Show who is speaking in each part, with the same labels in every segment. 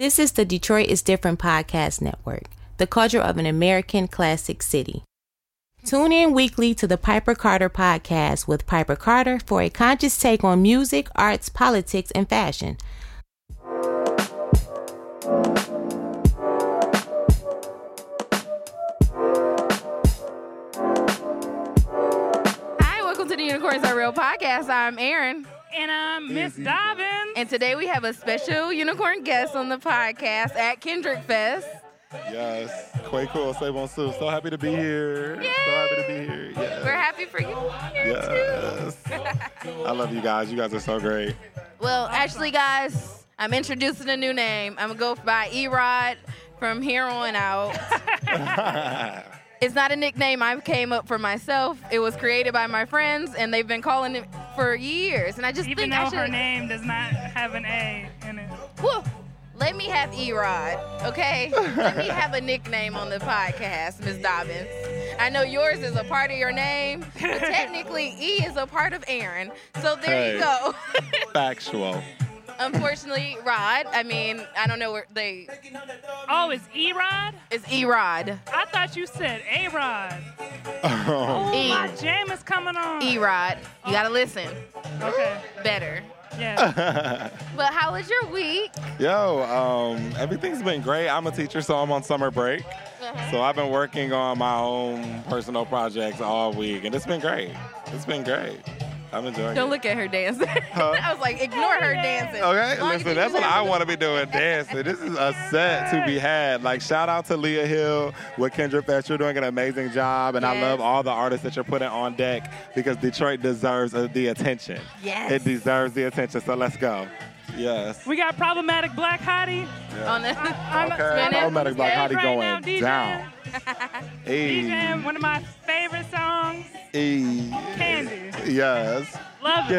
Speaker 1: This is the Detroit is Different podcast network, the culture of an American classic city. Tune in weekly to the Piper Carter podcast with Piper Carter for a conscious take on music, arts, politics, and fashion.
Speaker 2: Hi, welcome to the Unicorns Are Real podcast. I'm Erin,
Speaker 3: And I'm Miss Dobbins.
Speaker 2: and today we have a special unicorn guest on the podcast at Kendrick Fest.
Speaker 4: Yes, Quay Cool, Say Bonsoir. So happy to be here. So happy to be here. Yes.
Speaker 2: We're happy for you.
Speaker 4: yes. I love you guys. You guys are so great.
Speaker 2: Well, actually, guys, I'm introducing a new name. I'm gonna go by Erod from here on out. it's not a nickname I came up for myself. It was created by my friends, and they've been calling it for years. And I just
Speaker 3: Even
Speaker 2: think
Speaker 3: though
Speaker 2: I should.
Speaker 3: her name does not have an A in it.
Speaker 2: Woo. Let me have Erod, okay? Let me have a nickname on the podcast, Miss Dobbins. I know yours is a part of your name, but technically E is a part of Aaron. So there you
Speaker 4: Hey.
Speaker 2: go.
Speaker 4: Factual.
Speaker 2: Unfortunately, Rod. I mean, I don't know where they.
Speaker 3: Oh, it's Erod?
Speaker 2: It's Erod.
Speaker 3: I thought you said A-Rod.
Speaker 4: Oh,
Speaker 3: Oh,
Speaker 2: E.
Speaker 3: my jam is coming on.
Speaker 2: Erod. You gotta listen
Speaker 3: Okay,
Speaker 2: better.
Speaker 3: yeah.
Speaker 2: But how was your week?
Speaker 4: Yo, um, everything's been great. I'm a teacher, so I'm on summer break. So I've been working on my own personal projects all week, and it's been great. It's been great. I'm enjoying
Speaker 2: Don't
Speaker 4: it.
Speaker 2: look at her dancing.
Speaker 4: Huh?
Speaker 2: I was like, ignore her dancing.
Speaker 4: Okay,
Speaker 2: Long as you
Speaker 4: listen, that's what
Speaker 2: dance.
Speaker 4: I want to be doing dancing. This is a set to be had. Like, shout out to Leah Hill with Kendra Fest. You're doing an amazing job, and I
Speaker 2: Yes.
Speaker 4: love all the artists that you're putting on deck because Detroit deserves uh, the attention.
Speaker 2: Yes.
Speaker 4: It deserves the attention, so let's go. Yes.
Speaker 3: We got problematic black hottie.
Speaker 2: On the-
Speaker 3: I'm
Speaker 4: Okay,
Speaker 3: I'm on
Speaker 4: Problematic
Speaker 3: the
Speaker 4: Black
Speaker 3: stage
Speaker 4: Hottie
Speaker 3: right
Speaker 4: going
Speaker 3: now, DJing,
Speaker 4: down.
Speaker 3: DJing
Speaker 4: E.
Speaker 3: one of my favorite songs,
Speaker 4: E.
Speaker 3: Candy.
Speaker 4: Yes.
Speaker 3: Love it.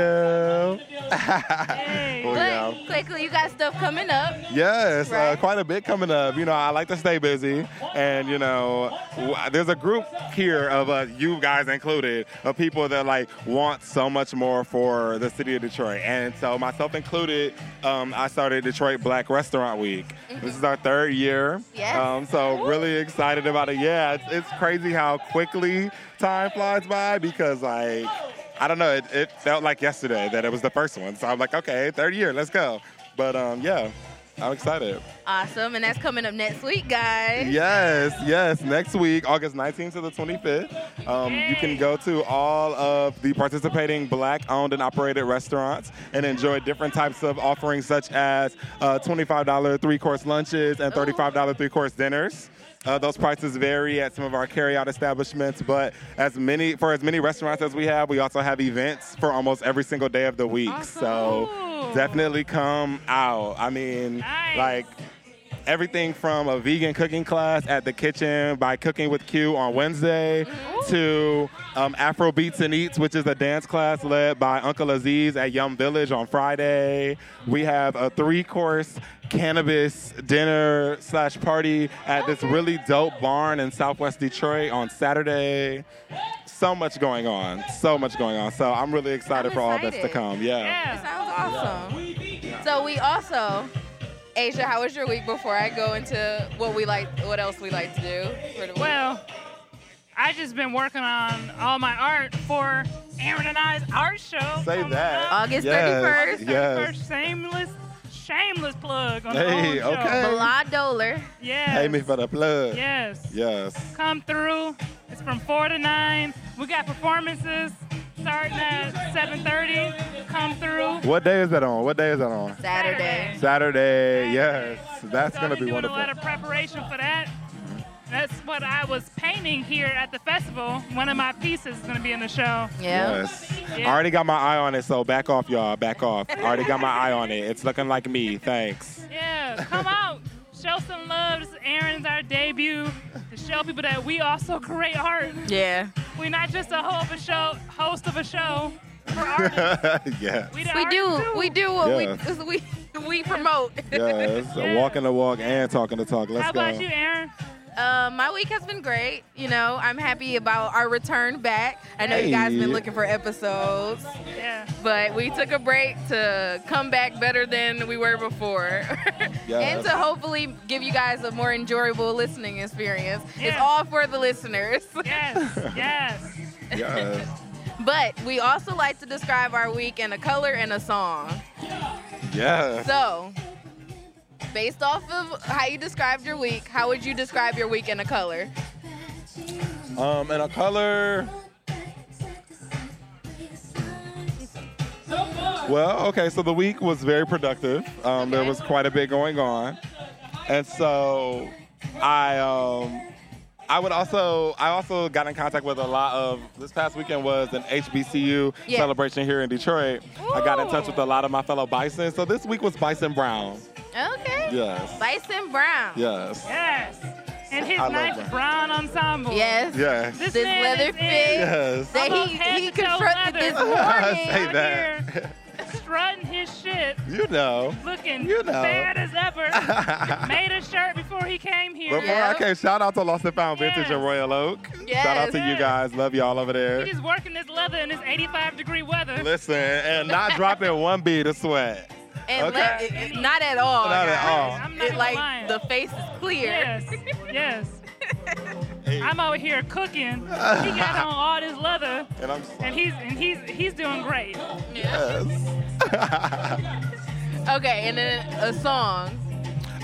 Speaker 4: Yeah.
Speaker 3: Hey.
Speaker 4: Oh,
Speaker 2: but
Speaker 4: yeah.
Speaker 2: quickly, you got stuff coming up.
Speaker 4: Yes, uh,
Speaker 2: Right.
Speaker 4: quite a bit coming up. You know, I like to stay busy, and you know, w- there's a group here of uh, you guys included of people that like want so much more for the city of Detroit, and so myself included. Um, I started Detroit Black Restaurant Week. This is our third year.
Speaker 2: Yes.
Speaker 4: Um, so really excited about it. Yeah, it's, it's crazy how quickly time flies by because like. I don't know. It, it felt like yesterday that it was the first one, so I'm like, okay, third year, let's go. But um, yeah, I'm excited.
Speaker 2: Awesome, and that's coming up next week, guys.
Speaker 4: Yes, yes. Next week, August 19th to the 25th, um, you can go to all of the participating black owned and operated restaurants and enjoy different types of offerings, such as uh, $25 three course lunches and $35 three course dinners. Uh, those prices vary at some of our carry-out establishments, but as many for as many restaurants as we have, we also have events for almost every single day of the week. So
Speaker 3: Awesome.
Speaker 4: definitely come out. I mean,
Speaker 3: Nice.
Speaker 4: like everything from a vegan cooking class at the kitchen by Cooking with Q on Wednesday to um, Afro Beats and Eats, which is a dance class led by Uncle Aziz at Yum Village on Friday. We have a three course cannabis dinner slash party at this really dope barn in Southwest Detroit on Saturday. So much going on, so much going on. So I'm really excited
Speaker 2: I'm
Speaker 4: for all this to
Speaker 2: excited.
Speaker 4: come.
Speaker 3: Yeah.
Speaker 2: Sounds awesome. So we also, Asia, how was your week? Before I go into what we like, what else we like to do for the week.
Speaker 3: Well, I just been working on all my art for Aaron and I's art show.
Speaker 4: Say
Speaker 3: coming
Speaker 4: that.
Speaker 3: up.
Speaker 2: August
Speaker 4: Yes,
Speaker 2: 31st.
Speaker 4: Yes.
Speaker 3: First shameless, shameless plug on
Speaker 4: Hey,
Speaker 3: the whole show.
Speaker 4: okay.
Speaker 2: Blah Doler.
Speaker 3: Yes.
Speaker 4: Pay me for the plug.
Speaker 3: Yes.
Speaker 4: Yes.
Speaker 3: Come through. It's from four to nine. We got performances starting at seven thirty. Come through.
Speaker 4: What day is that on? What day is that on?
Speaker 2: Saturday.
Speaker 4: Saturday. Yes. That's
Speaker 3: so
Speaker 4: gonna
Speaker 3: I've
Speaker 4: be
Speaker 3: doing
Speaker 4: wonderful.
Speaker 3: a lot of preparation for that. That's what I was painting here at the festival. One of my pieces is gonna be in the show.
Speaker 2: Yeah.
Speaker 4: Yes. I
Speaker 3: Yeah.
Speaker 4: already got my eye on it, so back off, y'all. Back off. I already got my eye on it. It's looking like me. Thanks.
Speaker 3: Yeah, come out. Show some love. This is Aaron's our debut. To show people that we also create art.
Speaker 2: Yeah.
Speaker 3: We're not just a host of a show. Host of a show. We're artists.
Speaker 4: yeah.
Speaker 3: We, the
Speaker 2: We do.
Speaker 3: artists, too.
Speaker 2: We do what
Speaker 4: Yeah.
Speaker 2: we we we promote.
Speaker 4: Yes. Walking the walk and talking the talk. Let's
Speaker 3: How
Speaker 4: go.
Speaker 3: about you, Aaron?
Speaker 2: Um, my week has been great. You know, I'm happy about our return back. I know
Speaker 4: Hey.
Speaker 2: you guys been looking for episodes,
Speaker 3: Yeah.
Speaker 2: but we took a break to come back better than we were before,
Speaker 4: Yes.
Speaker 2: and to hopefully give you guys a more enjoyable listening experience. It's
Speaker 3: Yeah.
Speaker 2: all for the listeners.
Speaker 3: Yes. Yes.
Speaker 4: Yes.
Speaker 2: But we also like to describe our week in a color and a song.
Speaker 4: Yes.
Speaker 2: So, based off of how you described your week, how would you describe your week in a color?
Speaker 4: Um, and a color. Well, okay, so the week was very productive. Um, There
Speaker 2: Okay.
Speaker 4: was quite a bit going on, and so I um, I would also I also got in contact with a lot of this past weekend was an HBCU
Speaker 2: Yeah.
Speaker 4: celebration here in Detroit. I got in touch
Speaker 2: Ooh.
Speaker 4: with a lot of my fellow Bison. So this week was Bison Brown.
Speaker 2: Okay.
Speaker 4: Yes.
Speaker 2: Bison Brown.
Speaker 4: Yes.
Speaker 3: Yes. And his
Speaker 4: I love
Speaker 3: nice
Speaker 4: that.
Speaker 3: brown ensemble.
Speaker 2: Yes.
Speaker 4: Yes.
Speaker 3: This,
Speaker 2: This
Speaker 3: man
Speaker 2: leather
Speaker 3: is in-
Speaker 2: fit.
Speaker 4: Yes.
Speaker 2: That
Speaker 3: Almost
Speaker 2: he,
Speaker 3: head
Speaker 2: he
Speaker 3: to toe
Speaker 2: constructed this
Speaker 3: leather.
Speaker 2: morning.
Speaker 4: Say
Speaker 3: out
Speaker 4: that.
Speaker 3: Strutting his shit.
Speaker 4: You know.
Speaker 3: Looking
Speaker 4: You know.
Speaker 3: bad as ever. Made a shirt before he came here.
Speaker 4: Before
Speaker 2: Yeah.
Speaker 4: I came, shout out to Lost and Found Vintage
Speaker 3: Yes.
Speaker 4: in Royal Oak.
Speaker 2: Yes.
Speaker 4: Shout out to you
Speaker 3: Yes.
Speaker 4: guys. Love y'all over there.
Speaker 3: He's working his leather in his 85 degree weather.
Speaker 4: Listen, and not dropping one bead of sweat.
Speaker 2: And
Speaker 4: Okay.
Speaker 2: let- it- it- not at all.
Speaker 4: Not at
Speaker 2: guys.
Speaker 4: all.
Speaker 3: I'm not
Speaker 2: It,
Speaker 3: even
Speaker 2: like
Speaker 3: lying.
Speaker 2: the face is clear.
Speaker 3: Yes, yes.
Speaker 4: Hey.
Speaker 3: I'm out here cooking. He got on all this leather,
Speaker 4: And I'm just
Speaker 3: and he's and he's he's doing great.
Speaker 4: yes.
Speaker 2: Okay, and then a song.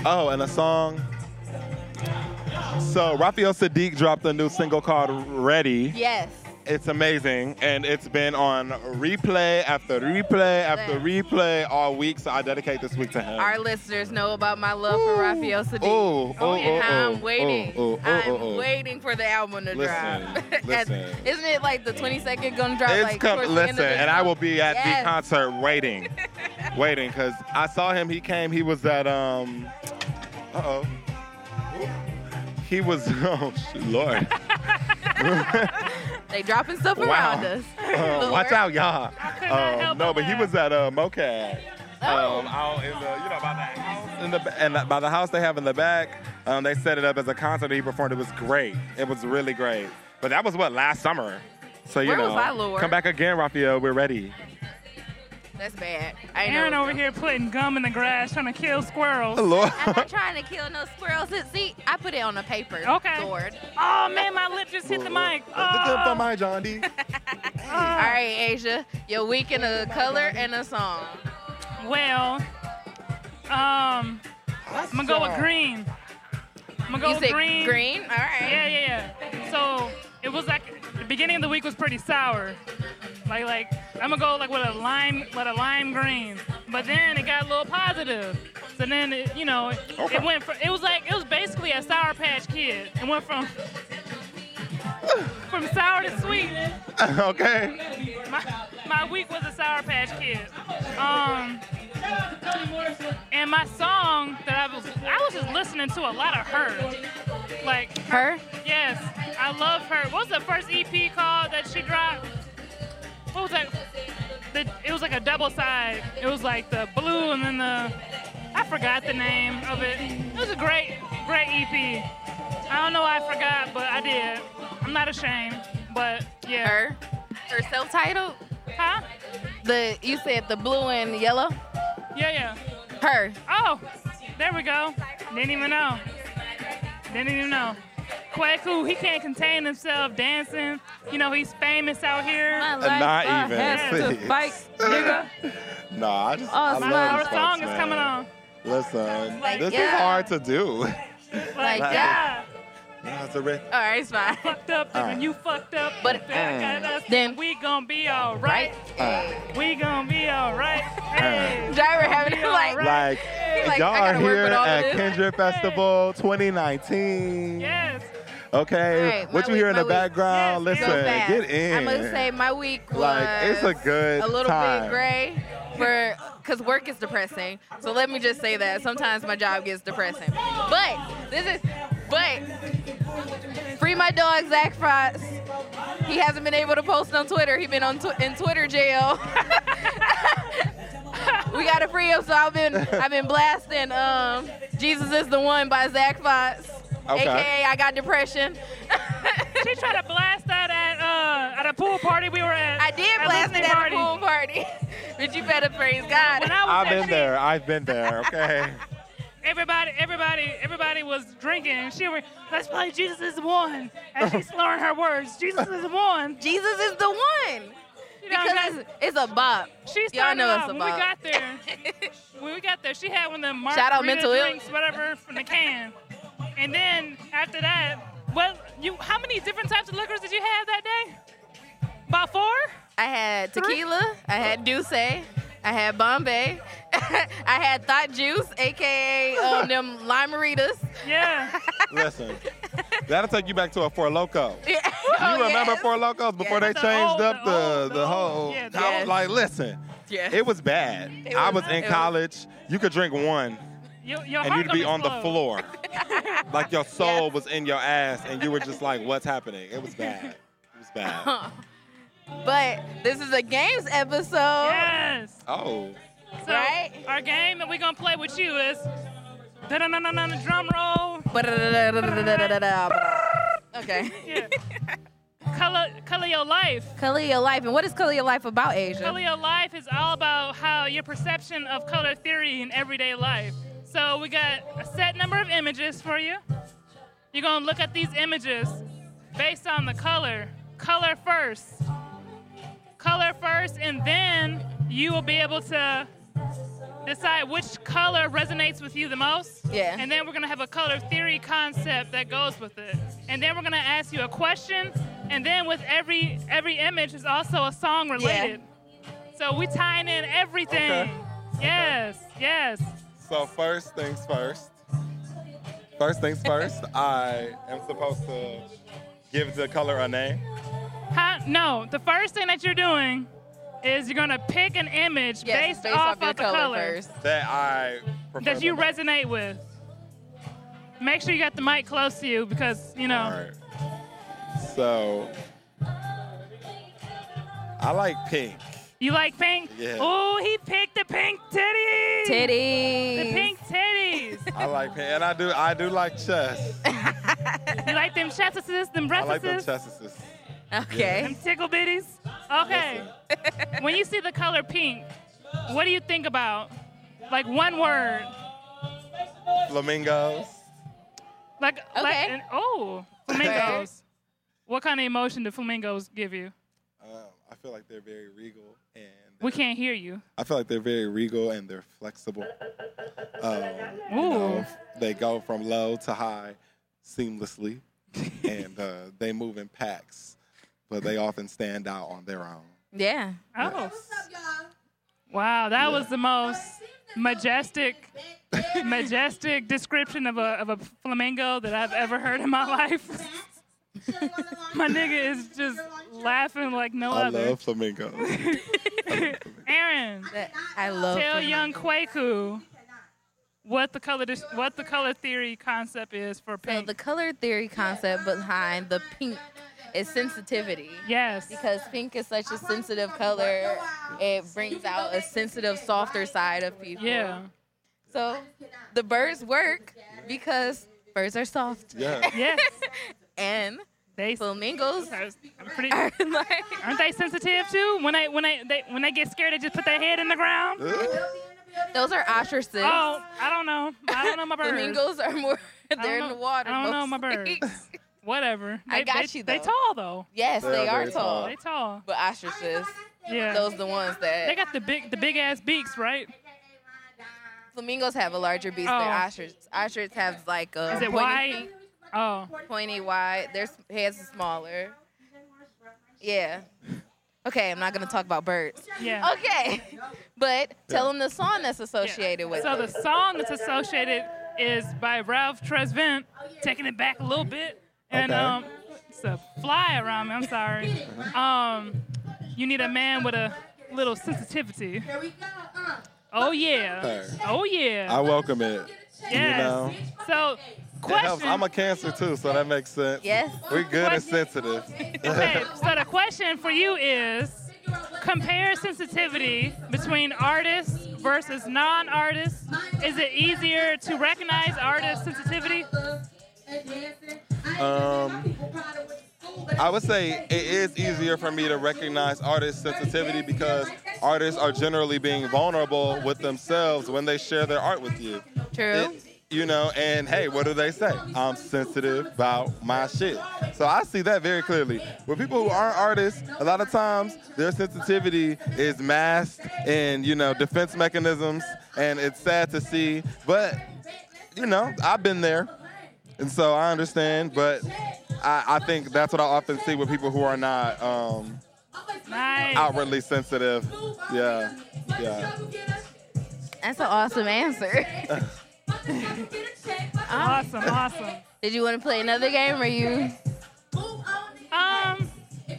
Speaker 4: oh, and a song. So Raphael Sadiq dropped a new single called Ready.
Speaker 2: Yes.
Speaker 4: It's amazing, and it's been on replay after replay after replay all week. So I dedicate this week to him.
Speaker 2: Our listeners know about my love for Raphael Sadiq.
Speaker 4: Oh, oh, oh,
Speaker 2: and
Speaker 4: oh,
Speaker 2: I'm waiting.
Speaker 4: oh, oh, oh,
Speaker 2: I'm
Speaker 4: oh.
Speaker 2: waiting for the album to
Speaker 4: Listen,
Speaker 2: drop. At-
Speaker 4: listen.
Speaker 2: isn't it like the 22nd gonna drop?
Speaker 4: It's
Speaker 2: like
Speaker 4: come,
Speaker 2: towards the end of
Speaker 4: listen,
Speaker 2: the
Speaker 4: and I will be at
Speaker 2: Yes.
Speaker 4: the concert waiting, waiting, because I saw him. He came. He was at um, uh oh, he was oh shoot, Lord,
Speaker 2: They dropping stuff
Speaker 4: Wow.
Speaker 2: around us.
Speaker 4: Uh, watch
Speaker 2: Lord.
Speaker 4: out, y'all.
Speaker 3: could not
Speaker 4: Um,
Speaker 3: help
Speaker 4: no,
Speaker 3: but
Speaker 4: but he
Speaker 3: laugh.
Speaker 4: was at uh, MoCad.
Speaker 2: Oh.
Speaker 4: Um, out in the, you know, by the house in the and by the house they have in the back, um, they set it up as a concert. He performed. It was great. It was really great. But that was what last summer. So you
Speaker 2: Where
Speaker 4: know,
Speaker 2: was I, Lord?
Speaker 4: come back again, Raphael. We're ready.
Speaker 2: That's bad. I ain't
Speaker 3: Aaron
Speaker 2: know.
Speaker 3: over here putting gum in the grass, trying to kill squirrels.
Speaker 4: Lord.
Speaker 2: I'm not trying to kill no squirrels. It- See, I put it on a paper.
Speaker 3: Okay.
Speaker 2: Lord.
Speaker 3: Oh man, my lip just hit the mic. Oh,
Speaker 4: my John D.
Speaker 2: All right, Asia. Your week in a color and a song.
Speaker 3: well, um, I'm gonna go with green. I'm gonna go
Speaker 2: You
Speaker 3: with
Speaker 2: said
Speaker 3: green.
Speaker 2: green. All right.
Speaker 3: Yeah, yeah, yeah. So it was like the beginning of the week was pretty sour. Like like I'm gonna go like with a lime with a lime green. But then it got a little positive. So then it, you know it, it went from it was like it was basically a sour patch kid. It went from from sour to sweet.
Speaker 4: okay.
Speaker 3: My, my week was a sour patch kid. Um and my song that I was I was just listening to a lot of her. Like
Speaker 2: Her.
Speaker 3: Yes, I love her. What was the first EP called that she dropped? What was that? The, it was like a double side. It was like the blue and then the I forgot the name of it. It was a great, great EP. I don't know why I forgot, but I did. I'm not ashamed. But yeah,
Speaker 2: Her. Her self-titled.
Speaker 3: huh?
Speaker 2: The you said the blue and yellow.
Speaker 3: Yeah, yeah.
Speaker 2: Her.
Speaker 3: Oh, there we go. Didn't even know. Didn't even know. Kwaku, he can't contain himself dancing. You know he's famous out here.
Speaker 2: My
Speaker 4: Uh, not
Speaker 2: life, I
Speaker 4: even.
Speaker 2: had to
Speaker 4: Please.
Speaker 2: fight, nigga.
Speaker 4: No, I just.
Speaker 2: Oh,
Speaker 4: I
Speaker 2: it's
Speaker 4: love
Speaker 2: my-
Speaker 3: Our
Speaker 4: sports,
Speaker 3: song is
Speaker 4: man.
Speaker 3: coming on.
Speaker 4: Listen,
Speaker 3: Like,
Speaker 4: this
Speaker 2: yeah.
Speaker 4: is hard to do.
Speaker 3: Like,
Speaker 2: Like,
Speaker 3: yeah.
Speaker 4: Nazareth.
Speaker 2: All right, it's fine.
Speaker 3: Fucked up, and
Speaker 4: Alright.
Speaker 3: you fucked up.
Speaker 2: But- uh,
Speaker 3: But I got us,
Speaker 2: Then-
Speaker 3: then we gonna be all
Speaker 2: Right.
Speaker 3: right. We gonna be all right. Hey.
Speaker 2: Driver having
Speaker 3: Yeah,
Speaker 2: like.
Speaker 3: right.
Speaker 4: Uh, Like,
Speaker 2: Like,
Speaker 4: y'all
Speaker 2: I
Speaker 4: are
Speaker 2: gotta work
Speaker 4: here
Speaker 2: with all of
Speaker 4: at
Speaker 2: this.
Speaker 4: Kindred Festival 2019.
Speaker 3: Yes.
Speaker 4: Okay,
Speaker 2: Alright,
Speaker 4: what
Speaker 2: my
Speaker 4: you
Speaker 2: week,
Speaker 4: hear in
Speaker 2: my
Speaker 4: the
Speaker 2: week.
Speaker 4: background?
Speaker 3: Yes,
Speaker 4: Listen,
Speaker 2: real fast.
Speaker 4: get in.
Speaker 2: I'm gonna say my week was
Speaker 4: Like, it's a good
Speaker 2: a little
Speaker 4: time.
Speaker 2: bit gray for because work is depressing. So let me just say that sometimes my job gets depressing. But this is but free my dog Zach Frost. He hasn't been able to post on Twitter. He's been on tw- in Twitter jail. we gotta free him. So I've been I've been blasting um Jesus is the one by Zach Fox.
Speaker 4: Okay.
Speaker 2: AKA I got depression.
Speaker 3: She tried to blast that at uh, at a pool party we were at.
Speaker 2: I did
Speaker 3: at
Speaker 2: blast it
Speaker 3: listening
Speaker 2: at
Speaker 3: party.
Speaker 2: a pool party. but you better praise God.
Speaker 3: When I was
Speaker 4: I've
Speaker 3: at
Speaker 4: been
Speaker 3: Sheik,
Speaker 4: there. I've been there. Okay.
Speaker 3: Everybody, everybody, everybody was drinking, and she were let's play Jesus is one, and she's slurring her words. Jesus is one.
Speaker 2: Jesus is the one.
Speaker 3: You know what
Speaker 2: Because
Speaker 3: I'm saying?
Speaker 2: it's, it's a bop.
Speaker 3: She
Speaker 2: Y'all
Speaker 3: started
Speaker 2: know
Speaker 3: off
Speaker 2: it's a
Speaker 3: when we
Speaker 2: bop.
Speaker 3: got there. when we got there, she had one of them
Speaker 2: Shout out
Speaker 3: margarita
Speaker 2: mental illness.
Speaker 3: drinks, whatever, from the can. And then after that, well, you how many different types of liquors did you have that day? About four.
Speaker 2: I had
Speaker 3: Three.
Speaker 2: tequila. I had Douce. I had Bombay. I had Thought Juice, aka um, them Limeritas.
Speaker 3: Yeah.
Speaker 4: Listen, that'll take you back to a Four Loco.
Speaker 2: you Oh,
Speaker 4: You remember Four Locos before
Speaker 2: Yes.
Speaker 4: they
Speaker 3: The
Speaker 4: changed
Speaker 3: old-
Speaker 4: up
Speaker 3: the
Speaker 4: the
Speaker 3: old-
Speaker 4: the,
Speaker 3: the old-
Speaker 4: whole?
Speaker 3: yeah, the
Speaker 4: I was
Speaker 2: old-
Speaker 4: like, listen,
Speaker 2: Yeah.
Speaker 4: it was bad.
Speaker 2: It
Speaker 4: I
Speaker 2: was-
Speaker 4: was in
Speaker 2: it was-
Speaker 4: college. You could drink one
Speaker 3: Your, your
Speaker 4: and
Speaker 3: heart
Speaker 4: you'd be
Speaker 3: gonna
Speaker 4: on the
Speaker 3: explode.
Speaker 4: floor, like your soul
Speaker 2: Yes.
Speaker 4: was in your ass, and you were just like, what's happening? It was bad. It was bad.
Speaker 2: But this is a games episode.
Speaker 3: Yes.
Speaker 4: Oh,
Speaker 3: So
Speaker 2: Right?
Speaker 3: our game that we're gonna play with you is da-da-na-na-na the drum roll.
Speaker 2: Okay.
Speaker 3: Yeah. color, color your life.
Speaker 2: Color Your Life. And what is Color Your Life about, Asia?
Speaker 3: Color your life is all about how your perception of color theory in everyday life. So we got a set number of images for you. You're gonna look at these images based on the color. Color first. Color first, and then you will be able to decide which color resonates with you the most.
Speaker 2: Yeah.
Speaker 3: And then we're gonna have a color theory concept that goes with it. And then we're gonna ask you a question. And then with every every image is also a song related. So we tying in everything.
Speaker 4: Okay.
Speaker 3: Yes, yes.
Speaker 4: so first things first. First things first. I am supposed to give the color a name.
Speaker 3: How, no, the first thing that you're doing is you're gonna pick an image
Speaker 2: Yes,
Speaker 3: based, off, of the color,
Speaker 4: that I prefer
Speaker 3: that you
Speaker 4: the most.
Speaker 3: resonate with. Make sure you got the mic close to you because you know.
Speaker 4: All right. So I like pink.
Speaker 3: You like pink?
Speaker 4: Yeah.
Speaker 3: Oh, he picked the pink titties.
Speaker 2: Titties.
Speaker 3: The pink titties.
Speaker 4: I like pink, and I do I do like chess.
Speaker 3: you like them chestesses, them
Speaker 4: I like them
Speaker 3: breastises,
Speaker 4: chesses.
Speaker 2: Okay.
Speaker 3: them tickle bitties? Okay. when you see the color pink, what do you think about? Like one word.
Speaker 4: Flamingos.
Speaker 3: Like, like
Speaker 2: Okay.
Speaker 3: an, oh, flamingos. What kind of emotion do flamingos give you?
Speaker 4: Um, I feel like they're very regal and
Speaker 3: We can't hear you.
Speaker 4: I feel like they're very regal and they're flexible. Um,
Speaker 3: Ooh.
Speaker 4: you know, they go from low to high seamlessly, and uh, they move in packs, but they often stand out on their own.
Speaker 2: Yeah.
Speaker 3: Oh. Wow, that was the most majestic, majestic description of a, of a flamingo that I've ever heard in my life. my nigga is just laughing like no
Speaker 4: I
Speaker 3: other.
Speaker 4: love flamingos.
Speaker 3: Aaron,
Speaker 2: That- I love
Speaker 3: tell
Speaker 2: flamingo.
Speaker 3: young Kwaku what the color dis- what the color theory concept is for
Speaker 2: So
Speaker 3: pink.
Speaker 2: the color theory concept behind the pink is sensitivity.
Speaker 3: yes,
Speaker 2: Because pink is such a sensitive color, it brings out a sensitive, softer side of people.
Speaker 3: yeah,
Speaker 2: So the birds work because birds are soft.
Speaker 4: Yeah.
Speaker 3: yes.
Speaker 2: And
Speaker 3: They
Speaker 2: flamingos
Speaker 3: are pretty.
Speaker 2: are like,
Speaker 3: Aren't they sensitive too? When they when they, they when they get scared, they just put their head in the ground.
Speaker 2: those are ostriches.
Speaker 3: Oh, I don't know. I don't know my birds.
Speaker 2: Flamingos are more,
Speaker 3: I
Speaker 2: they're
Speaker 3: don't
Speaker 2: in the
Speaker 3: know-
Speaker 2: water.
Speaker 3: I don't know my
Speaker 2: mostly.
Speaker 3: birds. Whatever.
Speaker 2: I got
Speaker 3: they,
Speaker 2: you,
Speaker 3: They
Speaker 2: though.
Speaker 3: tall though.
Speaker 2: Yes,
Speaker 4: They
Speaker 2: they,
Speaker 4: are
Speaker 2: are
Speaker 4: very
Speaker 2: tall.
Speaker 4: tall.
Speaker 3: They tall.
Speaker 2: But ostriches,
Speaker 3: Yeah.
Speaker 2: those the ones
Speaker 3: They
Speaker 2: that
Speaker 3: got the big the big ass beaks, right?
Speaker 2: flamingos have a larger beak
Speaker 3: Oh.
Speaker 2: than ostriches. Ostriches have like a
Speaker 3: Is it
Speaker 2: uh, pointy
Speaker 3: wide?
Speaker 2: beak,
Speaker 3: Oh,
Speaker 2: pointy wide. Their s- heads are smaller. Yeah. Okay, I'm not gonna talk about birds.
Speaker 3: yeah.
Speaker 2: Okay, but tell them the song that's associated with
Speaker 3: So
Speaker 2: it.
Speaker 3: the song that's associated is by Ralph Tresvant, taking it back a little bit, and
Speaker 4: Okay.
Speaker 3: um, it's a fly around me. I'm sorry. Um, you need a man with a little sensitivity. Oh yeah.
Speaker 4: Hey.
Speaker 3: Oh yeah.
Speaker 4: I welcome it.
Speaker 3: yes.
Speaker 4: know.
Speaker 3: So
Speaker 4: It helps.
Speaker 3: question.
Speaker 4: I'm a cancer too, so that makes sense.
Speaker 2: Yes.
Speaker 4: We're good and
Speaker 3: Question.
Speaker 4: sensitive.
Speaker 3: Okay, so the question for you is compare sensitivity between artists versus non artists. Is it easier to recognize artist sensitivity?
Speaker 4: Um, I would say it is easier for me to recognize artist sensitivity because artists are generally being vulnerable with themselves when they share their art with you.
Speaker 2: True.
Speaker 4: It- you know, and hey, what do they say? I'm sensitive about my shit. So I see that very clearly. With people who aren't artists, a lot of times their sensitivity is masked in, you know, defense mechanisms, and it's sad to see. But, you know, I've been there, and so I understand. But I, I think that's what I often see with people who are not um,
Speaker 3: Nice.
Speaker 4: outwardly sensitive. Yeah, yeah.
Speaker 2: That's an awesome answer. Um,
Speaker 3: Awesome, awesome.
Speaker 2: Did you want to play another game or you?
Speaker 3: Um,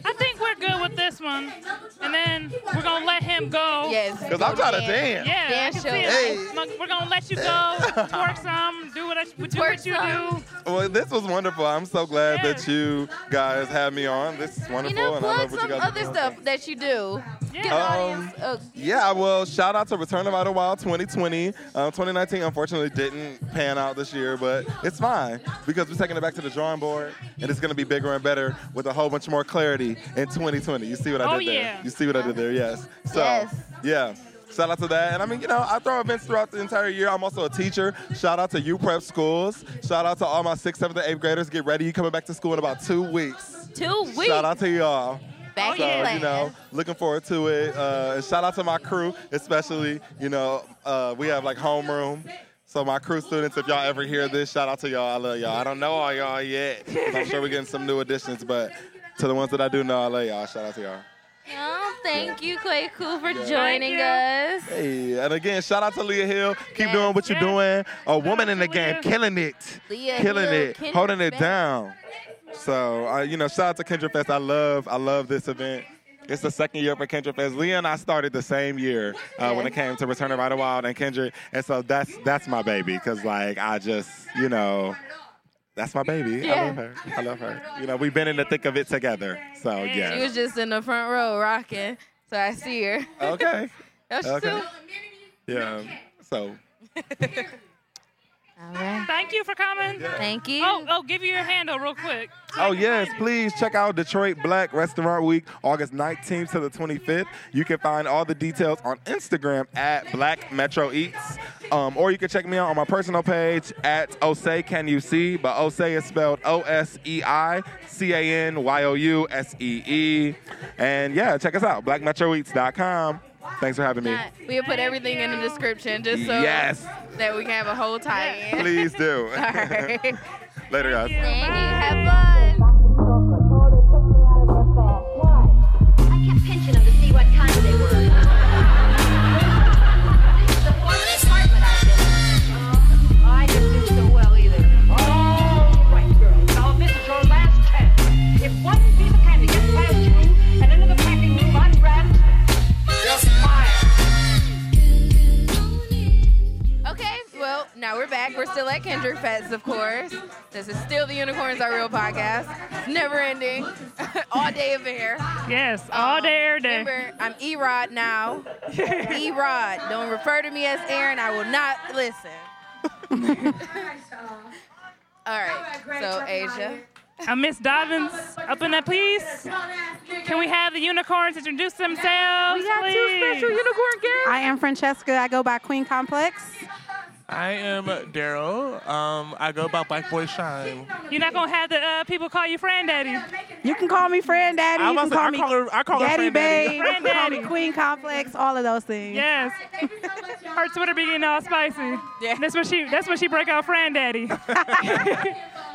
Speaker 3: I think we're good with this one. And then we're gonna let him go.
Speaker 2: Yes.
Speaker 4: Because I'm trying to dance.
Speaker 3: Yeah,
Speaker 2: Yeah,
Speaker 3: I can see
Speaker 2: sure.
Speaker 3: it. Like, We're gonna let you go, twerk some, do what I, do
Speaker 2: Twerk
Speaker 3: what you
Speaker 2: some.
Speaker 3: do.
Speaker 4: Well, this was wonderful. I'm so glad
Speaker 3: Yeah.
Speaker 4: that you guys had me on. This is
Speaker 2: You
Speaker 4: wonderful,
Speaker 2: know,
Speaker 4: and I
Speaker 2: plug
Speaker 4: love what you
Speaker 2: some
Speaker 4: guys are
Speaker 2: other
Speaker 4: doing. Um,
Speaker 2: stuff that you do. Get
Speaker 3: Yeah.
Speaker 2: audience. Uh,
Speaker 4: Yeah, well, shout out to Return of Idle Wild 2020. Um, 2019 unfortunately didn't pan out this year, but it's fine because we're taking it back to the drawing board, and it's going to be bigger and better with a whole bunch more clarity in 2020. You see what I
Speaker 3: Oh,
Speaker 4: did there?
Speaker 3: yeah.
Speaker 4: You see what I did there? Yes. So,
Speaker 2: Yes.
Speaker 4: yeah. Shout out to that. And I mean, you know, I throw events throughout the entire year. I'm also a teacher. Shout out to U Prep Schools. Shout out to all my sixth, seventh, and eighth graders. Get ready. You coming back to school in about two weeks.
Speaker 2: two weeks.
Speaker 4: Shout out to y'all.
Speaker 2: Oh, Back
Speaker 4: So,
Speaker 2: in class.
Speaker 4: you know, looking forward to it. Uh, and shout out to my crew, especially, you know, uh, we have like homeroom. So my crew students, if y'all ever hear this, shout out to y'all. I love y'all. I don't know all y'all yet. 'cause I'm sure we're getting some new additions, but to the ones that I do know, I love y'all. Shout out to y'all.
Speaker 2: Oh, thank you, Kwaku, for
Speaker 4: Thank
Speaker 2: joining
Speaker 3: you.
Speaker 2: us.
Speaker 4: Hey, and again, shout out to Leah Hill. Keep
Speaker 2: Yes,
Speaker 4: doing what you're
Speaker 3: yes.
Speaker 4: doing. A woman
Speaker 3: out
Speaker 4: in the
Speaker 3: to
Speaker 4: game,
Speaker 3: Leah.
Speaker 4: killing it.
Speaker 2: Leah
Speaker 4: killing
Speaker 2: Hill,
Speaker 4: it,
Speaker 2: Kendrick
Speaker 4: holding it
Speaker 2: Fest.
Speaker 4: down. So uh, you know, shout out to Kendra Fest. I love, I love this event. It's the second year for Kendra Fest. Leah and I started the same year uh, when it came to Return of Rider Wild and Kendra, and so that's that's my baby because like I just you know. That's my baby. I
Speaker 2: Yeah.
Speaker 4: love her. I love her. You know, we've been in the thick of it together. So
Speaker 2: She was
Speaker 4: yeah.
Speaker 2: just in the front row rocking, so I see her.
Speaker 4: Okay.
Speaker 2: Oh, she's
Speaker 4: Okay.
Speaker 2: still-
Speaker 4: Yeah. So
Speaker 2: All right.
Speaker 3: Thank you for coming.
Speaker 2: Thank you.
Speaker 3: Oh, oh, give you your handle real quick.
Speaker 4: Oh yes, please check out Detroit Black Restaurant Week, August 19th to the 25th. You can find all the details on Instagram at Black Metro Eats, um, or you can check me out on my personal page at Osei Can You See? But Osei is spelled O S E I C A N Y O U S E E. And yeah, check us out, BlackMetroEats.com. Thanks for having me.
Speaker 2: Not- We'll put everything in the description just so
Speaker 4: Yes.
Speaker 2: that we can have a whole tie-in.
Speaker 4: Please do.
Speaker 2: All right. Thank you.
Speaker 4: Later, guys.
Speaker 2: Have fun.
Speaker 5: I kept pinching them to see what kind they were. This is the fourth apartment I've been in. I didn't do so well either.
Speaker 6: All right, girls. Now this is your last chance. If one piece of candy gets past you and into the packing room unwrapped, just fire.
Speaker 2: Okay, well, now we're back. We're still at Kendrick Fest, of course. This is still the Unicorns Are Real podcast. It's never ending. All day of air.
Speaker 3: Yes, all day, every day.
Speaker 2: Remember, I'm E Rod now. E Rod. Don't refer to me as Aaron. I will not listen. All right. So, Asia.
Speaker 3: I'm Miss Dobbins up in that piece. Can we have the unicorns introduce themselves? We got two special unicorn guests.
Speaker 7: I am Francesca. I go by Queen Complex.
Speaker 8: I am Daryl. Um, I go by Black Boy Shine.
Speaker 3: You're not gonna have the uh, people call you granddaddy.
Speaker 7: You can call me friend daddy.
Speaker 8: I
Speaker 7: You can
Speaker 8: was-
Speaker 7: call
Speaker 8: I
Speaker 7: me
Speaker 8: call her- I call her
Speaker 7: daddy
Speaker 8: Fran Daddy.
Speaker 7: babe. You can call me
Speaker 3: Fran Daddy.
Speaker 7: Queen Complex. All of those things.
Speaker 3: Yes. Her Twitter be getting all spicy.
Speaker 2: Yeah.
Speaker 3: That's when she. That's when she break out granddaddy.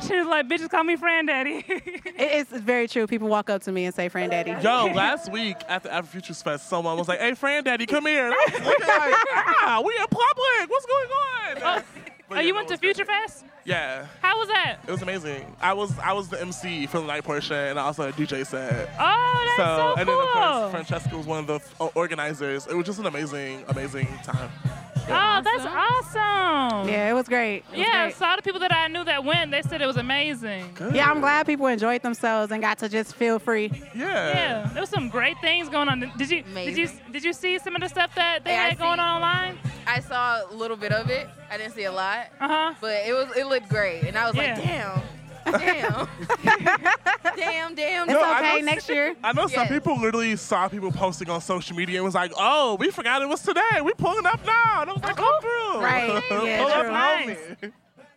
Speaker 3: she was like, "Bitches call me granddaddy."
Speaker 7: It is very true. People walk up to me and say friend daddy.
Speaker 8: Yo, last week at the Afro Futures Fest, someone was like, "Hey, Fran Daddy, come here." And I was looking like, "Ah, we in public. What's going on?"
Speaker 3: Oh,
Speaker 8: But
Speaker 3: oh,
Speaker 8: yeah,
Speaker 3: you
Speaker 8: that
Speaker 3: went to
Speaker 8: was
Speaker 3: Future
Speaker 8: great.
Speaker 3: Fest?
Speaker 8: Yeah,
Speaker 3: How was that?
Speaker 8: it was amazing. I was I was the MC for the night portion, and also a DJ set.
Speaker 3: Oh, that's so,
Speaker 8: and then
Speaker 3: cool.
Speaker 8: of course Francesca was one of the uh, organizers. It was just an amazing, amazing time.
Speaker 3: oh, that's awesome.
Speaker 7: Yeah, it was great. It was
Speaker 3: Yeah,
Speaker 7: great.
Speaker 3: so all the people that I knew that went, they said it was amazing.
Speaker 7: Yeah, I'm glad people enjoyed themselves and got to just feel free.
Speaker 8: Yeah.
Speaker 3: Yeah, there was some great things going on. Did you did you
Speaker 2: Amazing.
Speaker 3: did you see some of the stuff that they
Speaker 2: Yeah, I
Speaker 3: had going
Speaker 2: see.
Speaker 3: on online?
Speaker 2: I saw a little bit of it. I didn't see a lot,
Speaker 3: Uh huh.
Speaker 2: but it was it looked great, and I was
Speaker 3: Yeah.
Speaker 2: like, damn. Damn. damn, damn.
Speaker 7: It's
Speaker 8: No, I
Speaker 7: okay
Speaker 8: know-
Speaker 7: next year.
Speaker 8: I know some
Speaker 2: Yes.
Speaker 8: people literally saw people posting on social media and was like, "Oh, we forgot it was today. We pulling up now." And I was like, "Come through,
Speaker 7: Right. Yeah,
Speaker 8: Pull
Speaker 7: true.
Speaker 8: up, homie."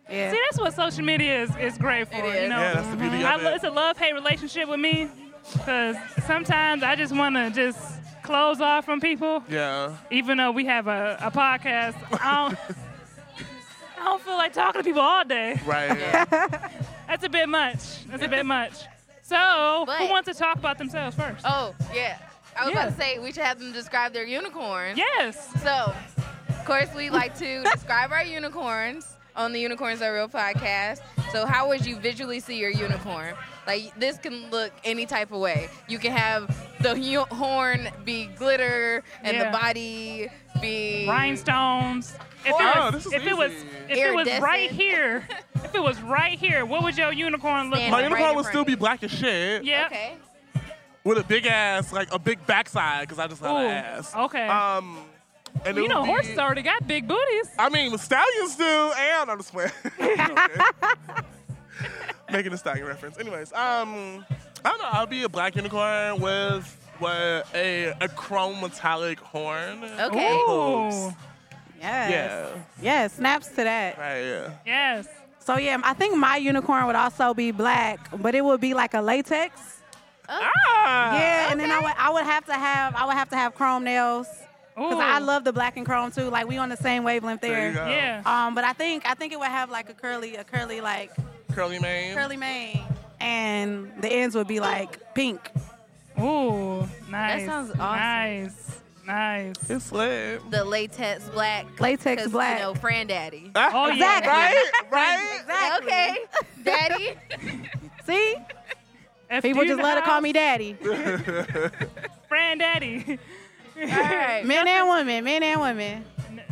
Speaker 7: Yeah.
Speaker 3: See, that's what social media is, is great for.
Speaker 2: It
Speaker 3: You
Speaker 2: is.
Speaker 3: know,
Speaker 8: Yeah, that's the beauty
Speaker 3: I
Speaker 8: of
Speaker 3: lo-
Speaker 8: it.
Speaker 3: it's a love hate relationship with me, because sometimes I just want to just close off from people,
Speaker 8: Yeah,
Speaker 3: even though we have a, a podcast. I don't, I don't feel like talking to people all day.
Speaker 8: right.
Speaker 3: That's a bit much. That's a bit much. So, who
Speaker 2: But-
Speaker 3: wants to talk about themselves first?
Speaker 2: Oh, yeah. I was about
Speaker 3: Yeah.
Speaker 2: to say we should have them describe their unicorn.
Speaker 3: Yes.
Speaker 2: So, of course, we like to describe our unicorns on the Unicorns Are Real podcast. So, how would you visually see your unicorn? Like, this can look any type of way. You can have the hu- horn be glitter and
Speaker 3: Yeah.
Speaker 2: the body be.
Speaker 3: Rhinestones. If it
Speaker 8: Oh,
Speaker 3: was,
Speaker 8: this is
Speaker 3: if it was,
Speaker 8: easy.
Speaker 3: if it was right
Speaker 2: Iridescent.
Speaker 3: here, if it was right here, what would your unicorn look
Speaker 2: Stand
Speaker 8: My
Speaker 3: like?
Speaker 2: up.
Speaker 8: unicorn
Speaker 2: in
Speaker 8: would
Speaker 2: front
Speaker 8: still
Speaker 2: of
Speaker 8: be
Speaker 2: you.
Speaker 8: black as shit
Speaker 3: Yeah.
Speaker 2: Okay.
Speaker 8: with a big ass, like a big backside, because I just had
Speaker 3: Ooh,
Speaker 8: an ass.
Speaker 3: okay.
Speaker 8: Um, and it
Speaker 3: You know,
Speaker 8: would be-
Speaker 3: horses already got big booties.
Speaker 8: I mean, the stallions do, and I'm just playing. Okay. Making a stallion reference. Anyways, um, I don't know. I'll be a black unicorn with with a, a chrome metallic horn.
Speaker 2: Okay.
Speaker 8: And hooves.
Speaker 3: Ooh.
Speaker 7: Yes.
Speaker 8: Yeah.
Speaker 7: Yeah, snaps to that.
Speaker 8: Right. Yeah.
Speaker 3: Yes.
Speaker 7: So yeah, I think my unicorn would also be black, but it would be like a latex.
Speaker 2: Oh.
Speaker 8: Ah.
Speaker 7: yeah, and then I would I would have to have I would have to have chrome nails because
Speaker 3: Ooh.
Speaker 7: I love the black and chrome too. Like we on the same wavelength
Speaker 8: There you
Speaker 7: there.
Speaker 8: go.
Speaker 3: Yeah.
Speaker 7: Um, but I think I think it would have like a curly a curly like
Speaker 8: Curly mane.
Speaker 7: curly mane, and the ends would be like pink.
Speaker 3: Ooh. Nice.
Speaker 2: sounds awesome.
Speaker 3: Nice. Nice.
Speaker 8: It's lit.
Speaker 2: The latex black.
Speaker 7: Latex
Speaker 2: 'cause,
Speaker 7: black.
Speaker 2: You know, Fran Daddy.
Speaker 3: Oh yeah.
Speaker 7: Exactly.
Speaker 8: Right. Right.
Speaker 2: Okay. Daddy.
Speaker 7: See,
Speaker 3: If
Speaker 7: people
Speaker 3: you
Speaker 7: just
Speaker 3: know
Speaker 7: love to
Speaker 3: how-
Speaker 7: call me daddy.
Speaker 3: granddaddy.
Speaker 2: All right.
Speaker 7: Men and women, men and women.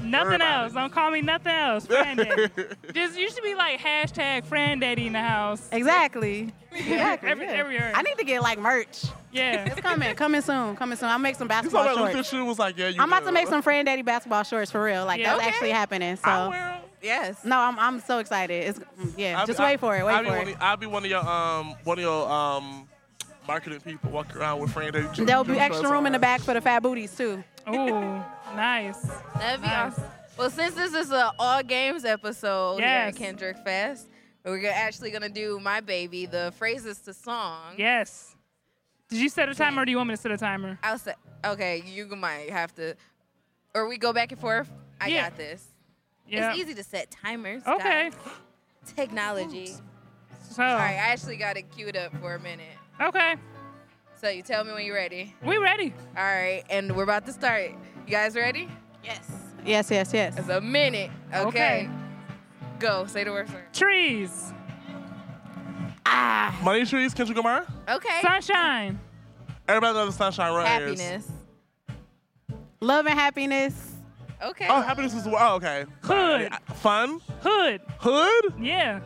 Speaker 3: Nothing
Speaker 8: Everybody.
Speaker 3: else. Don't call me nothing else. Granddaddy. just you should be like hashtag granddaddy in the house.
Speaker 7: Exactly. Exactly.
Speaker 3: Every-
Speaker 7: yeah.
Speaker 3: everywhere.
Speaker 7: I need to get like merch.
Speaker 3: Yeah.
Speaker 7: It's coming, coming soon, coming soon. I'll make some
Speaker 8: You
Speaker 7: basketball
Speaker 8: saw that little
Speaker 7: shorts.
Speaker 8: shoe was like, yeah, you
Speaker 7: I'm about to
Speaker 8: do.
Speaker 7: make some friend daddy basketball shorts for real. Like
Speaker 3: Yeah.
Speaker 7: that's
Speaker 3: Okay.
Speaker 7: actually happening.
Speaker 8: I
Speaker 7: So
Speaker 8: wear 'em.
Speaker 2: Yes.
Speaker 7: no, I'm I'm so excited. It's mm, yeah,
Speaker 8: I'll
Speaker 7: just
Speaker 8: be-
Speaker 7: wait for it. Wait
Speaker 8: I'll be
Speaker 7: for
Speaker 8: one
Speaker 7: it.
Speaker 8: Of, I'll be one of your um one of your um marketing people walking around with friend. that you-
Speaker 7: There'll
Speaker 8: you
Speaker 7: be
Speaker 8: trust
Speaker 7: extra room in the
Speaker 8: on.
Speaker 7: back for the fat booties too.
Speaker 3: Ooh. Nice.
Speaker 2: That'd be
Speaker 3: Nice.
Speaker 2: awesome. Well, since this is an all games episode
Speaker 3: Yes.
Speaker 2: here at Kendrick Fest, we're go- actually gonna do my baby, the phrases to song.
Speaker 3: Yes. Did you set a timer or do you want me to set a timer?
Speaker 2: I'll say, okay, you might have to, or we go back and forth. I
Speaker 3: Yeah.
Speaker 2: got this.
Speaker 3: Yeah.
Speaker 2: It's easy to set timers.
Speaker 3: Okay.
Speaker 2: guys. Technology.
Speaker 3: So
Speaker 2: All right, I actually got it queued up for a minute.
Speaker 3: Okay.
Speaker 2: So you tell me when you're ready.
Speaker 3: We ready.
Speaker 2: All right, and we're about to start. You guys ready?
Speaker 7: Yes. Yes, yes, yes.
Speaker 2: It's a minute. Okay.
Speaker 3: Okay.
Speaker 2: Go. Say the word. first.
Speaker 3: Trees.
Speaker 7: Ah,
Speaker 8: Money trees, Kendrick Lamar.
Speaker 2: Okay.
Speaker 3: Sunshine.
Speaker 8: Everybody loves the Sunshine Rose.
Speaker 2: Happiness.
Speaker 7: love and happiness.
Speaker 2: Okay.
Speaker 8: Oh, happiness is oh, okay.
Speaker 3: Hood.
Speaker 8: Uh, Fun.
Speaker 3: Hood.
Speaker 8: Hood.
Speaker 3: Yeah.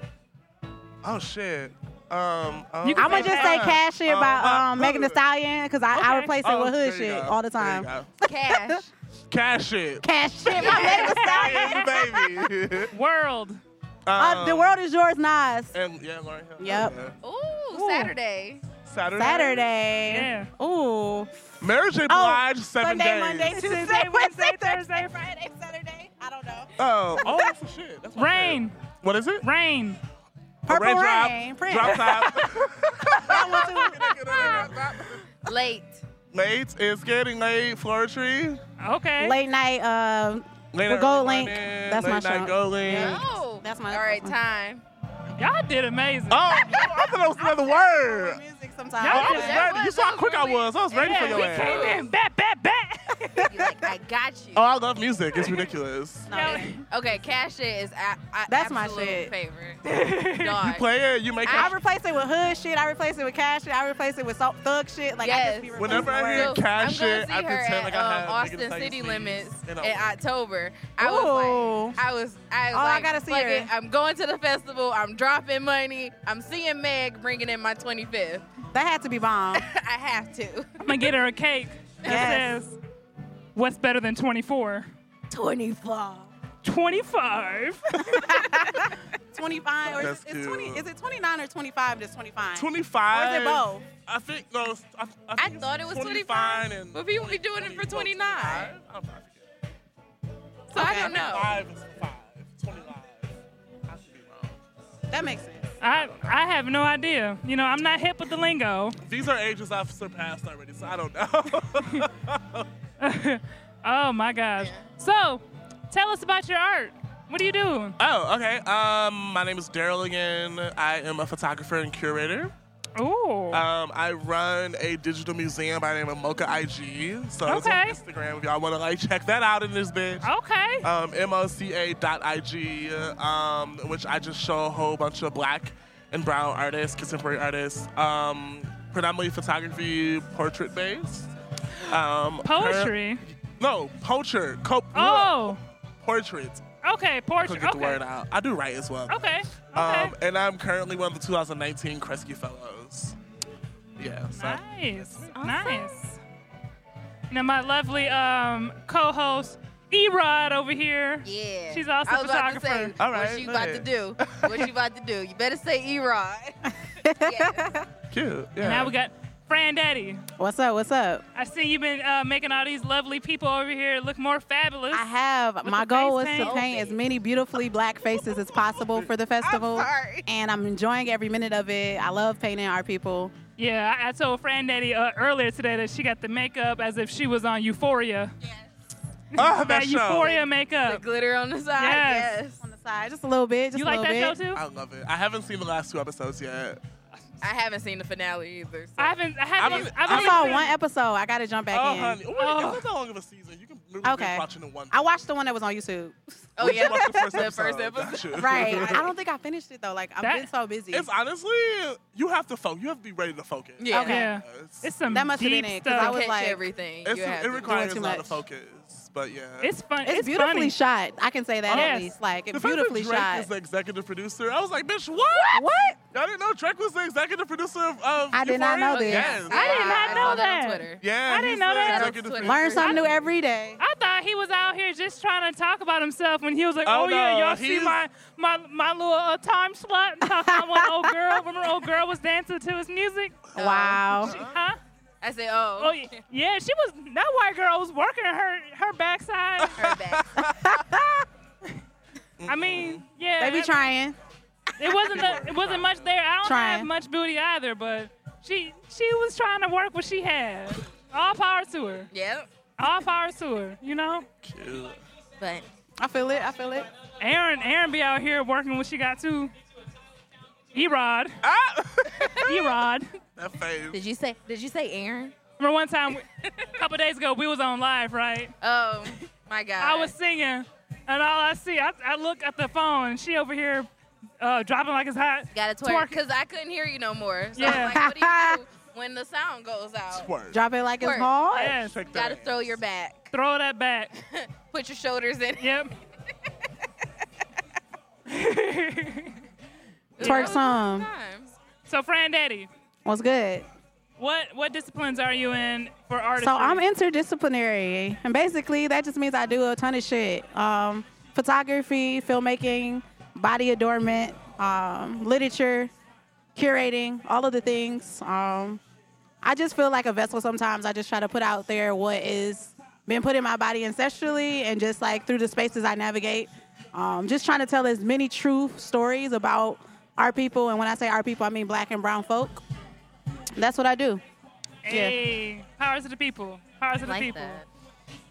Speaker 8: Oh shit. Um. um,
Speaker 3: You can
Speaker 7: I'ma just say
Speaker 3: Uh,
Speaker 7: cash shit
Speaker 8: uh,
Speaker 7: by
Speaker 8: uh,
Speaker 7: um Megan Thee
Speaker 8: hood.
Speaker 7: Stallion because I, I
Speaker 3: Okay.
Speaker 7: replace it
Speaker 8: Oh,
Speaker 7: with
Speaker 8: there
Speaker 7: hood
Speaker 8: you
Speaker 7: shit
Speaker 8: go.
Speaker 7: all the
Speaker 8: There you
Speaker 7: time.
Speaker 8: go.
Speaker 2: Cash.
Speaker 8: Cash shit.
Speaker 7: Cash shit by Megan Thee Stallion.
Speaker 8: Hey, baby.
Speaker 3: World.
Speaker 7: Uh, the
Speaker 8: Um,
Speaker 7: world is yours, Nas.
Speaker 8: And yeah, Lauren Hill.
Speaker 7: Yep.
Speaker 8: Okay.
Speaker 2: Ooh, Saturday.
Speaker 8: Saturday.
Speaker 7: Saturday. Ooh. Oh,
Speaker 8: Mary J. Blige. seven
Speaker 7: Sunday,
Speaker 8: days.
Speaker 7: Monday,
Speaker 3: Tuesday, Wednesday, Thursday,
Speaker 7: Friday, Saturday. I don't know.
Speaker 8: Oh. Oh, that's the shit. That's my
Speaker 3: Rain.
Speaker 8: favorite. What is it?
Speaker 3: Rain.
Speaker 7: Purple
Speaker 8: rain
Speaker 7: Rain,
Speaker 8: Drop,
Speaker 7: Prince.
Speaker 8: drop top.
Speaker 2: Late.
Speaker 8: late. It's getting late. Flourishry.
Speaker 3: Okay.
Speaker 7: Late night. Um,
Speaker 8: Late
Speaker 7: The
Speaker 8: night
Speaker 7: Gold
Speaker 8: early
Speaker 7: Link.
Speaker 8: morning,
Speaker 7: That's my
Speaker 8: late night
Speaker 7: show.
Speaker 8: Gold Link.
Speaker 7: Yeah.
Speaker 2: Oh.
Speaker 7: That's my-
Speaker 2: All right,
Speaker 7: that's my-
Speaker 2: time.
Speaker 3: Y'all did amazing.
Speaker 8: Oh, I thought that was another word.
Speaker 7: music
Speaker 8: Oh, I
Speaker 3: Y'all
Speaker 8: was
Speaker 3: just-
Speaker 7: sometimes.
Speaker 2: that
Speaker 8: ready. You
Speaker 2: was-
Speaker 8: saw
Speaker 2: that
Speaker 8: how
Speaker 2: was
Speaker 8: quick I
Speaker 2: really-
Speaker 8: was. I was ready for
Speaker 3: yeah,
Speaker 8: your
Speaker 3: we
Speaker 8: ass.
Speaker 3: came in. Bat, bat, bat.
Speaker 2: You like, I got you.
Speaker 8: Oh, I love music. It's ridiculous.
Speaker 3: Y'all-
Speaker 2: Okay, cash shit is a- a-
Speaker 7: That's my
Speaker 2: absolute
Speaker 7: shit.
Speaker 2: favorite.
Speaker 8: You
Speaker 2: Dog.
Speaker 8: play it. You make
Speaker 7: I
Speaker 8: it.
Speaker 7: replace it with hood shit. I replace it with cash shit. I replace it with so- thug shit. Like I just be
Speaker 2: Yes.
Speaker 7: replacing
Speaker 8: Whenever I
Speaker 7: words.
Speaker 8: hear cash
Speaker 2: I'm gonna
Speaker 8: shit,
Speaker 2: see
Speaker 8: I
Speaker 2: her
Speaker 8: pretend
Speaker 2: at
Speaker 8: like
Speaker 2: um,
Speaker 8: I have
Speaker 2: Austin
Speaker 8: niggas'
Speaker 2: City
Speaker 8: face
Speaker 2: Limits
Speaker 8: in
Speaker 2: in
Speaker 8: Oakland.
Speaker 2: October. I was
Speaker 7: Ooh.
Speaker 2: like, I was, I was
Speaker 7: Oh, I
Speaker 2: like,
Speaker 7: gotta see
Speaker 2: fuck
Speaker 7: her.
Speaker 2: it, I'm going to the festival. I'm dropping money. I'm seeing Meg bringing in my 25th.
Speaker 7: that had to be bomb.
Speaker 2: I have to.
Speaker 3: I'm going to get her a cake that
Speaker 7: Yes.
Speaker 3: says, What's better than 24?
Speaker 7: Twenty four.
Speaker 3: 25.
Speaker 7: 25 or
Speaker 8: That's
Speaker 7: is, it- it's 20,
Speaker 8: cute.
Speaker 7: is it 29 or 25 that's 25?
Speaker 8: 25.
Speaker 7: Or is it both?
Speaker 8: I think no. it's- I, I,
Speaker 2: I
Speaker 8: think
Speaker 2: thought
Speaker 8: it's
Speaker 2: it was
Speaker 8: 25.
Speaker 2: 25,
Speaker 8: and
Speaker 2: but we were doing it for 29.
Speaker 8: I don't know. I forget.
Speaker 2: So I don't know.
Speaker 8: 25 is five. 25. I could be wrong.
Speaker 7: That makes sense.
Speaker 3: I, I have no idea. You know, I'm not hip with the lingo.
Speaker 8: These are ages I've surpassed already, so I don't know.
Speaker 3: Oh my gosh. So, tell us about your art. What do you do?
Speaker 8: oh, okay. Um, my name is Daryl again. I am a photographer and curator.
Speaker 3: Ooh.
Speaker 8: Um, I run a digital museum by the name of Mocha IG. So it's on
Speaker 3: Okay.
Speaker 8: Instagram if y'all want to like check that out in this bitch.
Speaker 3: okay.
Speaker 8: um, MLCA dot IG, um, which I just show a whole bunch of black and brown artists, contemporary artists, um, predominantly photography, portrait based. Um,
Speaker 3: Poetry.
Speaker 8: cur- no, poacher. Co-
Speaker 3: Oh.
Speaker 8: Portraits.
Speaker 3: Okay.
Speaker 8: I could
Speaker 3: Portrait.
Speaker 8: get
Speaker 3: Okay.
Speaker 8: the word out. I do write as well.
Speaker 3: Okay. Okay.
Speaker 8: Um, and I'm currently one of the 2019 Kresge Fellows. Yeah. So
Speaker 3: nice. Nice. Now my lovely um, co-host Erod over here.
Speaker 2: Yeah.
Speaker 3: She's also
Speaker 2: I
Speaker 3: a
Speaker 2: was about to
Speaker 3: photographer.
Speaker 2: say,
Speaker 8: All
Speaker 2: what
Speaker 8: right,
Speaker 2: you
Speaker 8: go
Speaker 2: about to
Speaker 8: ahead.
Speaker 2: do? What you about to do? You better say Erod. yeah.
Speaker 8: cute. Yeah.
Speaker 3: And now we got Fran Daddy.
Speaker 7: What's up? What's up?
Speaker 3: I see you've been uh, making all these lovely people over here look more fabulous.
Speaker 7: I have. My
Speaker 3: the
Speaker 7: goal was
Speaker 3: face
Speaker 7: to
Speaker 3: paint?
Speaker 7: paint as many beautifully black faces as possible for the festival.
Speaker 2: sorry.
Speaker 7: And I'm enjoying every minute of it. I love painting our people.
Speaker 3: yeah, I, I told Fran Daddy uh, earlier today that she got the makeup as if she was on Euphoria.
Speaker 8: Oh,
Speaker 3: That
Speaker 8: that show.
Speaker 3: Euphoria
Speaker 2: The
Speaker 3: makeup.
Speaker 2: glitter on the side.
Speaker 3: Yes.
Speaker 2: Yes.
Speaker 7: On the side, just a little bit. Just
Speaker 3: You
Speaker 7: a
Speaker 3: like
Speaker 7: little
Speaker 3: that show
Speaker 7: bit.
Speaker 3: too?
Speaker 8: I love it. I haven't seen the last two episodes yet.
Speaker 2: I haven't seen the finale either. So.
Speaker 3: I haven't. I haven't.
Speaker 8: haven't-
Speaker 3: I haven't
Speaker 7: I saw
Speaker 3: even-
Speaker 7: one episode. I got to jump back
Speaker 8: Oh,
Speaker 7: in.
Speaker 8: honey. Wait,
Speaker 3: Oh.
Speaker 8: It's not that long of a season. You can maybe
Speaker 7: Okay.
Speaker 8: finish watching it one.
Speaker 7: I watched the one that was on YouTube.
Speaker 2: oh yeah.
Speaker 8: Watch the first
Speaker 2: The
Speaker 8: episode.
Speaker 2: first episode.
Speaker 8: Gotcha.
Speaker 7: Right. I don't think I finished it though. Like I've
Speaker 3: That-
Speaker 7: been so busy.
Speaker 8: It's honestly, you have to focus. You have to be ready to focus.
Speaker 2: Yeah.
Speaker 7: Okay.
Speaker 3: Yeah.
Speaker 8: It's,
Speaker 3: It's some
Speaker 7: That must have
Speaker 3: deep
Speaker 7: been it, 'cause
Speaker 3: stuff.
Speaker 7: I was
Speaker 2: catch
Speaker 7: like-
Speaker 2: everything.
Speaker 8: it's-
Speaker 2: you have
Speaker 8: it
Speaker 2: to.
Speaker 8: requires
Speaker 7: too
Speaker 8: a lot of
Speaker 7: much.
Speaker 8: focus, but yeah.
Speaker 3: it's fun. It's,
Speaker 7: It's, beautifully
Speaker 3: funny.
Speaker 7: shot. I can say that
Speaker 3: Yes.
Speaker 7: at least. Like
Speaker 8: the
Speaker 7: it's
Speaker 8: fact
Speaker 7: beautifully
Speaker 8: that Drake
Speaker 7: shot.
Speaker 8: is the executive producer. I was like, bitch, what?
Speaker 7: what?
Speaker 8: Y'all didn't know Drake was the executive producer of. of
Speaker 7: I did not
Speaker 8: Euphoria?
Speaker 7: know this.
Speaker 8: Yes.
Speaker 3: I did not
Speaker 2: I
Speaker 3: know
Speaker 2: saw that
Speaker 3: that.
Speaker 2: on Twitter.
Speaker 8: yeah,
Speaker 3: I didn't
Speaker 8: he's
Speaker 3: know
Speaker 8: the
Speaker 3: that.
Speaker 8: executive
Speaker 2: That was
Speaker 8: producer.
Speaker 7: Learn something new every day.
Speaker 3: I thought he was out here just trying to talk about himself when he was like, "Oh,
Speaker 8: Oh,
Speaker 3: yeah,
Speaker 8: no,
Speaker 3: y'all see
Speaker 8: he's-
Speaker 3: my my my little uh, time slot and talking about one old girl. Remember, old girl was dancing to his music,
Speaker 7: Oh. Wow.
Speaker 3: huh?
Speaker 2: I say, oh,
Speaker 3: Oh yeah, yeah, she was. That white girl was working her her backside.
Speaker 2: her back.
Speaker 3: I mean, yeah,
Speaker 7: They be
Speaker 3: that-
Speaker 7: trying.
Speaker 3: It wasn't the, it wasn't much there. I don't have
Speaker 7: Trying.
Speaker 3: much booty either, but she she was trying to work what she had. All power to her.
Speaker 2: Yep.
Speaker 3: All power to her. You know,
Speaker 8: Cute.
Speaker 2: But
Speaker 7: I feel it. I feel it.
Speaker 3: Aaron Aaron be out here working what she got too. Erod.
Speaker 8: Ah!
Speaker 3: Erod.
Speaker 8: that face.
Speaker 2: did you say? Did you say Aaron?
Speaker 3: Remember one time, we- a couple days ago, we was on live, right?
Speaker 2: Oh my God.
Speaker 3: I was singing, and all I see, I, I look at the phone, and she over here uh, dropping like it's hot.
Speaker 2: got to twerk
Speaker 3: twerking.
Speaker 2: because I couldn't hear you no more. So
Speaker 3: Yeah.
Speaker 2: I'm like, what do you do when the sound goes out?
Speaker 8: Twerk.
Speaker 7: Drop it like it's
Speaker 2: Twerk.
Speaker 7: hard.
Speaker 3: Yes.
Speaker 8: Check that
Speaker 2: Got to
Speaker 8: out.
Speaker 2: throw your back.
Speaker 3: Throw that back.
Speaker 2: Put your shoulders in.
Speaker 3: Yep.
Speaker 7: Twerk some.
Speaker 2: Times.
Speaker 3: So, Fran Daddy,
Speaker 7: What's good?
Speaker 3: what what disciplines are you in for artistry?
Speaker 7: So I'm interdisciplinary, and basically that just means I do a ton of shit: um, photography, filmmaking, body adornment, um, literature, curating, all of the things. Um, I just feel like a vessel. Sometimes I just try to put out there what is been put in my body ancestrally, and just like through the spaces I navigate, um, just trying to tell as many true stories about our people. And when I say our people, I mean black and brown folk. That's what I do. yeah.
Speaker 3: Hey, powers of the people. Powers of the
Speaker 2: Like
Speaker 3: people.
Speaker 2: that.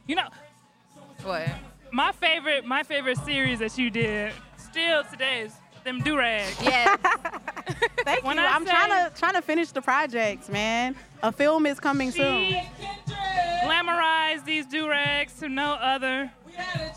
Speaker 3: You know,
Speaker 2: What?
Speaker 3: my favorite my favorite series that you did still today is them do rags.
Speaker 2: Yes.
Speaker 7: Thank
Speaker 3: When
Speaker 7: you.
Speaker 3: I
Speaker 7: I'm
Speaker 3: say-
Speaker 7: trying to trying to finish the projects, man. A film is coming soon.
Speaker 3: She glamorized these do-rags to no other.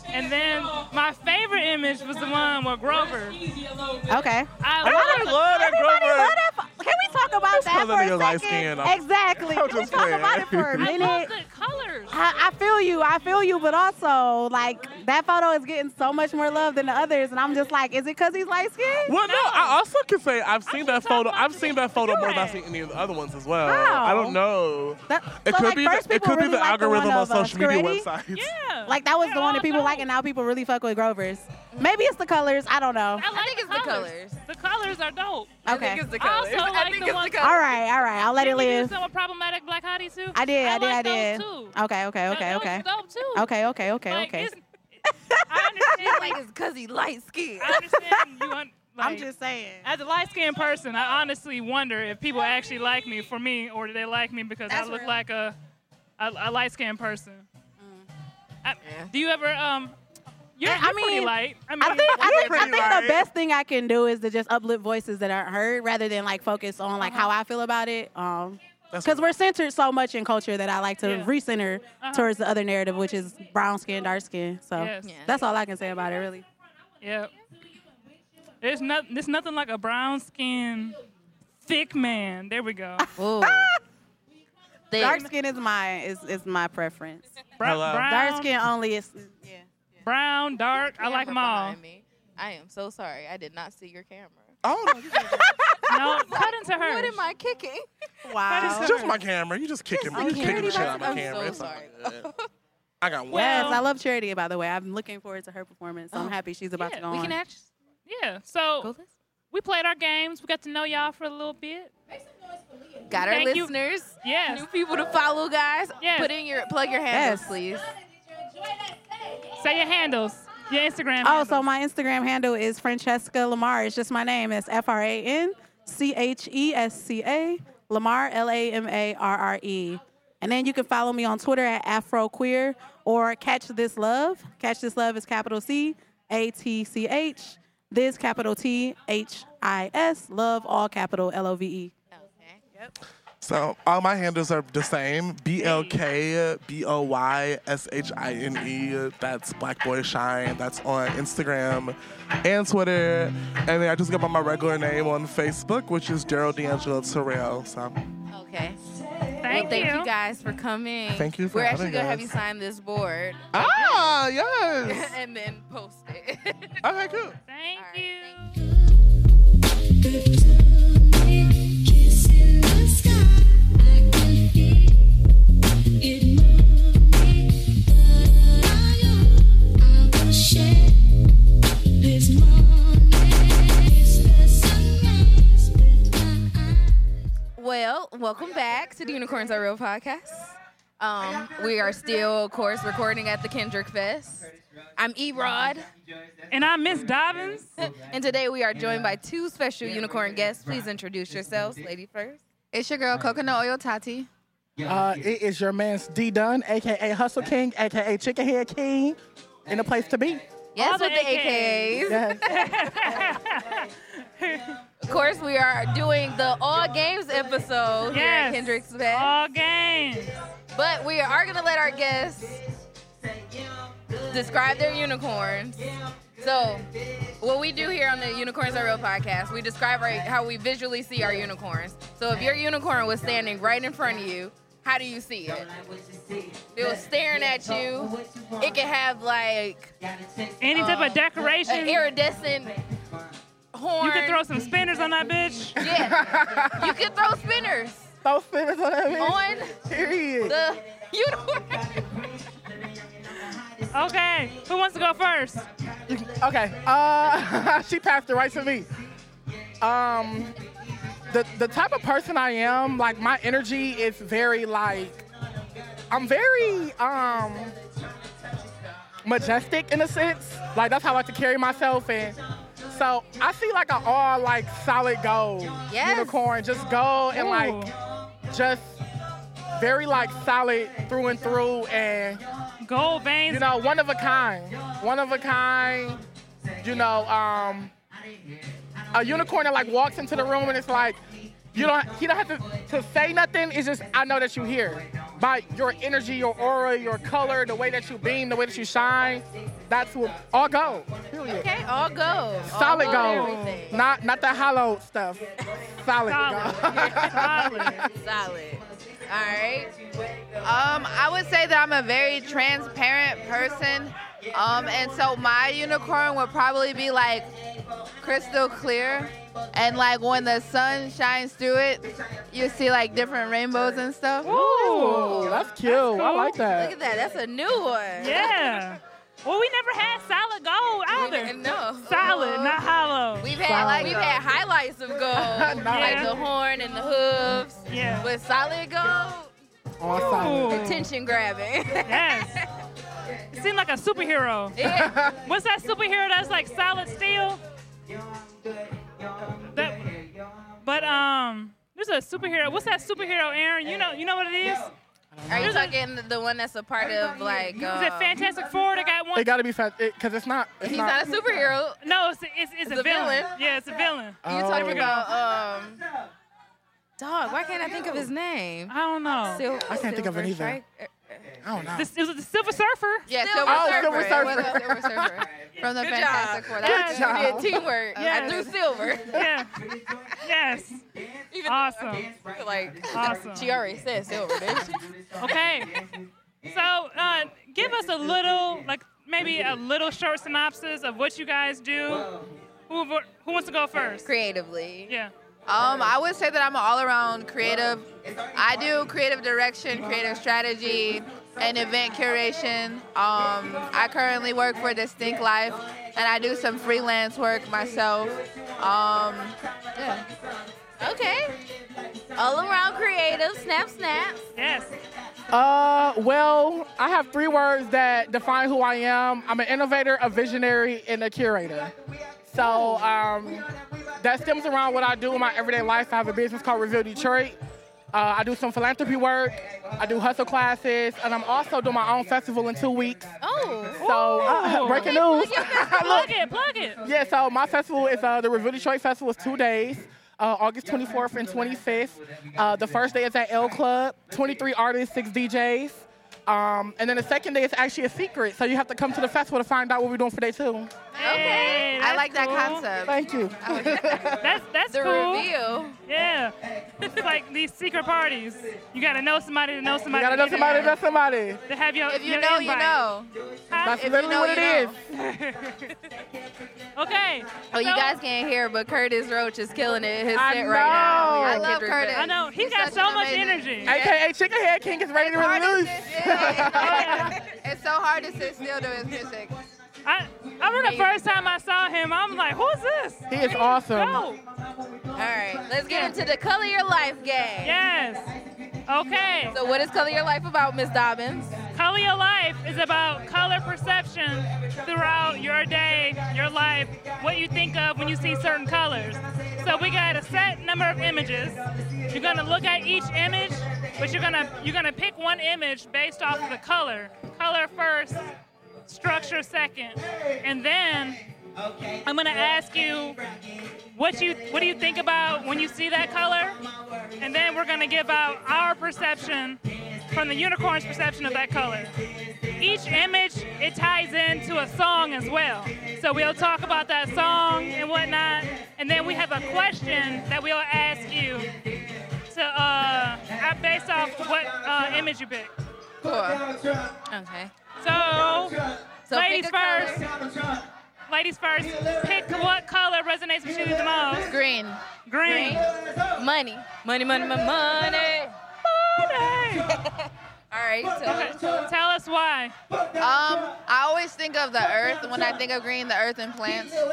Speaker 3: And then my favorite image was the one with Grover.
Speaker 7: Okay.
Speaker 3: I
Speaker 8: I
Speaker 3: love
Speaker 8: love that
Speaker 7: Everybody,
Speaker 8: Grover.
Speaker 7: love that fu- Can we talk about that
Speaker 8: tell them you're
Speaker 7: for a
Speaker 8: light-skinned.
Speaker 7: second?
Speaker 8: I'm-
Speaker 7: Exactly.
Speaker 8: I'm
Speaker 7: Can we
Speaker 8: just
Speaker 7: talk
Speaker 8: playing.
Speaker 7: about it for a
Speaker 3: I
Speaker 7: minute?
Speaker 3: love the colors.
Speaker 7: I, I feel you. I feel you. But also, like That photo is getting so much more love than the others, and I'm just like, is it because he's light skinned?
Speaker 8: Well, no. I also can say I've seen
Speaker 3: just
Speaker 8: that
Speaker 3: talking
Speaker 8: photo.
Speaker 3: about
Speaker 8: I've
Speaker 3: you.
Speaker 8: seen that photo more than I've
Speaker 3: Do it.
Speaker 8: seen any of the other ones as well.
Speaker 7: Wow.
Speaker 8: I don't know.
Speaker 7: That,
Speaker 8: It
Speaker 7: so,
Speaker 8: could
Speaker 7: like,
Speaker 8: be
Speaker 7: first
Speaker 8: the, it
Speaker 7: people
Speaker 8: could be
Speaker 7: really
Speaker 8: the
Speaker 7: liked
Speaker 8: algorithm
Speaker 7: one
Speaker 8: on
Speaker 7: of uh, us,
Speaker 8: social media
Speaker 7: Gritty.
Speaker 8: websites.
Speaker 3: Yeah.
Speaker 7: Like that was
Speaker 3: Yeah,
Speaker 7: the one that
Speaker 3: I
Speaker 7: people
Speaker 3: know.
Speaker 7: like, and now people really fuck with Grover's. Maybe it's the colors. I don't know.
Speaker 3: I, like
Speaker 2: think it's the colors.
Speaker 3: The colors are dope.
Speaker 2: I
Speaker 7: Okay.
Speaker 2: think it's the
Speaker 3: I
Speaker 2: colors.
Speaker 3: also like the ones-
Speaker 7: All right, all right. I'll let it
Speaker 3: Didn't we do
Speaker 7: live.
Speaker 3: Some with problematic black hotties too.
Speaker 7: I did, I, did,
Speaker 3: like
Speaker 7: I
Speaker 3: those
Speaker 7: did.
Speaker 3: Too.
Speaker 7: Okay, okay,
Speaker 3: Th-
Speaker 7: okay,
Speaker 3: those
Speaker 7: okay.
Speaker 3: Dope too.
Speaker 7: Okay, okay, okay,
Speaker 3: Like,
Speaker 7: okay.
Speaker 3: it's- I understand.
Speaker 2: Like it's because he light skinned.
Speaker 3: I understand you. Un- like,
Speaker 7: I'm just saying.
Speaker 3: As a light skinned person, I honestly wonder if people actually like me for me, or do they like me because
Speaker 2: That's
Speaker 3: I look
Speaker 2: real.
Speaker 3: like a a, a light skinned person? Mm. I-
Speaker 2: Yeah.
Speaker 3: Do you ever um? You're,
Speaker 7: I
Speaker 3: you're pretty
Speaker 7: mean,
Speaker 3: light. I mean,
Speaker 7: I think, I think, I
Speaker 8: pretty
Speaker 7: think the
Speaker 8: right.
Speaker 7: best thing I can do is to just uplift voices that aren't heard rather than like focus on like
Speaker 3: Uh-huh.
Speaker 7: how I feel about it. Um,
Speaker 8: That's
Speaker 7: because
Speaker 8: what-
Speaker 7: we're centered so much in culture that I like to
Speaker 3: Yeah. Uh-huh.
Speaker 7: recenter towards the other narrative, which is brown skin, dark skin. So
Speaker 3: Yes. Yeah.
Speaker 7: that's all I can say about it, really.
Speaker 3: yeah. There's not. There's nothing like a brown skinned thick man. There we go.
Speaker 2: Ooh. Thick.
Speaker 7: Dark skin is my is, is my preference.
Speaker 3: Brown,
Speaker 8: Hello.
Speaker 3: brown,
Speaker 7: Dark skin only is yeah.
Speaker 3: brown, dark. I like them all.
Speaker 2: Behind me. I am so sorry. I did not see your camera.
Speaker 8: Oh no, you can't do
Speaker 3: No, cut into her.
Speaker 2: What am I kicking?
Speaker 8: that.
Speaker 7: Wow.
Speaker 8: it's just my camera. You just kicking me. You kicking the shit out of my
Speaker 2: I'm
Speaker 8: camera.
Speaker 2: so
Speaker 8: It's all
Speaker 2: sorry.
Speaker 8: good. I got one.
Speaker 7: Yes,
Speaker 3: Well-
Speaker 7: I love Charity. By the way, I'm looking forward to her performance. I'm happy she's about
Speaker 3: yeah,
Speaker 7: to go
Speaker 2: We
Speaker 7: on.
Speaker 2: can actually
Speaker 3: Yeah. So
Speaker 2: go listen.
Speaker 3: we played our games. We got to know y'all for a little bit.
Speaker 2: Got our
Speaker 3: Thank you.
Speaker 2: listeners.
Speaker 3: Yes.
Speaker 2: New people to follow, guys.
Speaker 3: Yes.
Speaker 2: Put in your plug your handles,
Speaker 7: Yes.
Speaker 2: please.
Speaker 3: Say your handles. Your Instagram.
Speaker 7: Oh,
Speaker 3: handles.
Speaker 7: so my Instagram handle is Francesca Lamar. It's just my name. It's F R A N C H E S C A Lamar L A M A R R E. And then you can follow me on Twitter at AfroQueer or Catch This Love. Catch This Love is capital C A T C H. This capital T H I S. Love all capital L O V E.
Speaker 2: Okay.
Speaker 8: So all my handles are the same: B L K B O Y S H I N E. That's Black Boy Shine. That's on Instagram and Twitter. And then I just got by my regular name on Facebook, which is Gerald D'Angelo Terrell. So
Speaker 2: Okay.
Speaker 3: thank,
Speaker 2: well, thank
Speaker 3: you.
Speaker 2: you guys for coming.
Speaker 8: Thank you for
Speaker 2: We're
Speaker 8: having
Speaker 2: actually gonna have
Speaker 8: us.
Speaker 2: you sign this board
Speaker 8: ah yes.
Speaker 2: and then post it.
Speaker 8: Okay, cool.
Speaker 3: Thank
Speaker 2: All right,
Speaker 3: you.
Speaker 2: thank
Speaker 5: This morning is the sunrise with my eyes.
Speaker 2: Well, welcome back to the Unicorns Are Real podcast. Um, we are still, of course, recording at the Kendrick Fest. I'm Erod,
Speaker 3: And I miss Dobbins.
Speaker 2: and today we are joined by two special unicorn guests. Please introduce yourselves, lady first. It's your girl, Coconut Oil Tati.
Speaker 9: Uh, it is your man's D Dunn, aka Hustle King, aka Chickenhead King, in the place to be.
Speaker 2: Yes,
Speaker 3: All
Speaker 2: with
Speaker 3: the
Speaker 2: the AKs.
Speaker 9: Yes.
Speaker 2: Of course, we are doing the All Games episode here at
Speaker 3: Yes.
Speaker 2: Kendrick's Fest.
Speaker 3: All game.
Speaker 2: But we are going to let our guests describe their unicorns. So, what we do here on the Unicorns Are Real podcast, we describe our, how we visually see our unicorns. So, if your unicorn was standing right in front of you, how do you see it? If it was staring at you, it could have like um,
Speaker 3: Any type of
Speaker 2: an
Speaker 3: decoration.
Speaker 2: iridescent horn.
Speaker 3: You can throw some spinners on that bitch.
Speaker 2: yeah. you could throw spinners
Speaker 9: Those spinners on that bitch.
Speaker 2: on
Speaker 9: Period.
Speaker 2: the unicorn.
Speaker 3: Okay. Who wants to go first?
Speaker 9: Okay. Uh, she passed it right to me. Um, the the type of person I am, like my energy is very like, I'm very um majestic in a sense. Like that's how I like to carry myself and. So I see like an all like solid gold
Speaker 2: Yes.
Speaker 9: unicorn, just gold and
Speaker 3: Ooh.
Speaker 9: like just very like solid through and through and
Speaker 3: Gold veins.
Speaker 9: you know, one of a kind. One of a kind. You know, um, a unicorn that like walks into the room and it's like, you don't, he don't have to, to say nothing. It's just, I know that you here. By your energy, your aura, your color, the way that you beam, the way that you shine, that's what all go. Period.
Speaker 2: Okay, all gold. All
Speaker 9: Solid
Speaker 2: gold,
Speaker 9: gold,
Speaker 2: everything.
Speaker 9: not not the hollow stuff. Solid,
Speaker 3: Solid.
Speaker 9: gold.
Speaker 3: Solid.
Speaker 2: Solid. All right.
Speaker 10: Um, I would say that I'm a very transparent person.
Speaker 2: Um, and so my unicorn would probably be like crystal clear, and like when the sun shines through it, you see like different rainbows and stuff.
Speaker 9: Ooh, that's cute. I like
Speaker 2: Look
Speaker 9: that.
Speaker 2: at that. That's a new one.
Speaker 3: Yeah. Well, we never had solid gold either.
Speaker 2: No.
Speaker 3: Solid, not hollow.
Speaker 2: We've had like we've had highlights of gold, like the horn and the hooves.
Speaker 3: Yeah.
Speaker 2: With solid gold,
Speaker 9: Awesome.
Speaker 2: attention grabbing.
Speaker 3: Yes. You seem like a superhero.
Speaker 2: Yeah.
Speaker 3: What's that superhero that's like solid steel? That, but um, there's a superhero. What's that superhero, Aaron? You know, you know what it is?
Speaker 2: Are you
Speaker 3: There's a-
Speaker 2: talking the one that's a part of like?
Speaker 3: Is it
Speaker 2: um,
Speaker 3: Fantastic Four that got one?
Speaker 9: It gotta be fast because it's not. It's
Speaker 2: He's not a superhero.
Speaker 3: no, it's, it's, it's,
Speaker 2: It's
Speaker 3: a
Speaker 2: a
Speaker 3: villain.
Speaker 2: villain.
Speaker 3: Yeah, it's a villain.
Speaker 2: You
Speaker 9: Oh.
Speaker 2: talking about um dog? Why can't I think of his name?
Speaker 3: I don't know.
Speaker 2: Sil-
Speaker 9: I can't think of it
Speaker 2: Silver
Speaker 9: either.
Speaker 2: Strike? Er, er,
Speaker 9: I don't know.
Speaker 3: This, it was the Silver Surfer.
Speaker 2: Yeah, Silver,
Speaker 9: Oh,
Speaker 2: Surfer.
Speaker 9: Silver
Speaker 2: It was
Speaker 9: Surfer.
Speaker 2: a Silver Surfer from the
Speaker 3: Good
Speaker 2: Fantastic Four. That's
Speaker 9: Good
Speaker 2: we
Speaker 9: job.
Speaker 2: did teamwork. I
Speaker 3: Yes.
Speaker 2: threw silver.
Speaker 3: Yeah. yes.
Speaker 2: Even though I
Speaker 3: Awesome.
Speaker 2: feel like
Speaker 3: Awesome.
Speaker 2: she already said silver, bitch.
Speaker 3: Okay. So, uh, give us a little, like maybe a little short synopsis of what you guys do. Who who wants to go first?
Speaker 2: Creatively.
Speaker 3: Yeah.
Speaker 2: Um, I would say that I'm an all-around creative. I do creative direction, creative strategy, and event curation. Um, I currently work for Distinct Life, and I do some freelance work myself. Um, yeah. Okay. All-around creative. Snap, snap.
Speaker 3: Yes.
Speaker 9: Uh, well, I have three words that define who I am. I'm an innovator, a visionary, and a curator. So um, that stems around what I do in my everyday life. I have a business called Reveal Detroit. Uh, I do some philanthropy work. I do hustle classes, and I'm also doing my own festival in two weeks.
Speaker 2: Oh.
Speaker 9: So uh, breaking news.
Speaker 3: Plug it. Plug it.
Speaker 9: Yeah, so my festival is uh, the Reveal Detroit Festival is two days. Uh, August 24th and 25th. Uh, the first day is at L Club. 23 artists, six DJs. Um, and then the second day is actually a secret, so you have to come to the festival to find out what we're doing for day two.
Speaker 3: Hey,
Speaker 2: I
Speaker 3: that's
Speaker 2: like that
Speaker 3: cool.
Speaker 2: concept.
Speaker 9: Thank you.
Speaker 3: That's that's
Speaker 2: The
Speaker 3: cool.
Speaker 2: reveal.
Speaker 3: Yeah. It's like these secret parties. You gotta know somebody to know
Speaker 9: You
Speaker 3: somebody.
Speaker 9: gotta
Speaker 3: to
Speaker 9: know
Speaker 3: get
Speaker 9: somebody,
Speaker 3: there,
Speaker 9: know somebody.
Speaker 3: to have your
Speaker 2: If you
Speaker 3: your
Speaker 2: know, you
Speaker 3: invite.
Speaker 2: know.
Speaker 3: Huh?
Speaker 9: That's
Speaker 2: If you
Speaker 9: literally
Speaker 2: know,
Speaker 9: what
Speaker 2: you
Speaker 9: it
Speaker 2: know.
Speaker 9: is.
Speaker 3: okay.
Speaker 2: Oh, you
Speaker 3: so-
Speaker 2: guys can't hear, but Curtis Roach is killing it in his
Speaker 9: I
Speaker 2: set right
Speaker 9: know.
Speaker 2: now.
Speaker 9: I
Speaker 2: love Kendrick Curtis.
Speaker 3: I know he
Speaker 2: He's such
Speaker 3: got so
Speaker 2: an
Speaker 3: much
Speaker 2: amazing-
Speaker 3: energy.
Speaker 9: AKA Chickenhead King is ready to
Speaker 2: hard to
Speaker 9: release.
Speaker 2: sit still. It's so hard to sit still to his music.
Speaker 3: I, I remember the first time I saw him, I'm like, who's this?
Speaker 9: He is
Speaker 3: Where did
Speaker 9: awesome.
Speaker 3: go?
Speaker 2: All right, let's get into the Color Your Life game.
Speaker 3: Yes. Okay.
Speaker 2: So, what is Color Your Life about, Miss Dobbins?
Speaker 3: Color Your Life is about color perception throughout your day, your life, what you think of when you see certain colors. So we got a set number of images. You're gonna look at each image, but you're gonna you're gonna pick one image based off of the color. Color first, structure second, and then I'm gonna ask you what you what do you think about when you see that color, and then we're gonna give out our perception from the unicorn's perception of that color. Each image it ties into a song as well, so we'll talk about that song and whatnot, and then we have a question that we'll ask you to uh, based off what uh, image you pick.
Speaker 2: Cool. Okay.
Speaker 3: So,
Speaker 2: So
Speaker 3: ladies
Speaker 2: pick a color.
Speaker 3: first. Ladies first. Pick what color resonates with you the most.
Speaker 2: Green.
Speaker 3: Green.
Speaker 2: Money. Money, money, money, money. All right. So,
Speaker 3: Tell us why.
Speaker 2: um, I always think of the earth when I think of green, the earth and plants. So,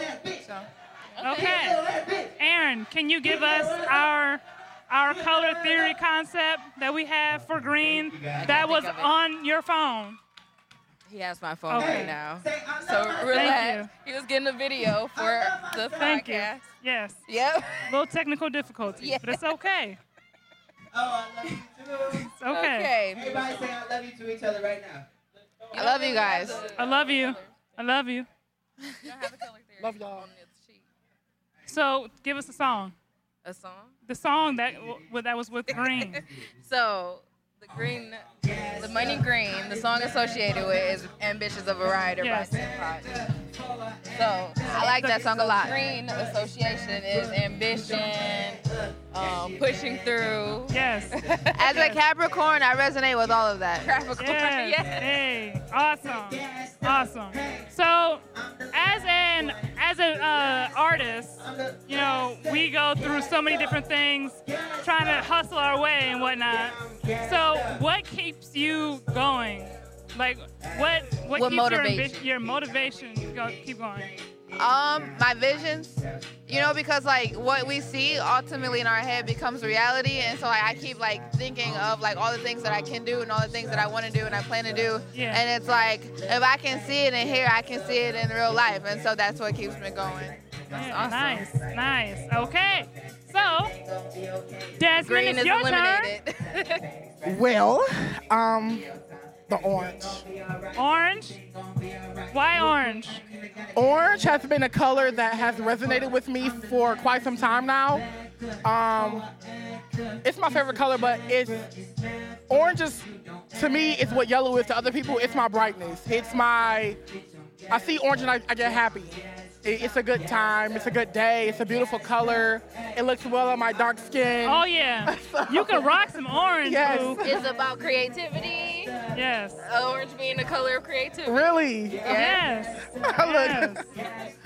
Speaker 3: Okay. Aaron, can you give us our our color theory concept that we have for green that was
Speaker 2: of it.
Speaker 3: on your phone?
Speaker 2: he has my phone
Speaker 3: Okay.
Speaker 2: right now. So, relax. He was getting a video for the
Speaker 3: Thank you.
Speaker 2: podcast.
Speaker 3: Yes.
Speaker 2: Yep.
Speaker 3: A little technical difficulties,
Speaker 2: Yeah.
Speaker 3: but it's okay.
Speaker 10: Oh,
Speaker 3: It's okay.
Speaker 2: Okay.
Speaker 10: Everybody say I love you to each other right now.
Speaker 2: I love you guys.
Speaker 3: I love you. I love you.
Speaker 9: Love y'all.
Speaker 3: So, give us a song.
Speaker 2: A song.
Speaker 3: The song that w- that was with green.
Speaker 2: So the green, the money green, the song associated with is "Ambitious of a Rider"
Speaker 3: Yes.
Speaker 2: by Tupac. So I like that song a lot. Green association is ambition, um, pushing through.
Speaker 3: Yes.
Speaker 2: As a Capricorn, I resonate with all of that. Capricorn,
Speaker 3: Yes.
Speaker 2: yes.
Speaker 3: Hey. Awesome. Awesome. So, as an as an uh, artist, you know, we go through so many different things, trying to hustle our way and whatnot. So, what keeps you going? Like, what what,
Speaker 11: What
Speaker 3: keeps your,
Speaker 11: motivates
Speaker 3: ambi- your motivation go keep going?
Speaker 11: Um, my visions, you know, because like what we see ultimately in our head becomes reality, and so like, I keep like thinking of like all the things that I can do and all the things that I want to do and I plan to do,
Speaker 3: Yeah.
Speaker 11: and it's like if I can see it in here, I can see it in real life, and so that's what keeps me going.
Speaker 3: Yeah, Nice, nice. Okay. So, Desmond,
Speaker 11: Green
Speaker 3: it's
Speaker 11: is
Speaker 3: your
Speaker 11: eliminated.
Speaker 9: Well, um, the orange.
Speaker 3: turn. Orange. Why orange?
Speaker 9: Orange has been a color that has resonated with me for quite some time now. Um, it's my favorite color, but it's orange is to me is what yellow is to other people. It's my brightness. It's my I see orange and I, I get happy. It- it's a good time. It's a good day. It's a beautiful color. It looks well on my dark skin.
Speaker 3: Oh yeah, you can rock some orange.
Speaker 9: Yes.
Speaker 3: boo.
Speaker 2: It's about creativity.
Speaker 3: Yes.
Speaker 2: Orange being the color of creativity.
Speaker 9: Really?
Speaker 3: Yes.
Speaker 9: Look.
Speaker 3: Yes.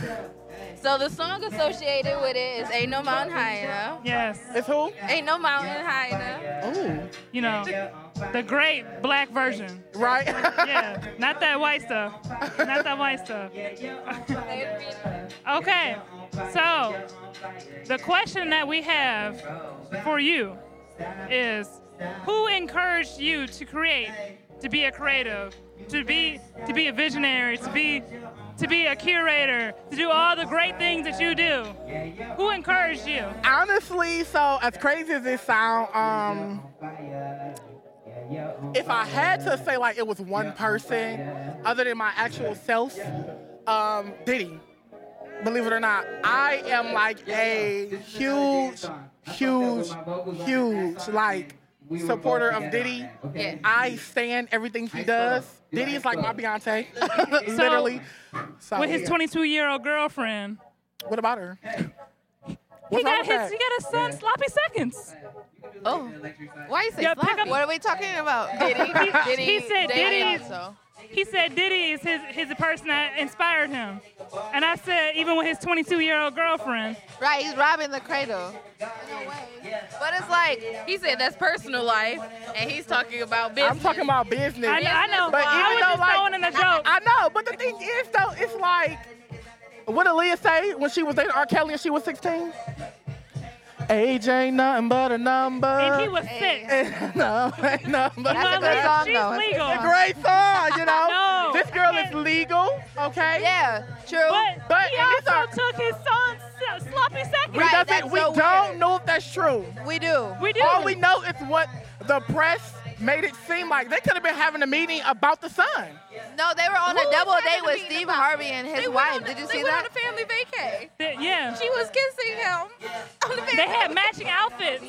Speaker 2: So the song associated with it is Ain't No Mountain High Enough.
Speaker 3: Yes.
Speaker 9: It's who?
Speaker 2: Ain't No Mountain High Enough.
Speaker 9: Oh.
Speaker 3: You know, the great black version.
Speaker 9: Right?
Speaker 3: Yeah. Not that white stuff. Not that white stuff. Okay. So, the question that we have for you is who encouraged you to create, to be a creative, to be to be a visionary, to be to be a curator, to do all the great things that you do? Who encouraged you?
Speaker 9: honestly, so as crazy as it sound, um, if I had to say like it was one person other than my actual self, um, Diddy. Believe it or not, I am like a huge, huge, huge like supporter of Diddy.
Speaker 11: Yeah.
Speaker 9: I stand everything he does. Diddy is like my Beyonce, literally. So,
Speaker 3: With his 22-year-old girlfriend.
Speaker 9: what about her?
Speaker 3: He
Speaker 9: What's wrong
Speaker 3: got
Speaker 9: with
Speaker 3: his
Speaker 9: that?
Speaker 3: he got his son sloppy seconds.
Speaker 11: Oh, why you say
Speaker 3: Yeah, pick
Speaker 11: sloppy?
Speaker 3: up-
Speaker 11: What are we talking about?
Speaker 3: He-
Speaker 11: Diddy,
Speaker 3: he said Diddy-
Speaker 11: also.
Speaker 3: He said Diddy is his is the person that inspired him. And I said even with his 22-year-old girlfriend.
Speaker 11: Right, he's robbing the cradle.
Speaker 2: But it's like he said that's personal life, and he's talking about business.
Speaker 9: I'm talking about business.
Speaker 3: I know, I know.
Speaker 9: But
Speaker 3: I
Speaker 9: even
Speaker 3: was
Speaker 9: though,
Speaker 3: just
Speaker 9: like,
Speaker 3: throwing in a joke.
Speaker 9: I know, but the thing is, though, it's like, what did Leah say when she was dating R. Kelly and she was 16? Age ain't nothing but a number.
Speaker 3: and he was sick.
Speaker 9: no, ain't nothing but
Speaker 11: That's
Speaker 3: Well,
Speaker 11: a good
Speaker 3: listen,
Speaker 11: song,
Speaker 3: she's
Speaker 11: though.
Speaker 3: legal.
Speaker 9: It's a great song, you know?
Speaker 3: No,
Speaker 9: this girl is legal, okay?
Speaker 11: Yeah, true.
Speaker 3: But,
Speaker 9: But-
Speaker 3: he
Speaker 9: and
Speaker 3: also
Speaker 9: it's our-
Speaker 3: took his son's s- sloppy seconds.
Speaker 9: We,
Speaker 11: Right,
Speaker 9: doesn't-
Speaker 11: that's
Speaker 9: we
Speaker 11: so
Speaker 9: don't
Speaker 11: weird.
Speaker 9: know if that's true.
Speaker 11: we do.
Speaker 3: We do.
Speaker 9: All we know is what the press made it seem like. They could have been having a meeting about the son.
Speaker 11: No, they were on
Speaker 2: Who
Speaker 11: a double
Speaker 2: was
Speaker 11: date
Speaker 2: having a
Speaker 11: with
Speaker 2: meeting
Speaker 11: Steve
Speaker 2: about
Speaker 11: Harvey and his
Speaker 2: They went
Speaker 11: wife.
Speaker 2: on a-
Speaker 11: Did you
Speaker 2: they
Speaker 11: see
Speaker 2: went
Speaker 11: that?
Speaker 2: on a family vacay.
Speaker 3: That- yeah.
Speaker 2: She was kissing him on the
Speaker 3: They
Speaker 2: vacay.
Speaker 3: had matching outfits.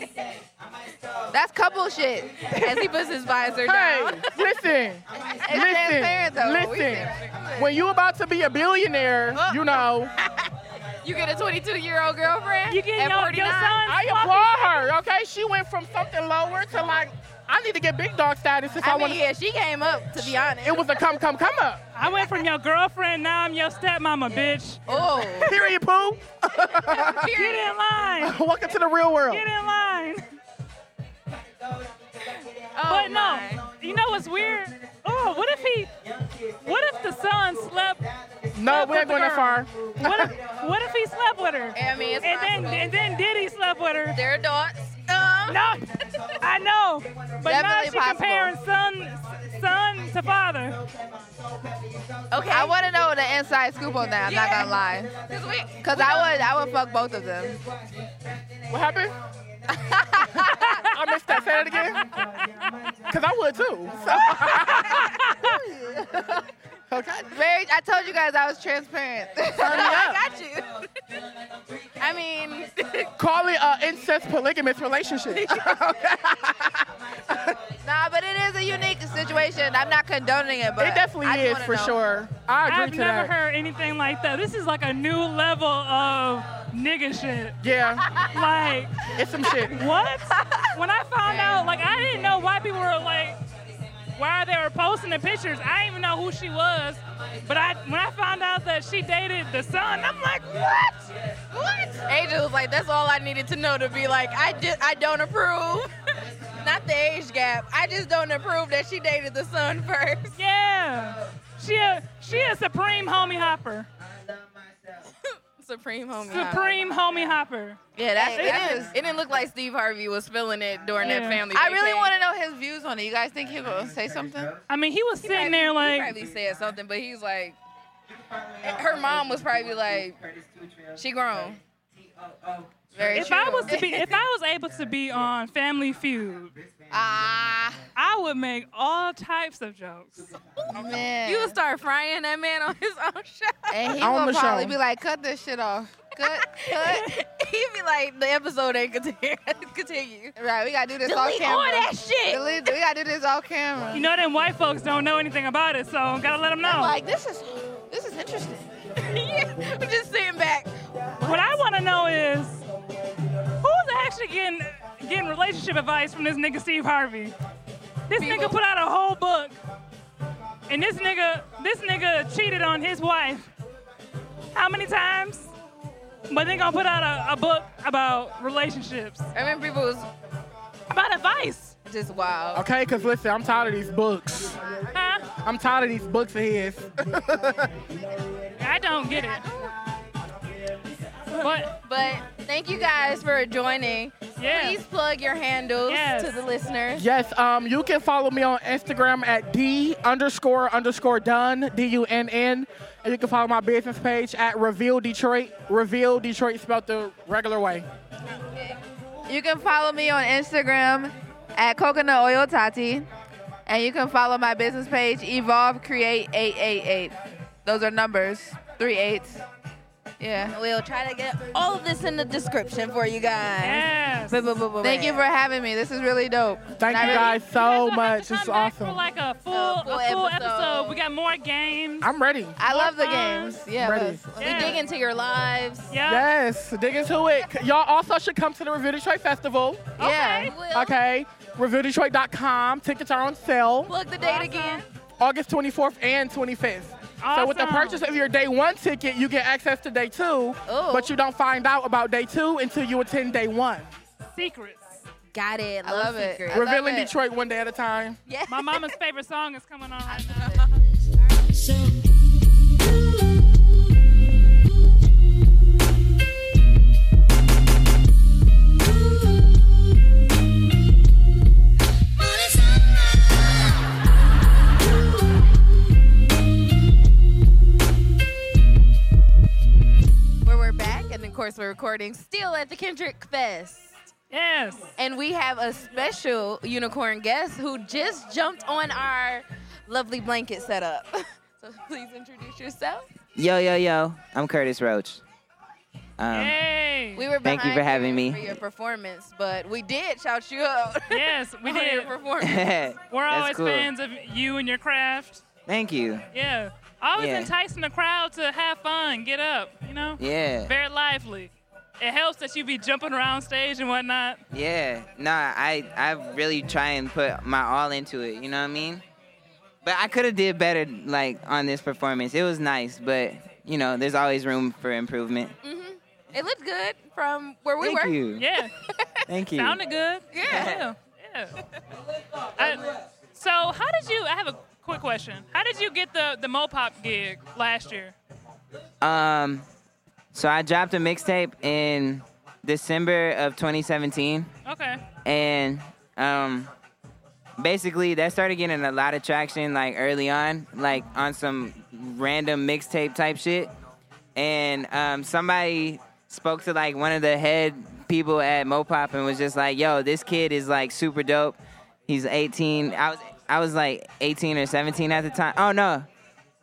Speaker 11: That's couple shit.
Speaker 2: as he puts his visor
Speaker 9: Hey,
Speaker 2: down.
Speaker 9: listen,
Speaker 11: It's transparent
Speaker 9: listen,
Speaker 11: though. We Uh,
Speaker 9: listen.
Speaker 11: transparent.
Speaker 9: When you about to be a billionaire, you know,
Speaker 2: You get a 22 year old girlfriend
Speaker 3: You get
Speaker 2: at
Speaker 3: your,
Speaker 2: 49.
Speaker 3: your son's
Speaker 9: I applaud her. Okay, she went from something lower to like, I need to get big dog status if I,
Speaker 2: I
Speaker 9: want.
Speaker 2: mean, yeah, she came up to be honest.
Speaker 9: It was a come, come, come up.
Speaker 3: I went from your girlfriend, now I'm your stepmama, bitch.
Speaker 2: Oh,
Speaker 9: Period, poo.
Speaker 3: Get in line.
Speaker 9: Welcome to the real world.
Speaker 3: Get in line.
Speaker 2: Oh,
Speaker 3: but no, you know what's weird? Oh, what if he? What if the son slept?
Speaker 9: No,
Speaker 3: slept
Speaker 9: we ain't
Speaker 3: with
Speaker 9: going
Speaker 3: the
Speaker 9: that
Speaker 3: girl?
Speaker 9: far.
Speaker 3: What if? What if he slept with her?
Speaker 2: I mean, it's
Speaker 3: and then
Speaker 2: possible.
Speaker 3: and then Diddy slept with her.
Speaker 2: they're adults. Um,
Speaker 3: No, I know, but now
Speaker 11: Definitely
Speaker 3: she
Speaker 11: possible.
Speaker 3: comparing son son to father.
Speaker 11: Okay. I want to know the inside scoop on that. I'm not gonna lie.
Speaker 2: Cause we,
Speaker 11: Cause I would, I would fuck both of them.
Speaker 9: What happened? I missed that. Say that again. Cause I would too. So- okay.
Speaker 11: Very, I told you guys I was transparent.
Speaker 9: up.
Speaker 11: I
Speaker 2: got you. I mean,
Speaker 9: Call it an incest polygamous relationship.
Speaker 11: got- nah, but it is a unique situation. I'm not condoning it, but
Speaker 9: It definitely
Speaker 11: I just
Speaker 9: is
Speaker 11: wanna
Speaker 9: for
Speaker 11: know.
Speaker 9: sure. I agree
Speaker 3: I've
Speaker 9: to
Speaker 3: never
Speaker 9: that.
Speaker 3: heard anything like that. This is like a new level of nigga shit.
Speaker 9: Yeah,
Speaker 3: Like
Speaker 9: it's some shit.
Speaker 3: what? When I found out, like I didn't know why people were like while they were posting the pictures, I didn't even know who she was. But I, when I found out that she dated the son, I'm like, what?
Speaker 2: What? Angel was like, that's all I needed to know to be like, I did, I don't approve. Not the age gap. I just don't approve that she dated the son first.
Speaker 3: Yeah. She a, she a supreme homie hopper.
Speaker 2: Supreme homie.
Speaker 3: Supreme homie hopper.
Speaker 2: Yeah, that's,
Speaker 11: Hey,
Speaker 2: it,
Speaker 11: that's
Speaker 2: didn't, it. Didn't look like Steve Harvey was feeling it during
Speaker 3: Yeah.
Speaker 2: that family.
Speaker 11: I really
Speaker 2: vacation.
Speaker 11: want to know his views on it. You guys think he'll gonna say something?
Speaker 3: I mean, he was sitting there
Speaker 2: He
Speaker 3: like,
Speaker 2: probably said something, but he's like, her mom was probably like, she grown. Very
Speaker 3: if
Speaker 2: true.
Speaker 3: I was to be, if I was able to be on Family Feud,
Speaker 11: Ah,
Speaker 3: I would make all types of jokes.
Speaker 11: man.
Speaker 2: you would start frying that man on his own show.
Speaker 11: and he
Speaker 9: On
Speaker 11: will
Speaker 9: the
Speaker 11: probably
Speaker 9: show.
Speaker 11: be like, cut this shit off. Cut, cut.
Speaker 2: He'd be like, the episode ain't continue. continue.
Speaker 11: Right, we gotta do this off
Speaker 2: Delete
Speaker 11: camera.
Speaker 2: all that shit.
Speaker 11: Delete, we gotta do this off camera.
Speaker 3: You know, them white folks don't know anything about it, so gotta let them know.
Speaker 11: I'm like, this is, this is interesting.
Speaker 2: yeah, I'm just sitting back.
Speaker 3: What I want to know is who's actually getting getting relationship advice from this nigga Steve Harvey. This nigga put out a whole book, and this nigga this nigga cheated on his wife. How many times? But they gonna put out a, a book about relationships,
Speaker 2: I remember people was
Speaker 3: about advice.
Speaker 2: just wild.
Speaker 9: Okay, because listen, I'm tired of these books.
Speaker 3: Huh?
Speaker 9: I'm tired of these books of his.
Speaker 3: I don't get it. But
Speaker 2: But thank you guys for joining.
Speaker 3: yeah,
Speaker 2: Please plug your handles
Speaker 3: Yes.
Speaker 2: to the listeners.
Speaker 9: yes, um, you can follow me on Instagram at D underscore underscore done, D U N N. And you can follow my business page at Reveal Detroit. Reveal Detroit spelled the regular way.
Speaker 11: You can follow me on Instagram at Coconut Oil Tati. And you can follow my business page, Evolve Create 888. Those are numbers, three eights. Yeah.
Speaker 2: We'll try to get all of this in the description for you guys.
Speaker 3: yes.
Speaker 2: Bu- bu- bu- bu-
Speaker 11: Thank you for having me. This is really dope.
Speaker 9: Thank
Speaker 11: I
Speaker 9: you
Speaker 11: really-
Speaker 9: guys
Speaker 3: You
Speaker 9: so
Speaker 3: guys gonna have
Speaker 9: much.
Speaker 3: to
Speaker 9: It's
Speaker 3: come back
Speaker 9: awesome.
Speaker 3: For like a full,
Speaker 2: A
Speaker 3: a
Speaker 2: full
Speaker 3: full, episode.
Speaker 2: episode.
Speaker 3: we got more games.
Speaker 9: I'm ready.
Speaker 11: I love the
Speaker 3: More fun.
Speaker 11: games. Yeah.
Speaker 9: Ready.
Speaker 11: let's-
Speaker 2: We
Speaker 3: Yeah.
Speaker 2: dig into your lives.
Speaker 3: yeah.
Speaker 9: Yes, dig into it. Y'all also should come to the Review Detroit Festival.
Speaker 11: Yeah.
Speaker 2: Will,
Speaker 9: Okay, reviewdetroit.com. Tickets are on sale
Speaker 2: Plug the date again.
Speaker 9: August 24th and 25th. So with the
Speaker 3: Awesome.
Speaker 9: purchase of your day one ticket, you get access to day two,
Speaker 2: Oh.
Speaker 9: but you don't find out about day two until you attend day one.
Speaker 3: Secrets.
Speaker 2: Got it.
Speaker 11: I love it.
Speaker 2: secret.
Speaker 11: I love
Speaker 9: Revealing
Speaker 11: it.
Speaker 9: Detroit one day at a time.
Speaker 2: Yeah.
Speaker 3: My mama's favorite song is coming on right now.
Speaker 2: Where we're back, and of course we're recording still at the Kendrick Fest.
Speaker 3: Yes.
Speaker 2: And we have a special unicorn guest who just jumped on our lovely blanket setup. so please introduce yourself.
Speaker 10: Yo, yo, yo. I'm Curtis Roach. Um,
Speaker 3: Yay.
Speaker 2: We were
Speaker 10: Thank you
Speaker 2: behind
Speaker 10: for having me.
Speaker 2: for your performance, but we did shout you out.
Speaker 3: yes, we
Speaker 2: on your
Speaker 3: did.
Speaker 2: performance.
Speaker 3: We're
Speaker 10: That's
Speaker 3: always
Speaker 10: cool.
Speaker 3: fans of you and your craft.
Speaker 10: Thank you.
Speaker 3: Yeah. Always
Speaker 10: Yeah.
Speaker 3: enticing the crowd to have fun, get up, you know?
Speaker 10: Yeah.
Speaker 3: Very lively. It helps that you be jumping around stage and whatnot.
Speaker 10: Yeah. Nah, I, I really try and put my all into it, you know what I mean? But I could have did better like on this performance. It was nice, but you know, there's always room for improvement.
Speaker 2: Mm-hmm. It looked good from where we
Speaker 10: Thank
Speaker 2: were.
Speaker 10: you.
Speaker 3: Yeah.
Speaker 10: Thank you.
Speaker 3: Sounded good.
Speaker 2: Yeah.
Speaker 3: Yeah. yeah. I- so, how did you? I have a quick question. How did you get the the Mopop gig last year?
Speaker 10: Um, so I dropped a mixtape in December of 2017,
Speaker 3: Okay.
Speaker 10: and um, basically that started getting a lot of traction like early on, like on some random mixtape type shit. And um, somebody spoke to like one of the head people at Mopop and was just like, "Yo, this kid is like super dope. He's 18. I was I was like 18 or 17 at the time. Oh no,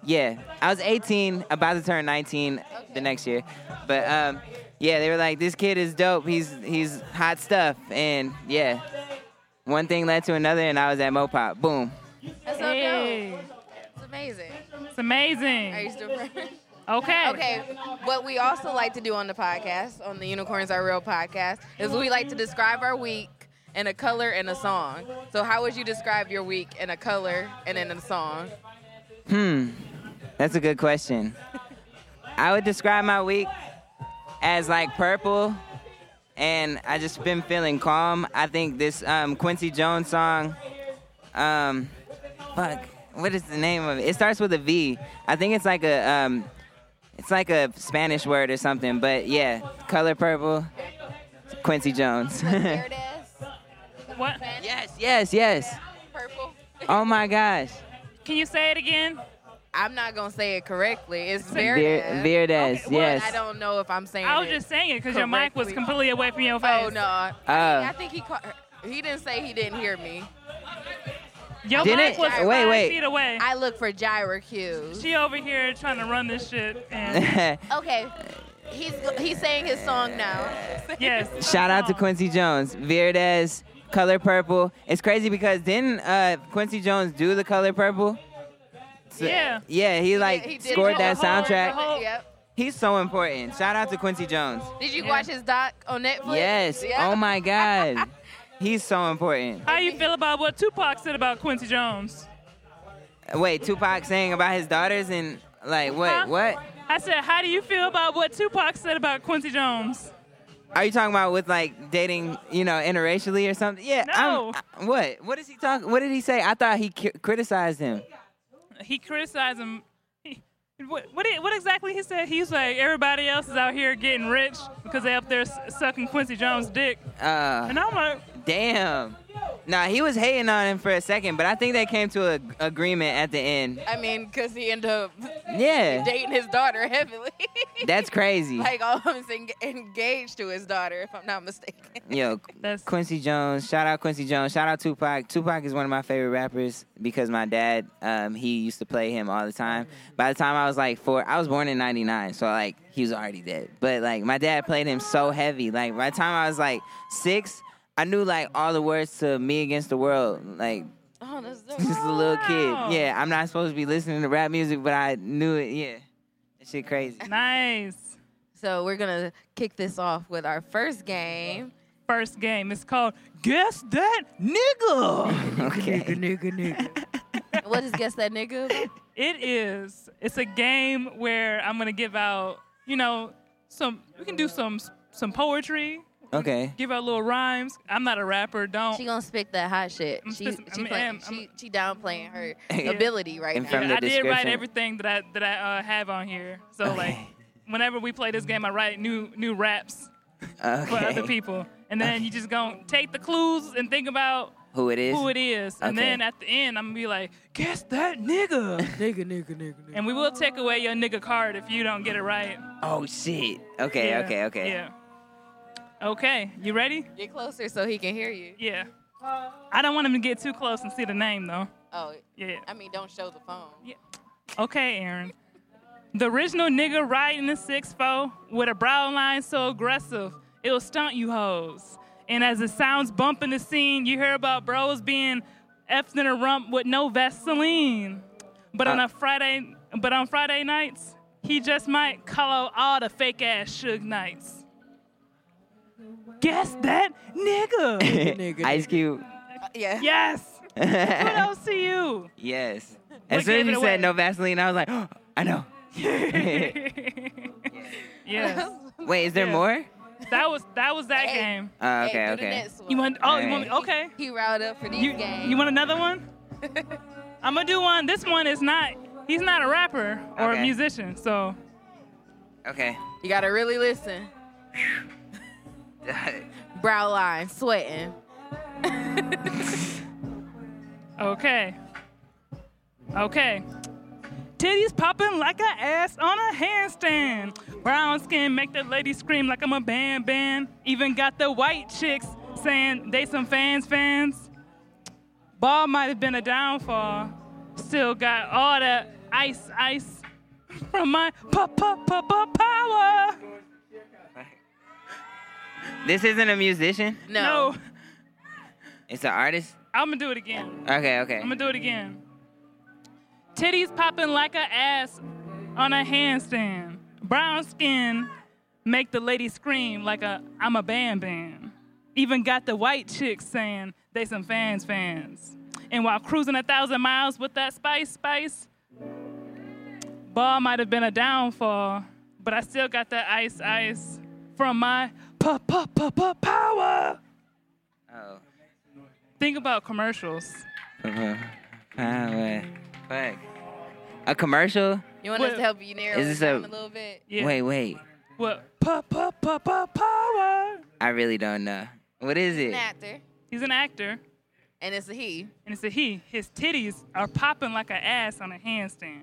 Speaker 10: yeah, I was 18, about to turn 19 the next year. But um, yeah, they were like, "This kid is dope. He's he's hot stuff." And yeah, one thing led to another, and I was at Mopop. Boom.
Speaker 2: That's so dope.
Speaker 3: Hey.
Speaker 2: It's amazing.
Speaker 3: It's
Speaker 2: Are you
Speaker 3: amazing.
Speaker 2: still friends?
Speaker 3: Okay.
Speaker 2: Okay, what we also like to do on the podcast, on the Unicorns Are Real podcast, is we like to describe our week and a color and a song. So how would you describe your week in a color and in a song?
Speaker 10: Hmm. That's a good question. I would describe my week as like purple, and I just been feeling calm. I think this um, Quincy Jones song, um, fuck, what is the name of it? It starts with a V. I think it's like a, um, it's like a Spanish word or something. But yeah, color purple, Quincy Jones.
Speaker 3: What?
Speaker 10: Yes, yes, yes.
Speaker 2: Purple.
Speaker 10: Oh my gosh.
Speaker 2: Can you say it again? I'm not gonna say it correctly. It's
Speaker 10: Ver-
Speaker 2: Verdes.
Speaker 10: Verdes,
Speaker 2: Okay, well,
Speaker 10: yes.
Speaker 2: I don't know if I'm saying.
Speaker 3: I was
Speaker 2: it
Speaker 3: just saying it 'cause your mic was
Speaker 2: correctly.
Speaker 3: completely away from your
Speaker 2: Oh
Speaker 3: face.
Speaker 2: no! I,
Speaker 10: Oh.
Speaker 2: I think he caught, he didn't say he didn't hear me.
Speaker 3: Your Didn't- mic was wait, five wait. feet away.
Speaker 2: I look for gyro cues.
Speaker 3: She over here trying to run this shit. And
Speaker 2: Okay, he's he's saying his song now.
Speaker 3: yes.
Speaker 10: Shout out to Quincy Jones, Verdes, Color Purple. It's crazy because didn't uh, Quincy Jones do the Color Purple? So-
Speaker 2: Yeah.
Speaker 10: Yeah, he like scored that soundtrack.
Speaker 2: Yep.
Speaker 10: He's so important. Shout out to Quincy Jones.
Speaker 2: Did you watch his doc on Netflix?
Speaker 10: Yes.
Speaker 2: Yeah.
Speaker 10: Oh my God. He's so important.
Speaker 3: How you feel about what Tupac said about Quincy Jones?
Speaker 10: Wait, Tupac saying about his daughters and like what?
Speaker 3: Huh?
Speaker 10: What?
Speaker 3: I said, how do you feel about what Tupac said about Quincy Jones?
Speaker 10: Are you talking about with like dating, you know, interracially or something? Yeah.
Speaker 3: No.
Speaker 10: I'm, I- what? What is he talking? What did he say? I thought he ki- criticized him.
Speaker 3: He criticized him. He- What, what, did- what exactly he said? He was like, everybody else is out here getting rich because they up there s- sucking Quincy Jones' dick.
Speaker 10: Uh,
Speaker 3: And I'm like,
Speaker 10: damn. Nah, he was hating on him for a second, but I think they came to an agreement at the end.
Speaker 2: I mean, cause he ended up
Speaker 10: Yeah.
Speaker 2: dating his daughter heavily.
Speaker 10: That's crazy.
Speaker 2: like almost en- engaged to his daughter, if I'm not mistaken.
Speaker 10: Yo, Quincy Jones. Shout out Quincy Jones. Shout out Tupac. Tupac is one of my favorite rappers because my dad, um, he used to play him all the time. By the time I was like four, I was born in '99, so like he was already dead. But like my dad played him so heavy. Like by the time I was like six, I knew like all the words to "Me Against the World." Like
Speaker 2: Oh, that's
Speaker 10: just a little kid. Yeah, I'm not supposed to be listening to rap music, but I knew it. Yeah, that shit crazy.
Speaker 3: Nice.
Speaker 2: So we're gonna kick this off with our first game.
Speaker 3: First game. It's called Guess That Nigga.
Speaker 10: Okay.
Speaker 2: Nigga, nigga, nigga. what is guess that nigga? about?
Speaker 3: It is. It's a game where I'm gonna give out, you know, some. We can do some some poetry.
Speaker 10: Okay.
Speaker 3: Give out little rhymes. I'm not a rapper. Don't.
Speaker 2: She gonna spit that hot shit.
Speaker 3: I'm
Speaker 2: She,
Speaker 3: spit-
Speaker 2: she,
Speaker 3: I'm-
Speaker 2: play-
Speaker 3: I'm-
Speaker 2: she, she downplaying her ability right
Speaker 10: And
Speaker 2: now.
Speaker 10: from the
Speaker 3: I did write
Speaker 10: description-
Speaker 3: everything that I that I uh, have on here. So like, whenever we play this game, I write new new raps for
Speaker 10: Okay.
Speaker 3: other people, and then you just gonna take the clues and think about
Speaker 10: Who it is?
Speaker 3: Who it is, and
Speaker 10: Okay.
Speaker 3: then at the end, I'm gonna be like, guess that nigga, nigga, nigga, nigga, nigga. And we will take away your nigga card if you don't get it right.
Speaker 10: Oh shit. Okay.
Speaker 3: Yeah,
Speaker 10: Okay. Okay.
Speaker 3: Yeah. Okay, you ready?
Speaker 2: Get closer so he can hear you.
Speaker 3: Yeah. I don't want him to get too close and see the name though.
Speaker 2: Oh,
Speaker 3: yeah.
Speaker 2: I mean, don't show the phone. Yeah.
Speaker 3: Okay, Aaron. The original nigga riding the six four with a brow line so aggressive, it'll stunt you hoes. And as the sounds bumping the scene, you hear about bros being effed in a rump with no Vaseline. But on
Speaker 10: Uh.
Speaker 3: a Friday, but on Friday nights, he just might call out all the fake ass Suge Knights. Guess that nigga.
Speaker 10: Ice Cube.
Speaker 2: Yeah.
Speaker 3: Yes. Kudos to you.
Speaker 10: Yes.
Speaker 3: What
Speaker 10: As soon as
Speaker 3: gave it
Speaker 10: you
Speaker 3: away?
Speaker 10: said no Vaseline, I was like, oh, I know.
Speaker 3: Yes.
Speaker 10: Wait, is there more?
Speaker 3: That was that was that game.
Speaker 10: Oh, okay, okay.
Speaker 3: You want? Oh, you want?
Speaker 10: Alright.
Speaker 3: Okay.
Speaker 2: He riled up for these
Speaker 3: you,
Speaker 2: games.
Speaker 3: You want another one? I'm gonna do one. This one is not. He's not a rapper or
Speaker 2: Okay.
Speaker 3: a musician, so
Speaker 10: Okay.
Speaker 2: You gotta really listen. Brow line, sweating.
Speaker 3: okay. Okay. Titties popping like a ass on a handstand. Brown skin make the ladies scream like I'm a band band. Even got the white chicks saying they some fans fans. Ball might have been a downfall. Still got all the ice ice from my pa pa pa pa power.
Speaker 10: This isn't a musician.
Speaker 3: No.
Speaker 10: It's an artist.
Speaker 3: I'm gonna do it again.
Speaker 10: Okay. Okay.
Speaker 3: I'm gonna do it again. Titties popping like a ass on a handstand. Brown skin make the lady scream like a I'm a band band. even got the white chicks saying they some fans fans. And while cruising a thousand miles with that spice spice, ball might have been a downfall, but I still got that ice ice from my pa pa pa pa power.
Speaker 10: Oh.
Speaker 3: Think about commercials.
Speaker 10: Uh, uh, fuck. A commercial?
Speaker 2: You want us to help you narrow
Speaker 10: Is this
Speaker 2: it down
Speaker 10: a-
Speaker 2: a little bit?
Speaker 10: Wait, wait.
Speaker 3: What? Pa pa pa pa power.
Speaker 10: I really don't know. What is
Speaker 2: He's
Speaker 10: it?
Speaker 2: an actor.
Speaker 3: He's an actor.
Speaker 2: And it's a he.
Speaker 3: And it's a he. His titties are popping like an ass on a handstand.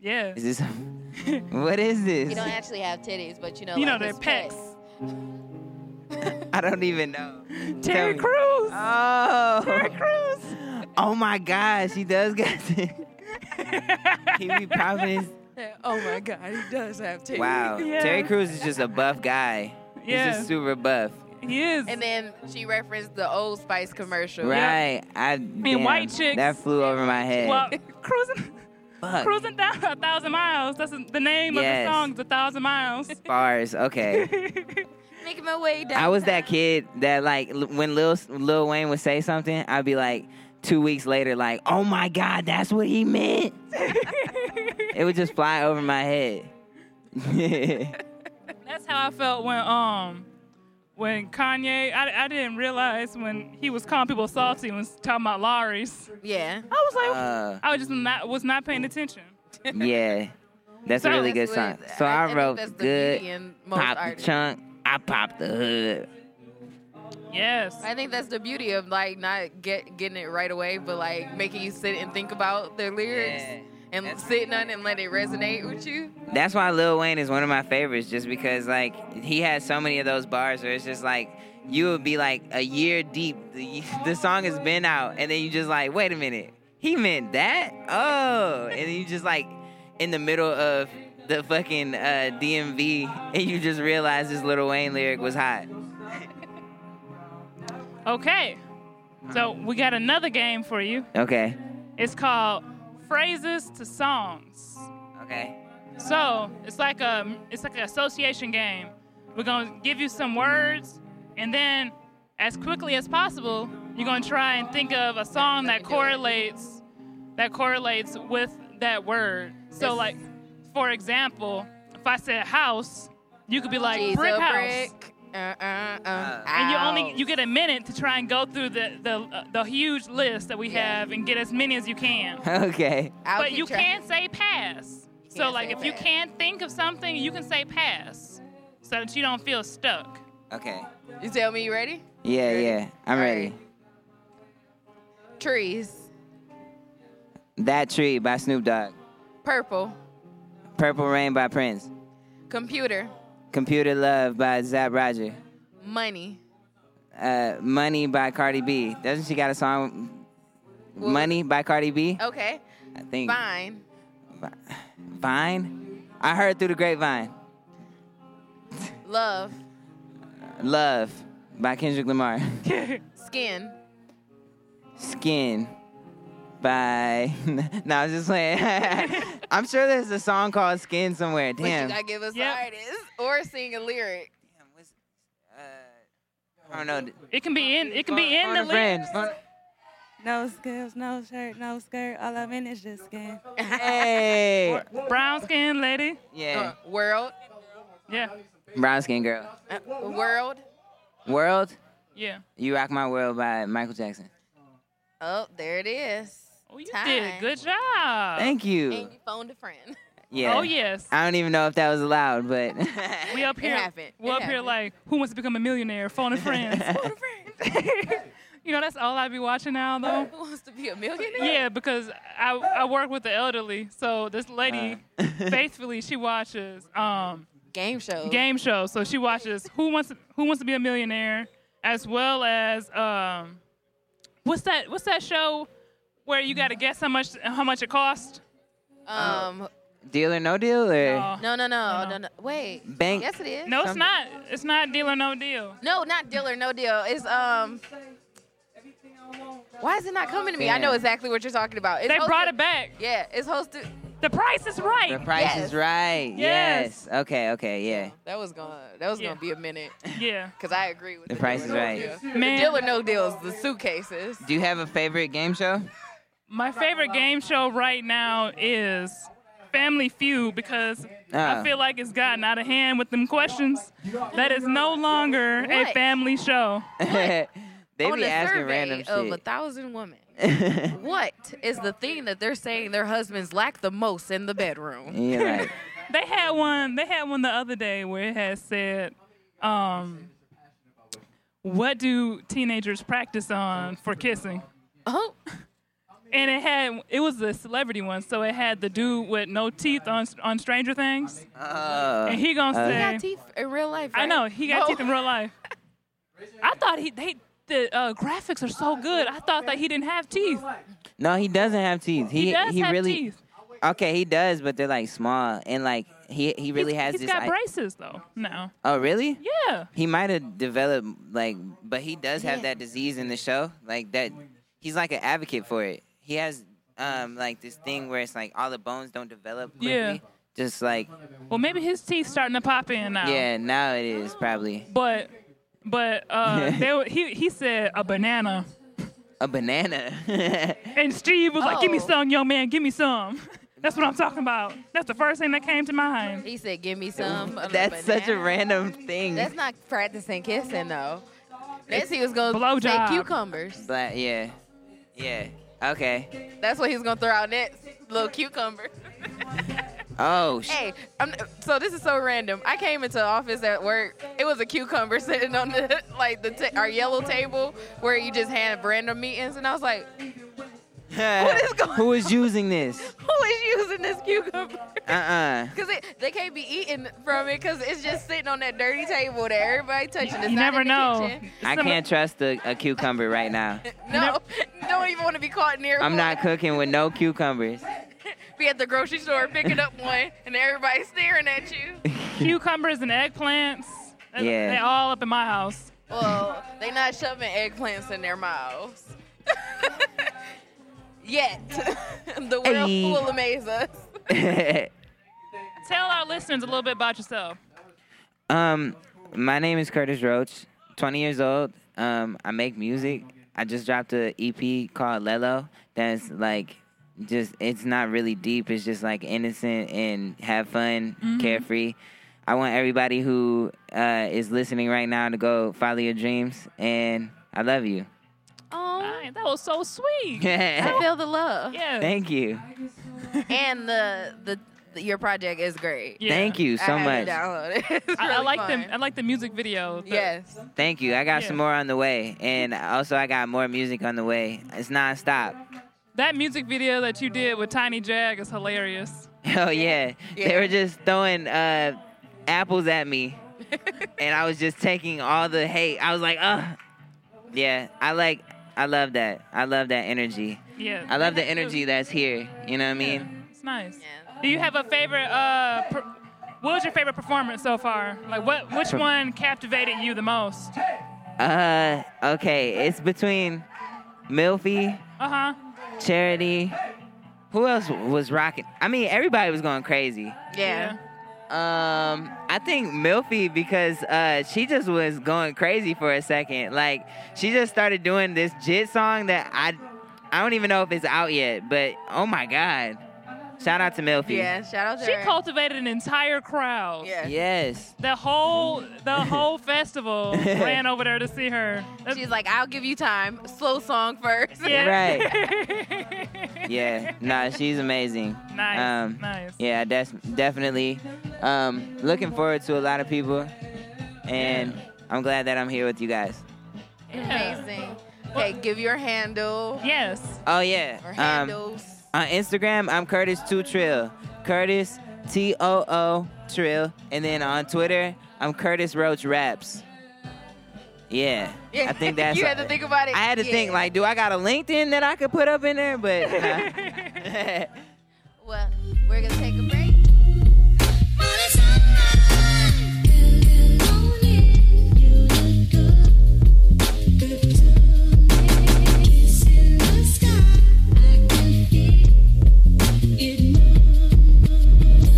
Speaker 3: Yeah.
Speaker 10: Is this? what is
Speaker 2: He
Speaker 10: this?
Speaker 2: don't actually have titties, but you know,
Speaker 3: You know
Speaker 2: like
Speaker 3: they're
Speaker 2: his pecs.
Speaker 10: I don't even know.
Speaker 3: Terry
Speaker 10: Tell me.
Speaker 3: Crews.
Speaker 10: Oh.
Speaker 3: Terry Crews.
Speaker 10: Oh my gosh, he does got it. he be popping. his-
Speaker 2: Oh my God, he does have titties.
Speaker 10: Wow.
Speaker 3: Yeah.
Speaker 10: Terry Crews is just a buff guy.
Speaker 3: Yeah.
Speaker 10: He's just super buff.
Speaker 3: He is.
Speaker 2: And then she referenced the Old Spice commercial.
Speaker 10: Right. I damn,
Speaker 3: white chicks-
Speaker 10: That flew over my head.
Speaker 3: Well, cruising,
Speaker 10: Fuck.
Speaker 3: cruising down a thousand miles. That's the name
Speaker 10: Yes.
Speaker 3: of the song. The thousand miles.
Speaker 10: Bars. Okay.
Speaker 2: Making my way down.
Speaker 10: I was that kid that like l- when Lil Lil Wayne would say something, I'd be like two weeks later, like, oh my god, that's what he meant. it would just fly over my head.
Speaker 3: That's how I felt when um when Kanye. I, I didn't realize when he was calling people salty and was talking about lorries.
Speaker 2: Yeah.
Speaker 3: I was like,
Speaker 10: Uh,
Speaker 3: I was just not was not paying attention.
Speaker 10: yeah, that's a
Speaker 3: So
Speaker 10: really good
Speaker 2: That's
Speaker 10: song.
Speaker 2: what-
Speaker 10: So I,
Speaker 2: think that's
Speaker 10: wrote
Speaker 2: the beauty
Speaker 10: good,
Speaker 2: in most
Speaker 10: pop the
Speaker 2: artists.
Speaker 10: chunk, I popped the hood.
Speaker 3: Yes.
Speaker 2: I think that's the beauty of like not get getting it right away, but like making you sit and think about their lyrics
Speaker 10: Yeah,
Speaker 2: and
Speaker 10: that's-
Speaker 2: sitting on it and let it resonate with you.
Speaker 10: That's why Lil Wayne is one of my favorites, just because like he has so many of those bars where it's just like you would be like a year deep, the, the song has been out, and then you just like, wait a minute, he meant that? Oh, and then you just like in the middle of the fucking uh, DMV, and you just realize this Lil Wayne lyric was hot.
Speaker 3: Okay. So we got another game for you.
Speaker 10: Okay,
Speaker 3: It's called Phrases to Songs.
Speaker 10: okay,
Speaker 3: So it's like a it's like an association game. We're gonna give you some words, and then as quickly as possible, you're gonna try and think of a song that correlates that correlates with that word. So like, for example, if I said house, you could be like
Speaker 2: She's
Speaker 3: brick
Speaker 2: a
Speaker 3: house.
Speaker 2: brick. Uh, uh, uh,
Speaker 3: And you only
Speaker 2: ow.
Speaker 3: you get a minute to try and go through the the, uh, the huge list that we have and get as many as you can.
Speaker 10: okay.
Speaker 2: I'll
Speaker 3: but
Speaker 2: keep
Speaker 3: you
Speaker 2: track.
Speaker 3: can't say pass. So
Speaker 2: can't
Speaker 3: like
Speaker 2: say
Speaker 3: if you
Speaker 2: pass.
Speaker 3: can't think of something, you can say pass, so that you don't feel stuck.
Speaker 10: Okay.
Speaker 2: You tell me you ready?
Speaker 10: Yeah, yeah. I'm
Speaker 2: All
Speaker 10: ready.
Speaker 2: Trees,
Speaker 10: That Tree by Snoop Dogg.
Speaker 2: purple,
Speaker 10: Purple Rain by Prince.
Speaker 2: computer,
Speaker 10: Computer Love by Zap Roger.
Speaker 2: money.
Speaker 10: Uh, Money by Cardi B. Doesn't she got a song?
Speaker 2: Well- Oh,
Speaker 10: Money by Cardi B? I
Speaker 2: Okay,
Speaker 10: think.
Speaker 2: fine.
Speaker 10: Vine? I heard through the grapevine.
Speaker 2: Love,
Speaker 10: Love by Kendrick Lamar.
Speaker 2: skin,
Speaker 10: Skin by. no, I was just playing. I'm sure there's a song called Skin somewhere.
Speaker 2: but you
Speaker 10: Damn.
Speaker 2: gotta give us
Speaker 3: Yep.
Speaker 2: the artist or sing a lyric.
Speaker 10: Damn, what's- uh, I don't know.
Speaker 3: It can be in it can be in
Speaker 10: Phone
Speaker 3: the
Speaker 10: a friend.
Speaker 3: lyrics.
Speaker 10: Phone-
Speaker 12: No skills, no shirt, no skirt. All I'm in is just skin.
Speaker 10: Hey.
Speaker 3: Brown skin lady.
Speaker 10: Yeah.
Speaker 2: Uh, world,
Speaker 3: Yeah.
Speaker 10: Brown skin girl.
Speaker 2: uh, world.
Speaker 10: World.
Speaker 3: Yeah.
Speaker 10: You Rock My World by Michael Jackson.
Speaker 2: Oh, there it is.
Speaker 3: Oh, you
Speaker 2: Time.
Speaker 3: did a good job.
Speaker 10: Thank you.
Speaker 2: And you phoned a friend.
Speaker 10: Yeah.
Speaker 3: Oh yes.
Speaker 10: I don't even know if that was allowed, but
Speaker 3: We up here.
Speaker 2: happened.
Speaker 3: We
Speaker 2: It
Speaker 3: up here
Speaker 2: happened.
Speaker 3: like who wants to become a millionaire? Phone and friends. Phone friends. you know that's all I be watching now though.
Speaker 2: Who wants to be a millionaire?
Speaker 3: Yeah, because I I work with the elderly, so this lady
Speaker 10: Uh.
Speaker 3: faithfully she watches um
Speaker 2: Game show.
Speaker 3: game shows. So she watches Who Wants Who Wants to Be a Millionaire, as well as um what's that what's that show where you got to guess how much how much it cost?
Speaker 2: Um,
Speaker 10: Deal or No Deal or
Speaker 3: Oh.
Speaker 2: no, no, no,
Speaker 3: No.
Speaker 2: no, no. Wait.
Speaker 10: Bank.
Speaker 2: Yes, it is.
Speaker 3: No, it's not. Uh, It's not Deal or No Deal.
Speaker 2: No, not deal or no deal. It's um. Why is it not coming to me? I know
Speaker 10: Damn.
Speaker 2: exactly what you're talking about. It's
Speaker 3: They
Speaker 2: hosted-
Speaker 3: brought it back.
Speaker 2: Yeah, it's hosted.
Speaker 3: The price is right.
Speaker 10: The price is right. Yes. Okay, okay, yeah.
Speaker 2: That was gonna that was gonna be a minute.
Speaker 3: Yeah.
Speaker 2: Cause I agree with
Speaker 10: The Price is Right.
Speaker 2: Man. The deal or no deals, the suitcases.
Speaker 10: Do you have a favorite game show?
Speaker 3: My favorite game show right now is Family Feud because
Speaker 10: Ah.
Speaker 3: I feel like it's gotten out of hand with them questions. That is no longer a
Speaker 2: What?
Speaker 3: family show.
Speaker 10: they
Speaker 2: On
Speaker 10: be
Speaker 2: a
Speaker 10: asking
Speaker 2: survey
Speaker 10: random
Speaker 2: of a
Speaker 10: shit.
Speaker 2: thousand women. what is the thing that they're saying their husbands lack the most in the bedroom?
Speaker 10: And you're like,
Speaker 3: They had one. They had one the other day where it had said, um, "What do teenagers practice on for kissing?"
Speaker 2: Oh.
Speaker 3: And it had it was a celebrity one, so it had the dude with no teeth on on Stranger Things,
Speaker 10: Uh,
Speaker 3: and he gonna
Speaker 10: uh,
Speaker 3: say,
Speaker 2: he got teeth in real life.
Speaker 3: I
Speaker 2: right?
Speaker 3: know he got
Speaker 2: Oh.
Speaker 3: teeth in real life. I thought he they the uh, graphics are so good. I thought that he didn't have teeth.
Speaker 10: No, he doesn't have teeth. He
Speaker 3: He does have
Speaker 10: really
Speaker 3: teeth.
Speaker 10: Okay, he does, but they're like small and like he he really
Speaker 3: He's-
Speaker 10: has
Speaker 3: he's
Speaker 10: this
Speaker 3: got
Speaker 10: i-
Speaker 3: braces though. No.
Speaker 10: Oh, really?
Speaker 3: Yeah.
Speaker 10: He might have developed like but he does have that disease in the show. Like that he's like an advocate for it. He has um like this thing where it's like all the bones don't develop quickly.
Speaker 3: Yeah.
Speaker 10: Just like
Speaker 3: Well, maybe his teeth starting to pop in now.
Speaker 10: yeah, now it is probably
Speaker 3: But but uh, they were, he he said a banana,
Speaker 10: a banana.
Speaker 3: and Steve was like, "Give me
Speaker 2: Oh.
Speaker 3: some, young man. Give me some." That's what I'm talking about. That's the first thing that came to mind.
Speaker 2: He said, "Give me some." of the
Speaker 3: That's such a
Speaker 2: banana."
Speaker 10: random thing.
Speaker 2: That's not practicing kissing though. That's he was gonna say
Speaker 10: Blowjob.
Speaker 2: cucumbers.
Speaker 10: But yeah. Yeah. Okay.
Speaker 2: That's what he's gonna throw out next. Little cucumber.
Speaker 10: Oh sh-
Speaker 2: Hey, I'm, so this is so random. I came into office at work. It was a cucumber sitting on the like the ta- our yellow table where you just had random meetings, and I was like,
Speaker 10: Who is using this?
Speaker 2: "Who is using this cucumber?"
Speaker 10: Uh-uh.
Speaker 2: Because they can't be eating from it because it's just sitting on that dirty table that everybody touching. It's
Speaker 3: You
Speaker 2: not
Speaker 3: never
Speaker 2: in the
Speaker 3: know.
Speaker 2: kitchen.
Speaker 10: I can't trust a, a cucumber right now.
Speaker 2: No, don't even want to be caught near.
Speaker 10: I'm
Speaker 2: one.
Speaker 10: not cooking with no cucumbers.
Speaker 2: Be at the grocery store picking up one, and everybody's staring at you.
Speaker 3: Cucumbers and eggplants.
Speaker 10: Yeah.
Speaker 3: They all up in my house.
Speaker 2: Well, they not shoving eggplants in their mouths. Yet, the world
Speaker 10: Hey.
Speaker 2: will amaze us.
Speaker 3: Tell our listeners a little bit about yourself.
Speaker 10: um, my name is Curtis Roach. 20 years old. Um, I make music. I just dropped a EP called Lelo. That's like just it's not really deep. It's just like innocent and have fun,
Speaker 11: Mhm.
Speaker 10: carefree. I want everybody who uh, is listening right now to go follow your dreams, and I love you.
Speaker 2: Oh,
Speaker 3: that was so sweet.
Speaker 10: I
Speaker 2: feel the love.
Speaker 3: Yeah.
Speaker 10: Thank you.
Speaker 2: And the the, the- your project is great.
Speaker 10: Yeah. Thank you so
Speaker 2: I had
Speaker 10: much.
Speaker 2: It downloaded. It's
Speaker 3: I, I
Speaker 2: really
Speaker 3: like
Speaker 2: fun.
Speaker 3: the I like the music video.
Speaker 2: yes.
Speaker 10: Thank you. I got
Speaker 3: Yeah.
Speaker 10: some more on the way, and also I got more music on the way. It's nonstop.
Speaker 3: That music video that you did with Tiny Jag is hilarious.
Speaker 10: Oh yeah, they were just throwing uh, apples at me, and I was just taking all the hate. I was like, ugh. Yeah, I like. I love that. I love that energy.
Speaker 3: Yeah.
Speaker 10: I love the energy that's here. You know what I mean?
Speaker 3: It's nice. Do you have a favorite? Uh, per- what was your favorite performance so far? Like, what? Which
Speaker 10: Per-
Speaker 3: one captivated you the most?
Speaker 10: Uh, okay. It's between Milfy,
Speaker 3: Uh huh.
Speaker 10: Charity. Who else was rocking? I mean, everybody was going crazy.
Speaker 2: Yeah.
Speaker 10: Um, I think Milfy because uh, she just was going crazy for a second. Like she just started doing this jit song that I, I don't even know if it's out yet. But oh my god, shout out to Milfy.
Speaker 2: shout out
Speaker 3: to She cultivated an entire crowd.
Speaker 2: Yeah.
Speaker 10: Yes.
Speaker 3: The whole the whole festival ran over there to see her.
Speaker 2: She's like, I'll give you time. Slow song first.
Speaker 10: Yeah. Yeah. Nah, she's amazing.
Speaker 2: Nice,
Speaker 10: Um,
Speaker 2: nice.
Speaker 10: Yeah, that's definitely. Um, looking forward to a lot of people, and I'm glad that I'm here with you guys.
Speaker 2: Amazing. Okay, give your handle.
Speaker 3: Yes.
Speaker 10: Oh yeah.
Speaker 2: Or
Speaker 10: Um,
Speaker 2: handles.
Speaker 10: on Instagram, I'm Curtis Two Trill. Curtis T O O Trill. And then on Twitter, I'm Curtis Roach Raps. Yeah. I think that's
Speaker 2: you had to think about it.
Speaker 10: I had to
Speaker 2: Yeah.
Speaker 10: think like, do I got a LinkedIn that I could put up in there? But nah.
Speaker 2: Well, we're gonna take a break.
Speaker 5: Kiss in the sky, I can feel it move.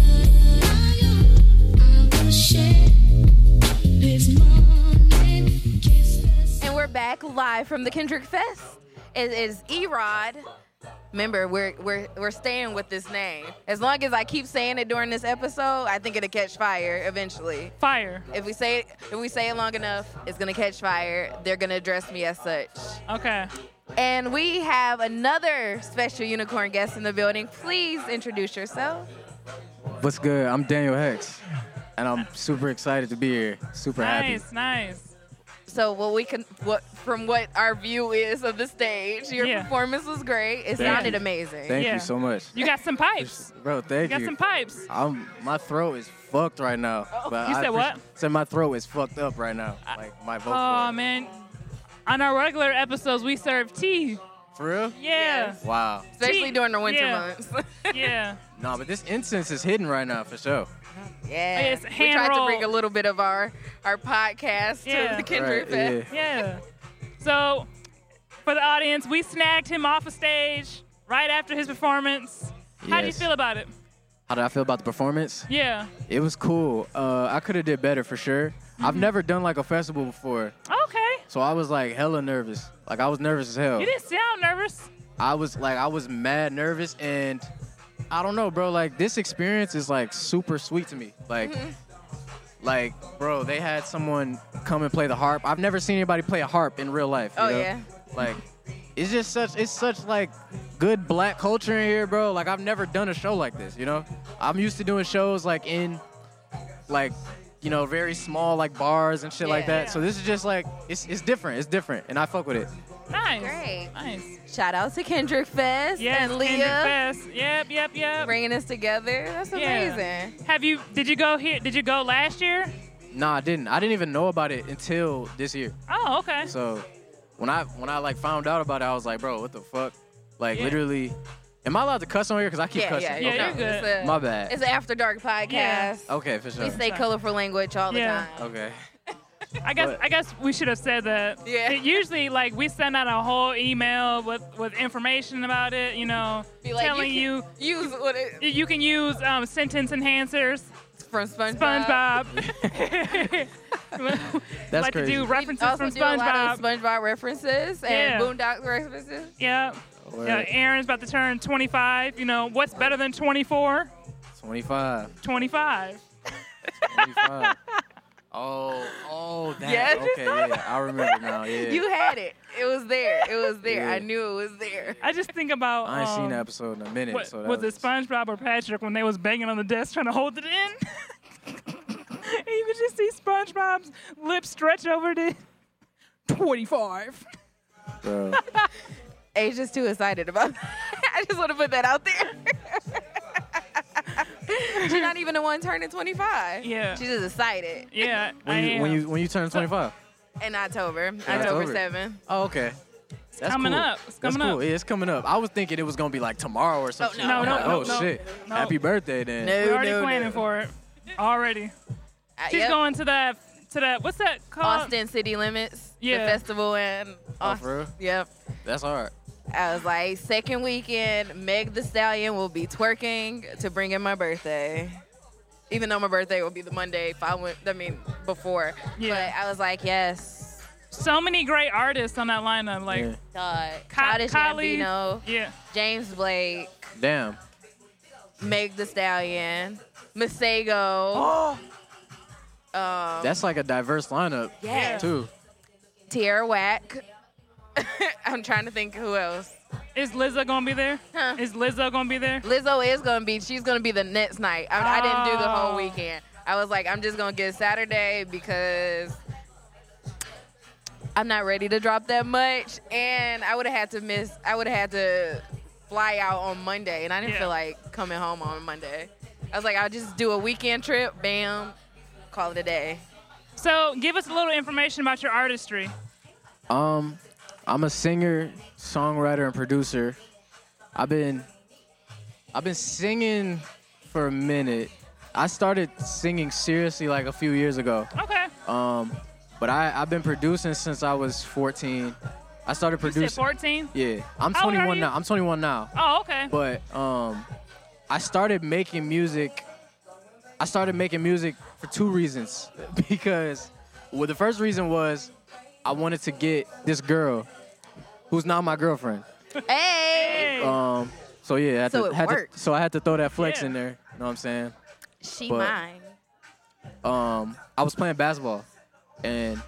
Speaker 2: we're back live from the Kendrick Fest. It is Erod. Remember, we're we're we're staying with this name. As long as I keep saying it during this episode, I think it'll catch fire eventually.
Speaker 3: Fire.
Speaker 2: If we say it, if we say it long enough, it's gonna catch fire. They're gonna address me as such.
Speaker 3: Okay.
Speaker 2: And we have another special unicorn guest in the building. Please introduce yourself.
Speaker 13: What's good? I'm Daniel Hex, and I'm super excited to be here. Super happy.
Speaker 3: Nice, nice.
Speaker 2: So what we can what from what our view is of the stage, your performance was great.
Speaker 13: Thank
Speaker 2: It sounded
Speaker 13: you.
Speaker 2: amazing.
Speaker 13: Thank you so much,
Speaker 3: You got some pipes.
Speaker 13: bro. Thank you.
Speaker 3: got some pipes. Oh.
Speaker 13: I'm my throat is fucked right now. but
Speaker 3: You
Speaker 13: I
Speaker 3: said
Speaker 13: appreci-
Speaker 3: what?
Speaker 13: Said my throat is fucked up right now. Like my vocal.
Speaker 3: Oh man. On our regular episodes, we serve tea.
Speaker 13: For real?
Speaker 3: Yeah.
Speaker 13: Wow.
Speaker 2: Especially during the winter
Speaker 3: Yeah.
Speaker 2: months.
Speaker 3: yeah.
Speaker 13: No, but this incense is hidden right now for sure.
Speaker 2: Yeah.
Speaker 3: It's
Speaker 2: we
Speaker 3: hand
Speaker 2: tried to
Speaker 3: rolled.
Speaker 2: bring a little bit of our our podcast to
Speaker 3: Yeah.
Speaker 2: the Kendrick
Speaker 13: Right,
Speaker 2: Fest.
Speaker 3: Yeah. So, for the audience, we snagged him off of stage right after his performance. How do you
Speaker 13: Yes.
Speaker 3: feel about it?
Speaker 13: How did I feel about the performance?
Speaker 3: Yeah.
Speaker 13: It was cool. Uh, I could have did better for sure. I've
Speaker 3: Mm-hmm.
Speaker 13: never done like a festival before,
Speaker 3: Okay.
Speaker 13: so I was like hella nervous. Like I was nervous as hell.
Speaker 3: You didn't sound nervous.
Speaker 13: I was like, I was mad nervous, and I don't know, bro. Like this experience is like super sweet to me. Like,
Speaker 2: Mm-hmm.
Speaker 13: like, bro, they had someone come and play the harp. I've never seen anybody play a harp in real life. you
Speaker 2: Oh,
Speaker 13: know?
Speaker 2: yeah.
Speaker 13: Like, it's just such, it's such like good black culture in here, bro. Like I've never done a show like this. You know, I'm used to doing shows like in, like. You know, very small like bars and shit like
Speaker 2: Yeah.
Speaker 13: that. So this is just like it's it's different. It's different, and I fuck with it.
Speaker 3: Nice.
Speaker 2: Great.
Speaker 3: Nice.
Speaker 2: Shout out to Kendrick Fest
Speaker 3: Yes,
Speaker 2: and Leah.
Speaker 3: Kendrick Fest. Yep, yep, yep.
Speaker 2: Bringing us together. That's
Speaker 3: Yeah.
Speaker 2: amazing.
Speaker 3: Have you? Did you go here? Did you go last year?
Speaker 13: Nah, I didn't. I didn't even know about it until this year.
Speaker 3: Oh, okay.
Speaker 13: So when I when I like found out about it, I was like, bro, what the fuck? Like
Speaker 3: Yeah.
Speaker 13: literally, am I allowed to cuss on here? Cause I keep
Speaker 2: Yeah,
Speaker 13: cussing.
Speaker 2: yeah, yeah.
Speaker 13: Okay.
Speaker 2: No, it's a-
Speaker 13: My bad.
Speaker 2: It's an after dark podcast.
Speaker 13: okay, for sure.
Speaker 2: We say colorful language all the
Speaker 3: Yeah.
Speaker 2: time.
Speaker 13: Okay.
Speaker 3: I guess
Speaker 13: But-
Speaker 3: I guess we should have said that.
Speaker 2: Yeah.
Speaker 3: It usually, like we send out a whole email with with information about it. You know,
Speaker 2: Be like,
Speaker 3: telling
Speaker 2: you
Speaker 3: you,
Speaker 2: can use what it
Speaker 3: you can use um, sentence enhancers.
Speaker 2: From SpongeBob.
Speaker 3: SpongeBob. That's like to do references
Speaker 2: We also
Speaker 3: from
Speaker 2: do a lot
Speaker 3: SpongeBob.
Speaker 2: of SpongeBob references and
Speaker 3: Yeah.
Speaker 2: Boondock references.
Speaker 3: yeah.
Speaker 13: Word.
Speaker 3: Yeah, Aaron's about to turn 25. You know, what's better than 24?
Speaker 13: 25.
Speaker 3: 25.
Speaker 13: 25. oh, oh, that.
Speaker 2: Yeah, just
Speaker 13: okay, yeah, yeah. I remember
Speaker 2: Oh,
Speaker 13: now. Yeah.
Speaker 2: You had it. It was there. It was there. I
Speaker 13: Yeah.
Speaker 2: knew it was there.
Speaker 3: I just think about.
Speaker 13: I ain't seen
Speaker 3: um,
Speaker 13: that episode in a minute.
Speaker 3: What,
Speaker 13: so that
Speaker 3: was, it SpongeBob or Patrick when they was banging on the desk trying to hold it in? and you could just see SpongeBob's lips stretch over to 25.
Speaker 13: Oh, bro.
Speaker 2: Age is too excited about that. I just want to put that out there. She's not even the one turning 25.
Speaker 3: Yeah.
Speaker 2: She's just excited.
Speaker 3: Yeah.
Speaker 13: When you, when you when you turn 25.
Speaker 2: In October.
Speaker 13: October.
Speaker 2: October 7th.
Speaker 13: Oh, okay. That's
Speaker 3: coming
Speaker 13: cool.
Speaker 3: up. It's
Speaker 13: That's
Speaker 3: coming
Speaker 13: cool.
Speaker 3: up.
Speaker 13: Yeah, it's coming up. I was thinking it was gonna be like tomorrow or something.
Speaker 3: no, no,
Speaker 13: oh
Speaker 3: no, no,
Speaker 13: shit!
Speaker 3: no.
Speaker 13: Happy birthday then.
Speaker 3: We're already planning for it. Already. She's
Speaker 2: Uh, yep.
Speaker 3: going to that to that what's that called?
Speaker 2: Austin City Limits.
Speaker 3: Yeah.
Speaker 2: The festival in
Speaker 13: Oh,
Speaker 2: Austin.
Speaker 13: for real?
Speaker 2: Yep.
Speaker 13: That's hard.
Speaker 2: I was like, second weekend, Meg the Stallion will be twerking to bring in my birthday. Even though my birthday will be the Monday following, I mean, before.
Speaker 3: Yeah.
Speaker 2: But I was like, yes.
Speaker 3: So many great artists on that lineup. Like
Speaker 2: Uh,
Speaker 3: Ka-
Speaker 2: Childish
Speaker 3: Kylie.
Speaker 2: Gambino,
Speaker 3: Yeah.
Speaker 2: James Blake,
Speaker 13: Damn.
Speaker 2: Meg the Stallion, Masego. Oh. Um,
Speaker 13: That's like a diverse lineup.
Speaker 2: Yeah.
Speaker 13: Too.
Speaker 2: Tierra Whack. I'm trying to think who else.
Speaker 3: Is Lizzo gonna be there? Is Lizzo gonna be there?
Speaker 2: Lizzo is gonna be. She's gonna be the next night. I, I didn't do the whole
Speaker 3: Oh.
Speaker 2: weekend. I was like, I'm just gonna get Saturday because I'm not ready to drop that much, and I would have had to miss. I would have had to fly out on Monday, and I didn't
Speaker 3: Yeah.
Speaker 2: feel like coming home on Monday. I was like, I'll just do a weekend trip. Bam, call it a day.
Speaker 3: So give us a little information about your artistry.
Speaker 13: Um, I'm a singer, songwriter, and producer. I've been I've been singing for a minute. I started singing seriously like a few years ago.
Speaker 3: Okay.
Speaker 13: Um, but I, I've been producing since I was 14. I started producing.
Speaker 3: You said 14?
Speaker 13: Yeah, I'm
Speaker 3: How old are
Speaker 13: 21
Speaker 3: you?
Speaker 13: now. I'm 21 now.
Speaker 3: Oh, okay.
Speaker 13: But um, I started making music. I started making music for two reasons. Because, well, the first reason was I wanted to get this girl, who's not my girlfriend.
Speaker 2: Hey.
Speaker 13: Um. So yeah, I had
Speaker 2: So
Speaker 13: to,
Speaker 2: it
Speaker 13: had to-
Speaker 2: worked.
Speaker 13: so I had to throw that flex in there. You know what I'm saying?
Speaker 2: she
Speaker 13: but-
Speaker 2: mine.
Speaker 13: um, I was playing basketball, and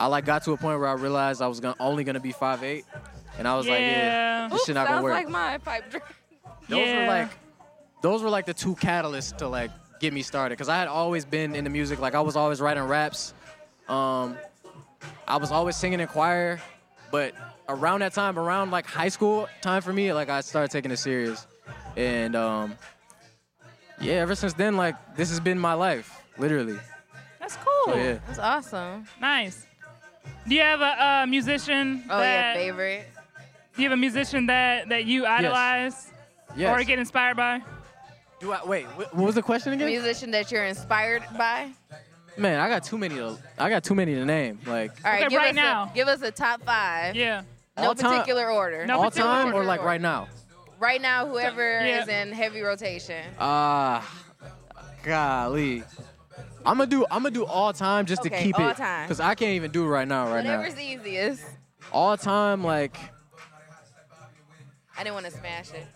Speaker 13: I like got to a point where I realized I was gonna, only gonna be 5'8", and I was like, yeah, this
Speaker 11: Oops,
Speaker 13: shit not gonna
Speaker 11: sounds
Speaker 13: work.
Speaker 11: like my pipe dream.
Speaker 13: Those were Yeah. like- Those were like the two catalysts to like get me started, cause I had always been into music. Like I was always writing raps, um, I was always singing in choir, but around that time, around like high school time for me, like I started taking it serious, and um, yeah, ever since then, like this has been my life, literally.
Speaker 3: That's
Speaker 13: So,
Speaker 3: cool.
Speaker 13: yeah.
Speaker 2: That's awesome.
Speaker 3: Nice. Do you have a uh, musician?
Speaker 2: Oh, yeah,
Speaker 3: that,
Speaker 2: favorite.
Speaker 3: Do you have a musician that that you idolize
Speaker 13: Yes.
Speaker 3: or get inspired by?
Speaker 13: Do I wait? What was the question again?
Speaker 2: Musician that you're inspired by.
Speaker 13: Man, I got too many to I got too many to name. Like
Speaker 2: All right, give
Speaker 3: right
Speaker 2: us
Speaker 3: now.
Speaker 2: A, give us a top five.
Speaker 3: Yeah.
Speaker 2: No
Speaker 13: All time-
Speaker 2: particular order.
Speaker 13: all time or like right now.
Speaker 2: Right now, whoever
Speaker 3: Yeah.
Speaker 2: is in heavy rotation.
Speaker 13: Ah, golly. I'm gonna do I'm gonna do all time just to
Speaker 2: Okay,
Speaker 13: keep
Speaker 2: all
Speaker 13: it
Speaker 2: time.
Speaker 13: because I can't even do it right now right
Speaker 2: Whatever's the easiest.
Speaker 13: now. All time like
Speaker 2: I didn't want to smash it.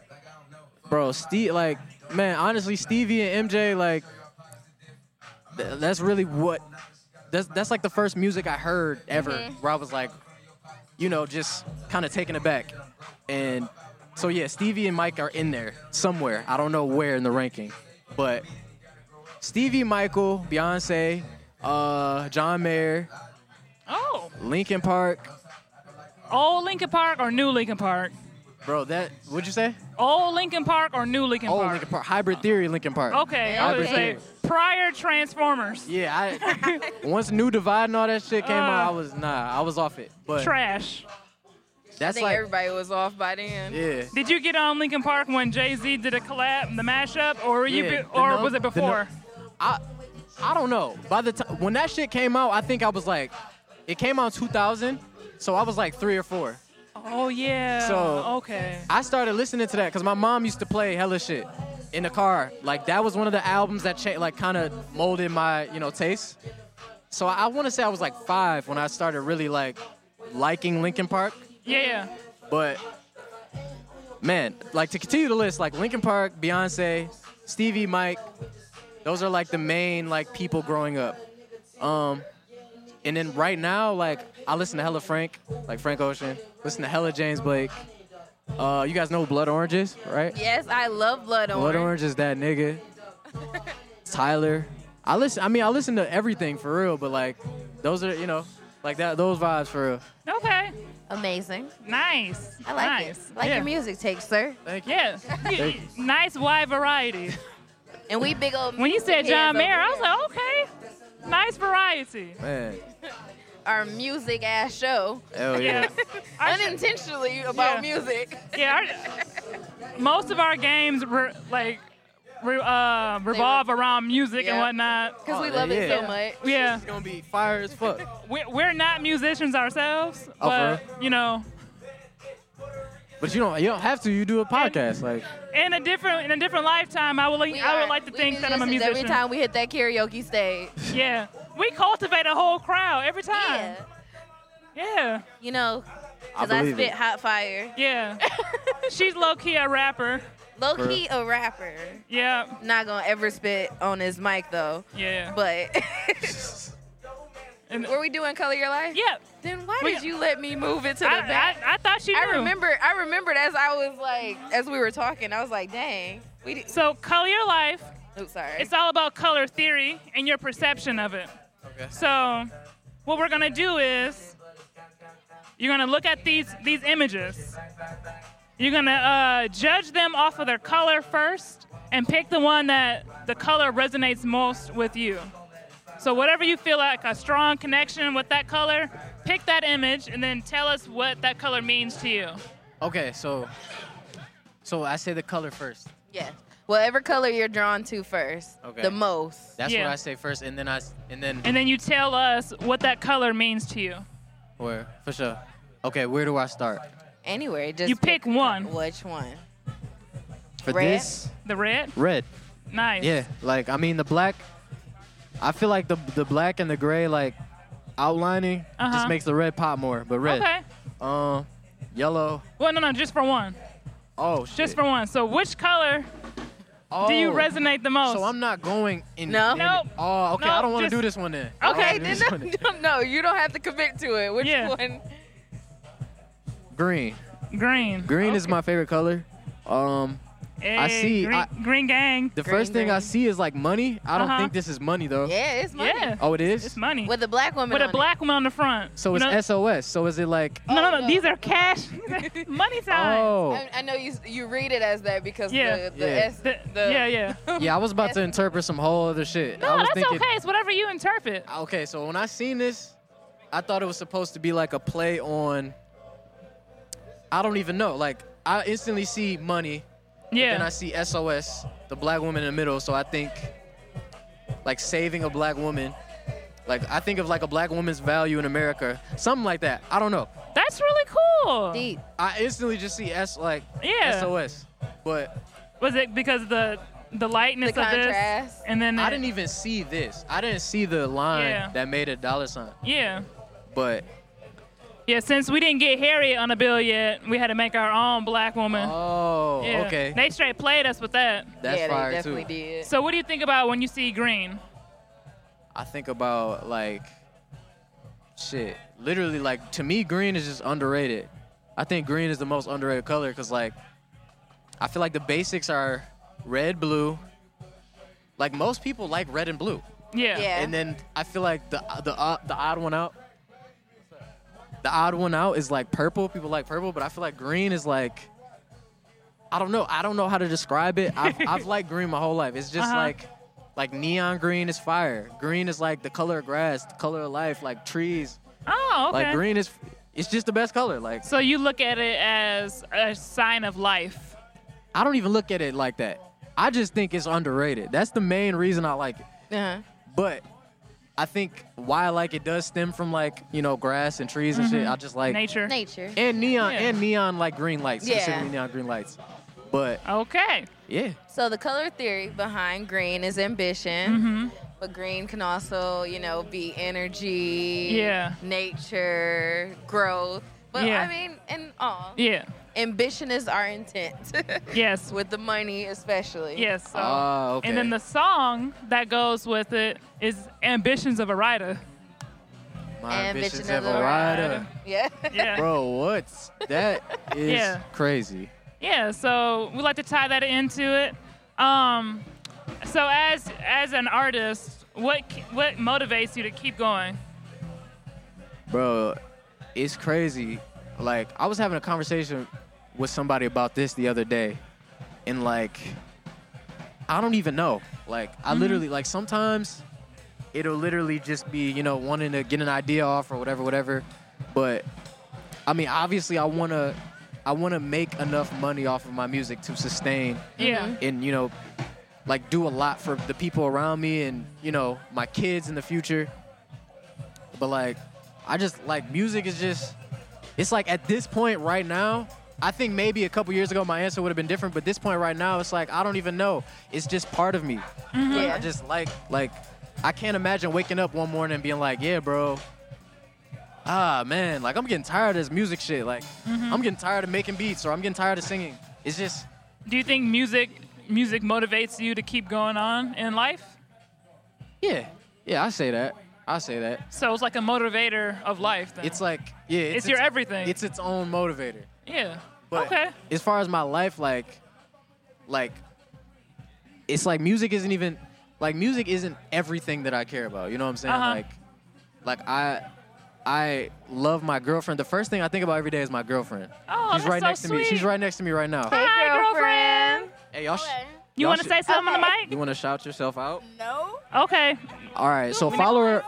Speaker 13: bro, Steve like man, honestly Stevie and MJ like th- that's really what that's that's like the first music I heard ever
Speaker 3: Mm-hmm.
Speaker 9: Mhm.
Speaker 13: where I was like you know just kind of taken aback and so yeah, Stevie and Mike are in there somewhere. I don't know where in the ranking, but Stevie, Michael, Beyonce, uh, John Mayer,
Speaker 3: Oh.
Speaker 13: Linkin Park,
Speaker 3: Old Lincoln Park or new Lincoln Park?
Speaker 13: bro. That what'd you say?
Speaker 3: Old Lincoln Park or new Lincoln
Speaker 13: Oh,
Speaker 3: Park?
Speaker 13: Linkin Park, Hybrid Theory, Linkin Park.
Speaker 3: Okay, I
Speaker 13: Hybrid
Speaker 3: was gonna say
Speaker 13: Theory.
Speaker 3: prior Transformers.
Speaker 13: Yeah, I Once New Divide and all that shit came out, I was nah, I was off it. But
Speaker 3: Uh, trash.
Speaker 13: That's
Speaker 2: I think
Speaker 13: like
Speaker 2: everybody was off by then.
Speaker 13: yeah.
Speaker 3: Did you get on Lincoln Park when Jay Z did a collab, the mashup, or were you,
Speaker 13: Yeah,
Speaker 3: be-
Speaker 13: the
Speaker 3: or
Speaker 13: no-
Speaker 3: was it
Speaker 13: the no-
Speaker 3: before?
Speaker 13: I I don't know. By the time when that shit came out, I think I was like, it came out in 2000, so I was like three or four.
Speaker 3: oh yeah.
Speaker 13: So
Speaker 3: okay.
Speaker 13: I started listening to that because my mom used to play hella shit in the car. Like that was one of the albums that cha- like kind of molded my you know taste. So I, want to say I was like five when I started really like liking Linkin Park.
Speaker 3: Yeah, yeah.
Speaker 13: But man, like to continue the list, like Linkin Park, Beyonce, Stevie, Mike, those are like the main like people growing up. Um, and then right now, like I listen to hella Frank, like Frank Ocean, listen to hella James Blake. Uh, you guys know who Blood Orange is, right?
Speaker 2: Yes, I love Blood Orange.
Speaker 13: Blood Orange is that nigga. Tyler. I listen. I mean, I listen to everything for real, but like, those are you know, like that. Those vibes for real.
Speaker 3: Okay.
Speaker 2: Amazing.
Speaker 3: Nice.
Speaker 2: I like
Speaker 3: nice.
Speaker 2: it. I like your music take, sir.
Speaker 13: Thank
Speaker 3: you. Yeah.
Speaker 13: Thank you.
Speaker 3: nice wide variety.
Speaker 2: And we big old.
Speaker 3: When you said
Speaker 2: music
Speaker 3: John
Speaker 2: heads
Speaker 3: Mayer,
Speaker 2: over
Speaker 3: I was like, okay, nice variety.
Speaker 13: Man,
Speaker 2: Our music ass show.
Speaker 13: hell yeah.
Speaker 2: Unintentionally about
Speaker 3: Yeah.
Speaker 2: music.
Speaker 3: Yeah. Our, most of our games were like. Re, uh, revolve around music and
Speaker 2: Yeah.
Speaker 3: whatnot.
Speaker 2: 'Cause we Oh, love it yeah. so much.
Speaker 3: Yeah.
Speaker 13: It's gonna be fire as fuck.
Speaker 3: We're, we're not musicians ourselves,
Speaker 13: Oh,
Speaker 3: but
Speaker 13: for
Speaker 3: you know,
Speaker 13: But you don't. You don't have to. You do a podcast. Like,
Speaker 3: in a different in a different lifetime, I would like,
Speaker 2: We
Speaker 3: I
Speaker 2: are-
Speaker 3: would like to
Speaker 2: we
Speaker 3: think that I'm a
Speaker 2: musicians
Speaker 3: musician.
Speaker 2: Every time we hit that karaoke stage.
Speaker 3: Yeah, we cultivate a whole crowd every time.
Speaker 2: Yeah.
Speaker 3: Yeah.
Speaker 2: You know,
Speaker 3: I
Speaker 2: because I,
Speaker 3: believe
Speaker 2: spit
Speaker 3: it.
Speaker 2: hot fire.
Speaker 3: Yeah. She's low key a rapper.
Speaker 2: Low key a rapper.
Speaker 3: Yeah.
Speaker 2: Not gonna ever spit on his mic though.
Speaker 3: Yeah.
Speaker 2: But were we doing color your life?
Speaker 3: Yep.
Speaker 2: Then why
Speaker 3: We-
Speaker 2: did you let me move it to the
Speaker 3: I-
Speaker 2: back?
Speaker 3: I- I thought you
Speaker 2: I
Speaker 3: knew.
Speaker 2: remember. I remembered as I was like, as we were talking, I was like, dang. We did.
Speaker 3: So color your life.
Speaker 2: Oops, sorry.
Speaker 3: It's all about color theory and your perception of it.
Speaker 13: Okay.
Speaker 3: So, what we're gonna do is, you're gonna look at these these images. You're gonna uh, judge them off of their color first, and pick the one that the color resonates most with you. So, whatever you feel like a strong connection with that color, pick that image, and then tell us what that color means to you.
Speaker 13: okay, so, so I say the color first.
Speaker 2: Yes. Whatever color you're drawn to first.
Speaker 13: Okay.
Speaker 2: The most.
Speaker 13: That's
Speaker 3: Yeah.
Speaker 13: what I say first, and then I s- and then
Speaker 3: And then you tell us what that color means to you.
Speaker 13: where for sure. Okay, where do I start?
Speaker 2: Anywhere. Just
Speaker 3: You pick one.
Speaker 2: Which one?
Speaker 13: For
Speaker 2: Red?
Speaker 13: this,
Speaker 3: The red.
Speaker 13: red.
Speaker 3: Nice.
Speaker 13: Yeah, like I mean the black. I feel like the the black and the gray like outlining
Speaker 3: Uh-huh.
Speaker 13: just makes the red pop more. But red,
Speaker 3: Okay.
Speaker 13: um, yellow.
Speaker 3: Well, no, no, just for one.
Speaker 13: Oh, shit.
Speaker 3: Just for one. So which color do you
Speaker 13: Oh.
Speaker 3: resonate the most?
Speaker 13: So I'm not going in.
Speaker 2: No.
Speaker 13: in-
Speaker 2: Nope.
Speaker 13: Oh, okay. I
Speaker 2: Nope,
Speaker 13: don't want to do
Speaker 2: just-
Speaker 13: this one then. I don't
Speaker 2: Okay,
Speaker 13: wanna do
Speaker 2: then
Speaker 13: this one then.
Speaker 2: no, no, you don't have to commit to it. Which one?
Speaker 13: Green.
Speaker 3: Green.
Speaker 13: Green is my favorite color. Um, I
Speaker 3: Hey,
Speaker 13: see.
Speaker 3: Eh, Green,
Speaker 13: I,
Speaker 3: green gang.
Speaker 13: the first thing I see is like money. I don't
Speaker 3: Uh-huh.
Speaker 13: think this is money though.
Speaker 2: Yeah, it's money.
Speaker 3: Yeah.
Speaker 13: Oh, it is.
Speaker 3: It's money. With
Speaker 2: a black woman.
Speaker 3: With
Speaker 2: on
Speaker 3: a black woman on the front.
Speaker 13: so
Speaker 3: You
Speaker 13: it's
Speaker 3: know-
Speaker 13: SOS. So is it like?
Speaker 3: No,
Speaker 2: Oh,
Speaker 3: no, no. These are cash. money signs.
Speaker 13: Oh.
Speaker 2: I, I know you you read it as that because
Speaker 3: Yeah.
Speaker 2: the the,
Speaker 13: Yeah.
Speaker 2: S, the,
Speaker 3: yeah, yeah.
Speaker 13: Yeah, I was about to interpret some whole other shit.
Speaker 3: No,
Speaker 13: I was
Speaker 3: that's
Speaker 13: thinking,
Speaker 3: okay. It's whatever you interpret.
Speaker 13: Okay, so when I seen this, I thought it was supposed to be like a play on. I don't even know. Like I instantly see money. but
Speaker 3: Yeah.
Speaker 13: Then I see SOS, the black woman in the middle. So I think, like saving a black woman, like I think of like a black woman's value in America, something like that. I don't know.
Speaker 3: That's really cool. Deep.
Speaker 13: I instantly just see S like
Speaker 3: Yeah.
Speaker 13: SOS, but
Speaker 3: Was it because of the the lightness
Speaker 13: The
Speaker 3: of this?
Speaker 13: contrast.
Speaker 3: And then
Speaker 13: I
Speaker 3: it-
Speaker 13: didn't even see this. I didn't see the line
Speaker 3: Yeah.
Speaker 13: that made a dollar sign,
Speaker 3: Yeah.
Speaker 13: but
Speaker 3: Yeah, since we didn't get Harriet on the bill yet, we had to make our own black woman.
Speaker 13: Oh,
Speaker 3: Yeah.
Speaker 13: okay.
Speaker 3: They straight played us with that.
Speaker 13: That's Yeah, they fire, too. definitely
Speaker 2: did.
Speaker 3: So what do you think about when you see green?
Speaker 13: I think about like shit. Literally, like to me, green is just underrated. I think green is the most underrated color because like I feel like the basics are red, blue. Like most people like red and blue.
Speaker 3: Yeah. Yeah.
Speaker 13: And then I feel like the the uh, the odd one out. The odd one out is like purple. People like purple, but I feel like green is like I don't know. I don't know how to describe it. I've, I've liked green my whole life. It's just
Speaker 3: Uh-huh.
Speaker 13: like like neon green is fire. Green is like the color of grass, the color of life, like trees.
Speaker 3: Oh, okay.
Speaker 13: Like green is it's just the best color. Like
Speaker 3: So you look at it as a sign of life.
Speaker 13: I don't even look at it like that. I just think it's underrated. That's the main reason I like it.
Speaker 2: Uh-huh.
Speaker 13: But I think why I like it does stem from like, you know, grass and trees and shit.
Speaker 3: Mhm.
Speaker 13: I just like
Speaker 2: Mm-hmm. Nature.
Speaker 13: And neon
Speaker 2: Yeah.
Speaker 13: and neon like green lights,
Speaker 2: Yeah.
Speaker 13: specifically neon green lights. But
Speaker 3: Okay.
Speaker 13: yeah.
Speaker 2: So the color theory behind green is
Speaker 3: Mm-hmm.
Speaker 2: ambition, but green can also, you know, be energy,
Speaker 3: Yeah.
Speaker 2: nature, growth. But
Speaker 3: Yeah.
Speaker 2: I mean, and all.
Speaker 3: Yeah.
Speaker 2: Ambition is our intent.
Speaker 3: Yes.
Speaker 2: With the money, especially.
Speaker 3: Yes. So.
Speaker 13: Oh,
Speaker 3: And then the song that goes with it is "Ambitions of a Writer."
Speaker 13: My
Speaker 2: Ambition
Speaker 13: ambitions
Speaker 2: of
Speaker 13: have
Speaker 2: a
Speaker 13: a rider.
Speaker 2: Yeah.
Speaker 3: Yeah.
Speaker 13: Bro, what's that is
Speaker 3: Yeah.
Speaker 13: crazy.
Speaker 3: Yeah, so we like to tie that into it. Um, so as as an artist, what ke- what motivates you to keep going?
Speaker 13: Bro, it's crazy. Like I was having a conversation with somebody about this the other day and like I don't even know. Like I
Speaker 9: Mhm.
Speaker 13: literally like sometimes it'll literally just be, you know, wanting to get an idea off or whatever whatever, but I mean, obviously I want to I want to make enough money off of my music to sustain
Speaker 3: Yeah.
Speaker 13: and you know like do a lot for the people around me and you know my kids in the future but like i just like music is just it's like at this point right now i think maybe a couple years ago my answer would have been different but this point right now it's like i don't even know it's just part of me
Speaker 3: Mhm.
Speaker 13: Like,
Speaker 3: Yeah.
Speaker 13: i just like like i can't imagine waking up one morning and being like yeah bro ah man like i'm getting tired of this music shit like
Speaker 3: Mhm.
Speaker 13: i'm getting tired of making beats or i'm getting tired of singing it's just
Speaker 3: Do you think music music motivates you to keep going on in life?
Speaker 13: Yeah, yeah, I say that. I say that.
Speaker 3: So it's like a motivator of life. Then.
Speaker 13: It's like yeah,
Speaker 3: It's your everything.
Speaker 13: It's its own motivator.
Speaker 3: yeah.
Speaker 13: But
Speaker 3: okay.
Speaker 13: As far as my life, like, like, it's like music isn't even like music isn't everything that I care about. You know what I'm saying?
Speaker 3: Uh-huh.
Speaker 13: Like, like I, I love my girlfriend. The first thing I think about every day is my girlfriend.
Speaker 3: Oh,
Speaker 13: she's
Speaker 3: that's
Speaker 13: right
Speaker 3: so
Speaker 13: next to me. She's
Speaker 3: sweet.
Speaker 13: right next to me right now.
Speaker 3: Hi, girlfriend.
Speaker 13: Hey, y'all. sh-
Speaker 3: You
Speaker 13: y'all
Speaker 3: want to
Speaker 13: should-
Speaker 3: say something on the mic?
Speaker 13: You want to shout yourself out?
Speaker 3: Okay.
Speaker 13: All right, so follow her.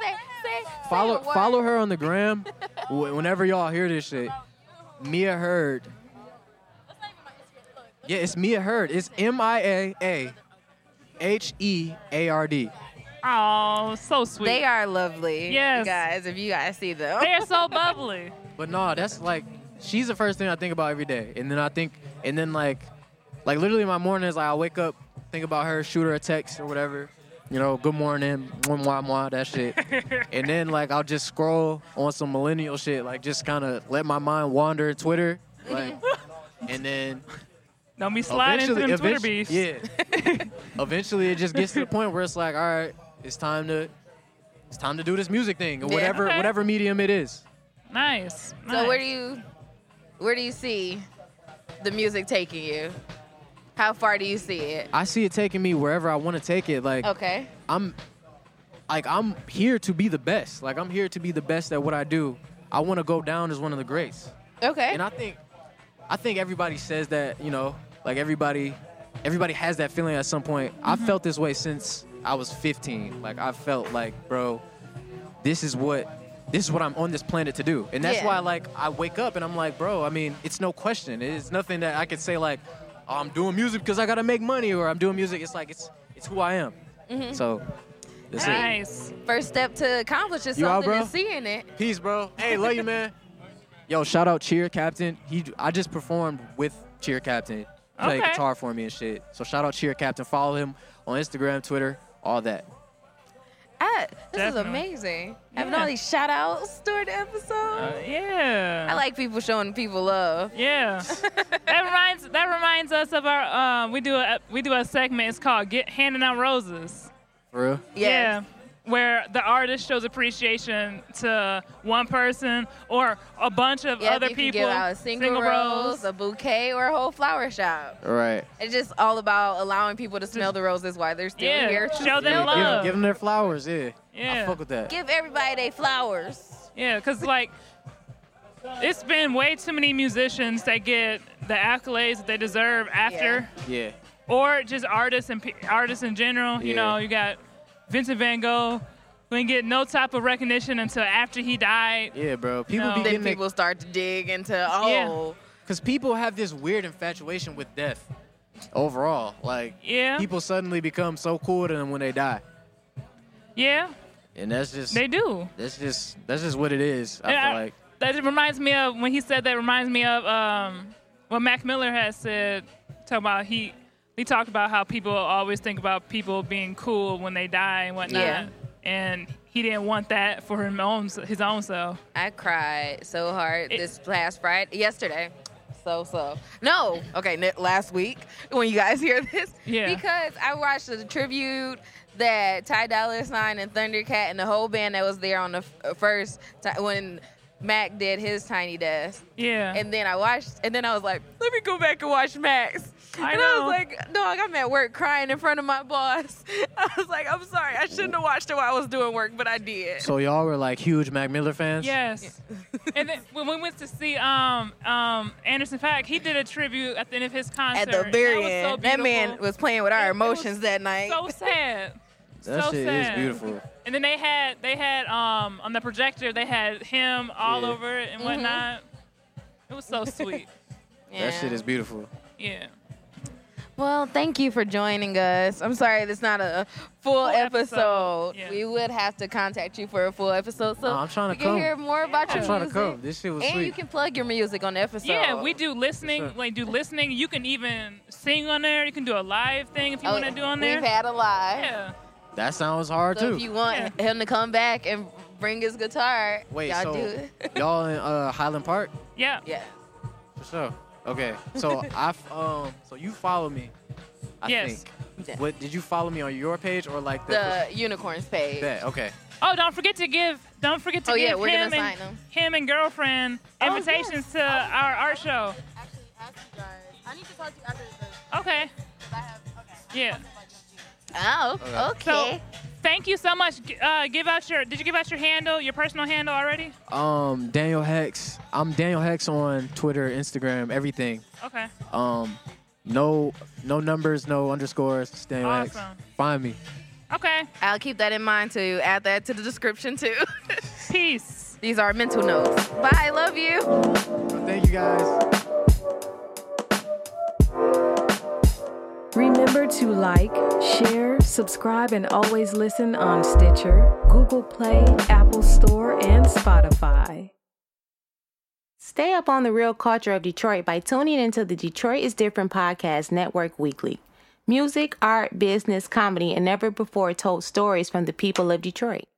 Speaker 13: follow follow her on the gram. Wh- Whenever y'all hear this shit, Mia Heard. Yeah, it's Mia Heard. It's M I A A H E A R D.
Speaker 3: Oh, so sweet.
Speaker 2: They are lovely.
Speaker 3: Yes.
Speaker 2: You guys, if you guys see them.
Speaker 3: They are so bubbly.
Speaker 13: But no, that's like she's the first thing I think about every day. And then I think and then like like literally my morning is like I wake up, think about her, shoot her a text or whatever. you know, good morning, mwah, mwah, mwah, that shit. and then, like, I'll just scroll on some millennial shit, like, just kind of let my mind wander Twitter. Like, and then.
Speaker 3: Don't be sliding through them Twitter beefs.
Speaker 13: Yeah. eventually, it just gets to the point where it's like, all right, it's time to. It's time to do this music thing or
Speaker 2: Yeah.
Speaker 13: whatever
Speaker 2: Okay.
Speaker 13: whatever medium it is.
Speaker 3: Nice.
Speaker 2: So where do you where do you see the music taking you? How far do you see it?
Speaker 13: I see it taking me wherever I want to take it. Like
Speaker 2: Okay.
Speaker 13: I'm like I'm here to be the best. Like I'm here to be the best at what I do. I want to go down as one of the greats.
Speaker 2: Okay.
Speaker 13: And I think I think everybody says that, you know, like everybody everybody has that feeling at some point. i
Speaker 14: Mhm.
Speaker 13: felt this way since I was 15. Like I felt like, bro, this is what this is what I'm on this planet to do. And that's
Speaker 14: Yeah.
Speaker 13: why like I wake up and I'm like, bro, I mean, it's no question. It's nothing that I could say like, oh, I'm doing music because I got to make money or I'm doing music. It's like it's it's who I am.
Speaker 2: Mhm.
Speaker 13: So that's it.
Speaker 3: nice.
Speaker 2: First step to accomplish is
Speaker 13: You out,
Speaker 2: something
Speaker 13: bro?
Speaker 2: is seeing it.
Speaker 13: Peace, bro. Hey, love you, man. Yo, shout out Cheer Captain. He I just performed with Cheer Captain. He Played
Speaker 2: Okay.
Speaker 13: guitar for me and shit. So shout out Cheer Captain. Follow him on Instagram, Twitter, all that.
Speaker 2: Ah, this is
Speaker 13: Definitely.
Speaker 2: amazing. Having all these shout outs during the episode.
Speaker 3: Uh, yeah.
Speaker 2: I like people showing people love.
Speaker 3: Yeah. that reminds that reminds us of our um, we do a we do a segment. It's called "Get Handing Out Roses."
Speaker 13: For real?
Speaker 3: Yeah. Where the artist shows appreciation to one person or a bunch of
Speaker 2: Yeah,
Speaker 3: other
Speaker 2: you can
Speaker 3: people.
Speaker 2: give out a single, rose, a bouquet, or a whole flower shop.
Speaker 13: Right.
Speaker 2: It's just all about allowing people to smell the roses while they're still
Speaker 3: Yeah,
Speaker 2: here.
Speaker 3: show
Speaker 2: choosing
Speaker 3: them
Speaker 2: it.
Speaker 13: Yeah, give- Give, them their flowers, yeah.
Speaker 3: Yeah.
Speaker 13: I fuck with that.
Speaker 2: Give everybody their flowers.
Speaker 3: Yeah, because like it's been way too many musicians that get the accolades that they deserve after,
Speaker 13: Yeah.
Speaker 3: or just artists and pe- artists in general. You
Speaker 13: Yeah.
Speaker 3: know, you got Vincent Van Gogh. who didn't get no type of recognition until after he died.
Speaker 13: Yeah, bro. People be
Speaker 2: then
Speaker 13: getting
Speaker 2: people start to dig into oh
Speaker 13: Because people have this weird infatuation with death overall. Like,
Speaker 3: Yeah.
Speaker 13: people suddenly become so cool to them when they die.
Speaker 3: Yeah,
Speaker 13: And that's just.
Speaker 3: they do.
Speaker 13: That's just that's just what it is. I
Speaker 3: And
Speaker 13: feel
Speaker 3: I-
Speaker 13: like.
Speaker 3: That just reminds me of when he said that reminds me of um, what Mac Miller has said. Talking about he he talked about how people always think about people being cool when they die and whatnot,
Speaker 2: Yeah.
Speaker 3: and he didn't want that for his own his own self.
Speaker 2: I cried so hard this last Friday, yesterday. So so no okay n- last week when you guys hear this
Speaker 3: Yeah.
Speaker 2: because I watched the tribute that Ty Dolla Sign and Thundercat and the whole band that was there on the f- uh, first ti- when Mac did his Tiny Desk
Speaker 3: Yeah.
Speaker 2: and then I watched and then I was like let me go back and watch Max
Speaker 3: I
Speaker 2: and I
Speaker 3: know.
Speaker 2: was like dog I'm at work crying in front of my boss I was like I'm sorry I shouldn't have watched it while I was doing work but I did
Speaker 13: So y'all were like huge Mac Miller fans.
Speaker 3: Yes. and then when we went to see um, um, Anderson Paak, he did a tribute at the end of his concert.
Speaker 2: at the
Speaker 3: and
Speaker 2: very
Speaker 3: that was so
Speaker 2: end. that man
Speaker 3: beautiful.
Speaker 2: was playing with our
Speaker 3: It- it was
Speaker 2: emotions that night.
Speaker 3: So sad.
Speaker 13: That
Speaker 3: so
Speaker 13: shit
Speaker 3: sad.
Speaker 13: is beautiful.
Speaker 3: And then they had they had um on the projector they had him all
Speaker 13: Yeah.
Speaker 3: over it and
Speaker 2: Mhm.
Speaker 3: whatnot. It was so sweet.
Speaker 13: That shit is beautiful.
Speaker 3: yeah.
Speaker 2: Well, thank you for joining us. I'm sorry that's not a full episode. We would have to contact you for a full episode. So
Speaker 13: Nah, I'm trying to
Speaker 2: we can
Speaker 13: come.
Speaker 2: hear more about
Speaker 13: I'm
Speaker 2: your
Speaker 13: trying
Speaker 2: music.
Speaker 13: to come. This shit was
Speaker 2: and
Speaker 13: sweet.
Speaker 2: you can plug your music on the episode.
Speaker 3: yeah, we do listening. Like do listening. You can even sing on there. You can do a live thing if you
Speaker 2: Oh,
Speaker 3: want to do on there.
Speaker 2: We've had a live.
Speaker 3: Yeah.
Speaker 13: That sounds hard
Speaker 2: So
Speaker 13: too.
Speaker 2: if you want him to come back and bring his guitar,
Speaker 13: Wait,
Speaker 2: y'all
Speaker 13: so
Speaker 2: do it.
Speaker 13: y'all in uh, Highland Park?
Speaker 3: Yeah.
Speaker 2: Yeah.
Speaker 13: For sure. Okay. So I f- um so you follow me. I
Speaker 3: Yes.
Speaker 13: think. What did you follow me on your page or like
Speaker 2: The
Speaker 13: the,
Speaker 2: unicorns page.
Speaker 13: Bet, Okay.
Speaker 3: Oh, don't forget to give. Don't forget to
Speaker 2: Oh,
Speaker 3: give
Speaker 2: yeah, we're gonna
Speaker 3: him
Speaker 2: sign
Speaker 3: and
Speaker 2: Oh, them.
Speaker 3: him and girlfriend invitations to
Speaker 2: Oh.
Speaker 3: our art show.
Speaker 5: I need to talk to you after this.
Speaker 3: Okay. Yeah.
Speaker 2: Oh,
Speaker 5: Okay. okay.
Speaker 3: So, thank you so much. G- Uh, give out your. Did you give out your handle, your personal handle already?
Speaker 13: Um Daniel Hex. I'm Daniel Hex on Twitter, Instagram, everything.
Speaker 3: Okay.
Speaker 13: Um no no numbers, no underscores. It's Daniel Hex.
Speaker 2: Awesome.
Speaker 13: Find me.
Speaker 3: Okay.
Speaker 2: I'll keep that in mind too. Add that to the description too.
Speaker 3: Peace.
Speaker 2: These are mental notes. Bye. Love you.
Speaker 13: Thank you guys.
Speaker 15: Remember to like, share, subscribe, and always listen on Stitcher, Google Play, Apple Store, and Spotify.
Speaker 1: Stay up on the real culture of Detroit by tuning into the Detroit is Different Podcast Network weekly. music, art, business, comedy, and never before told stories from the people of Detroit.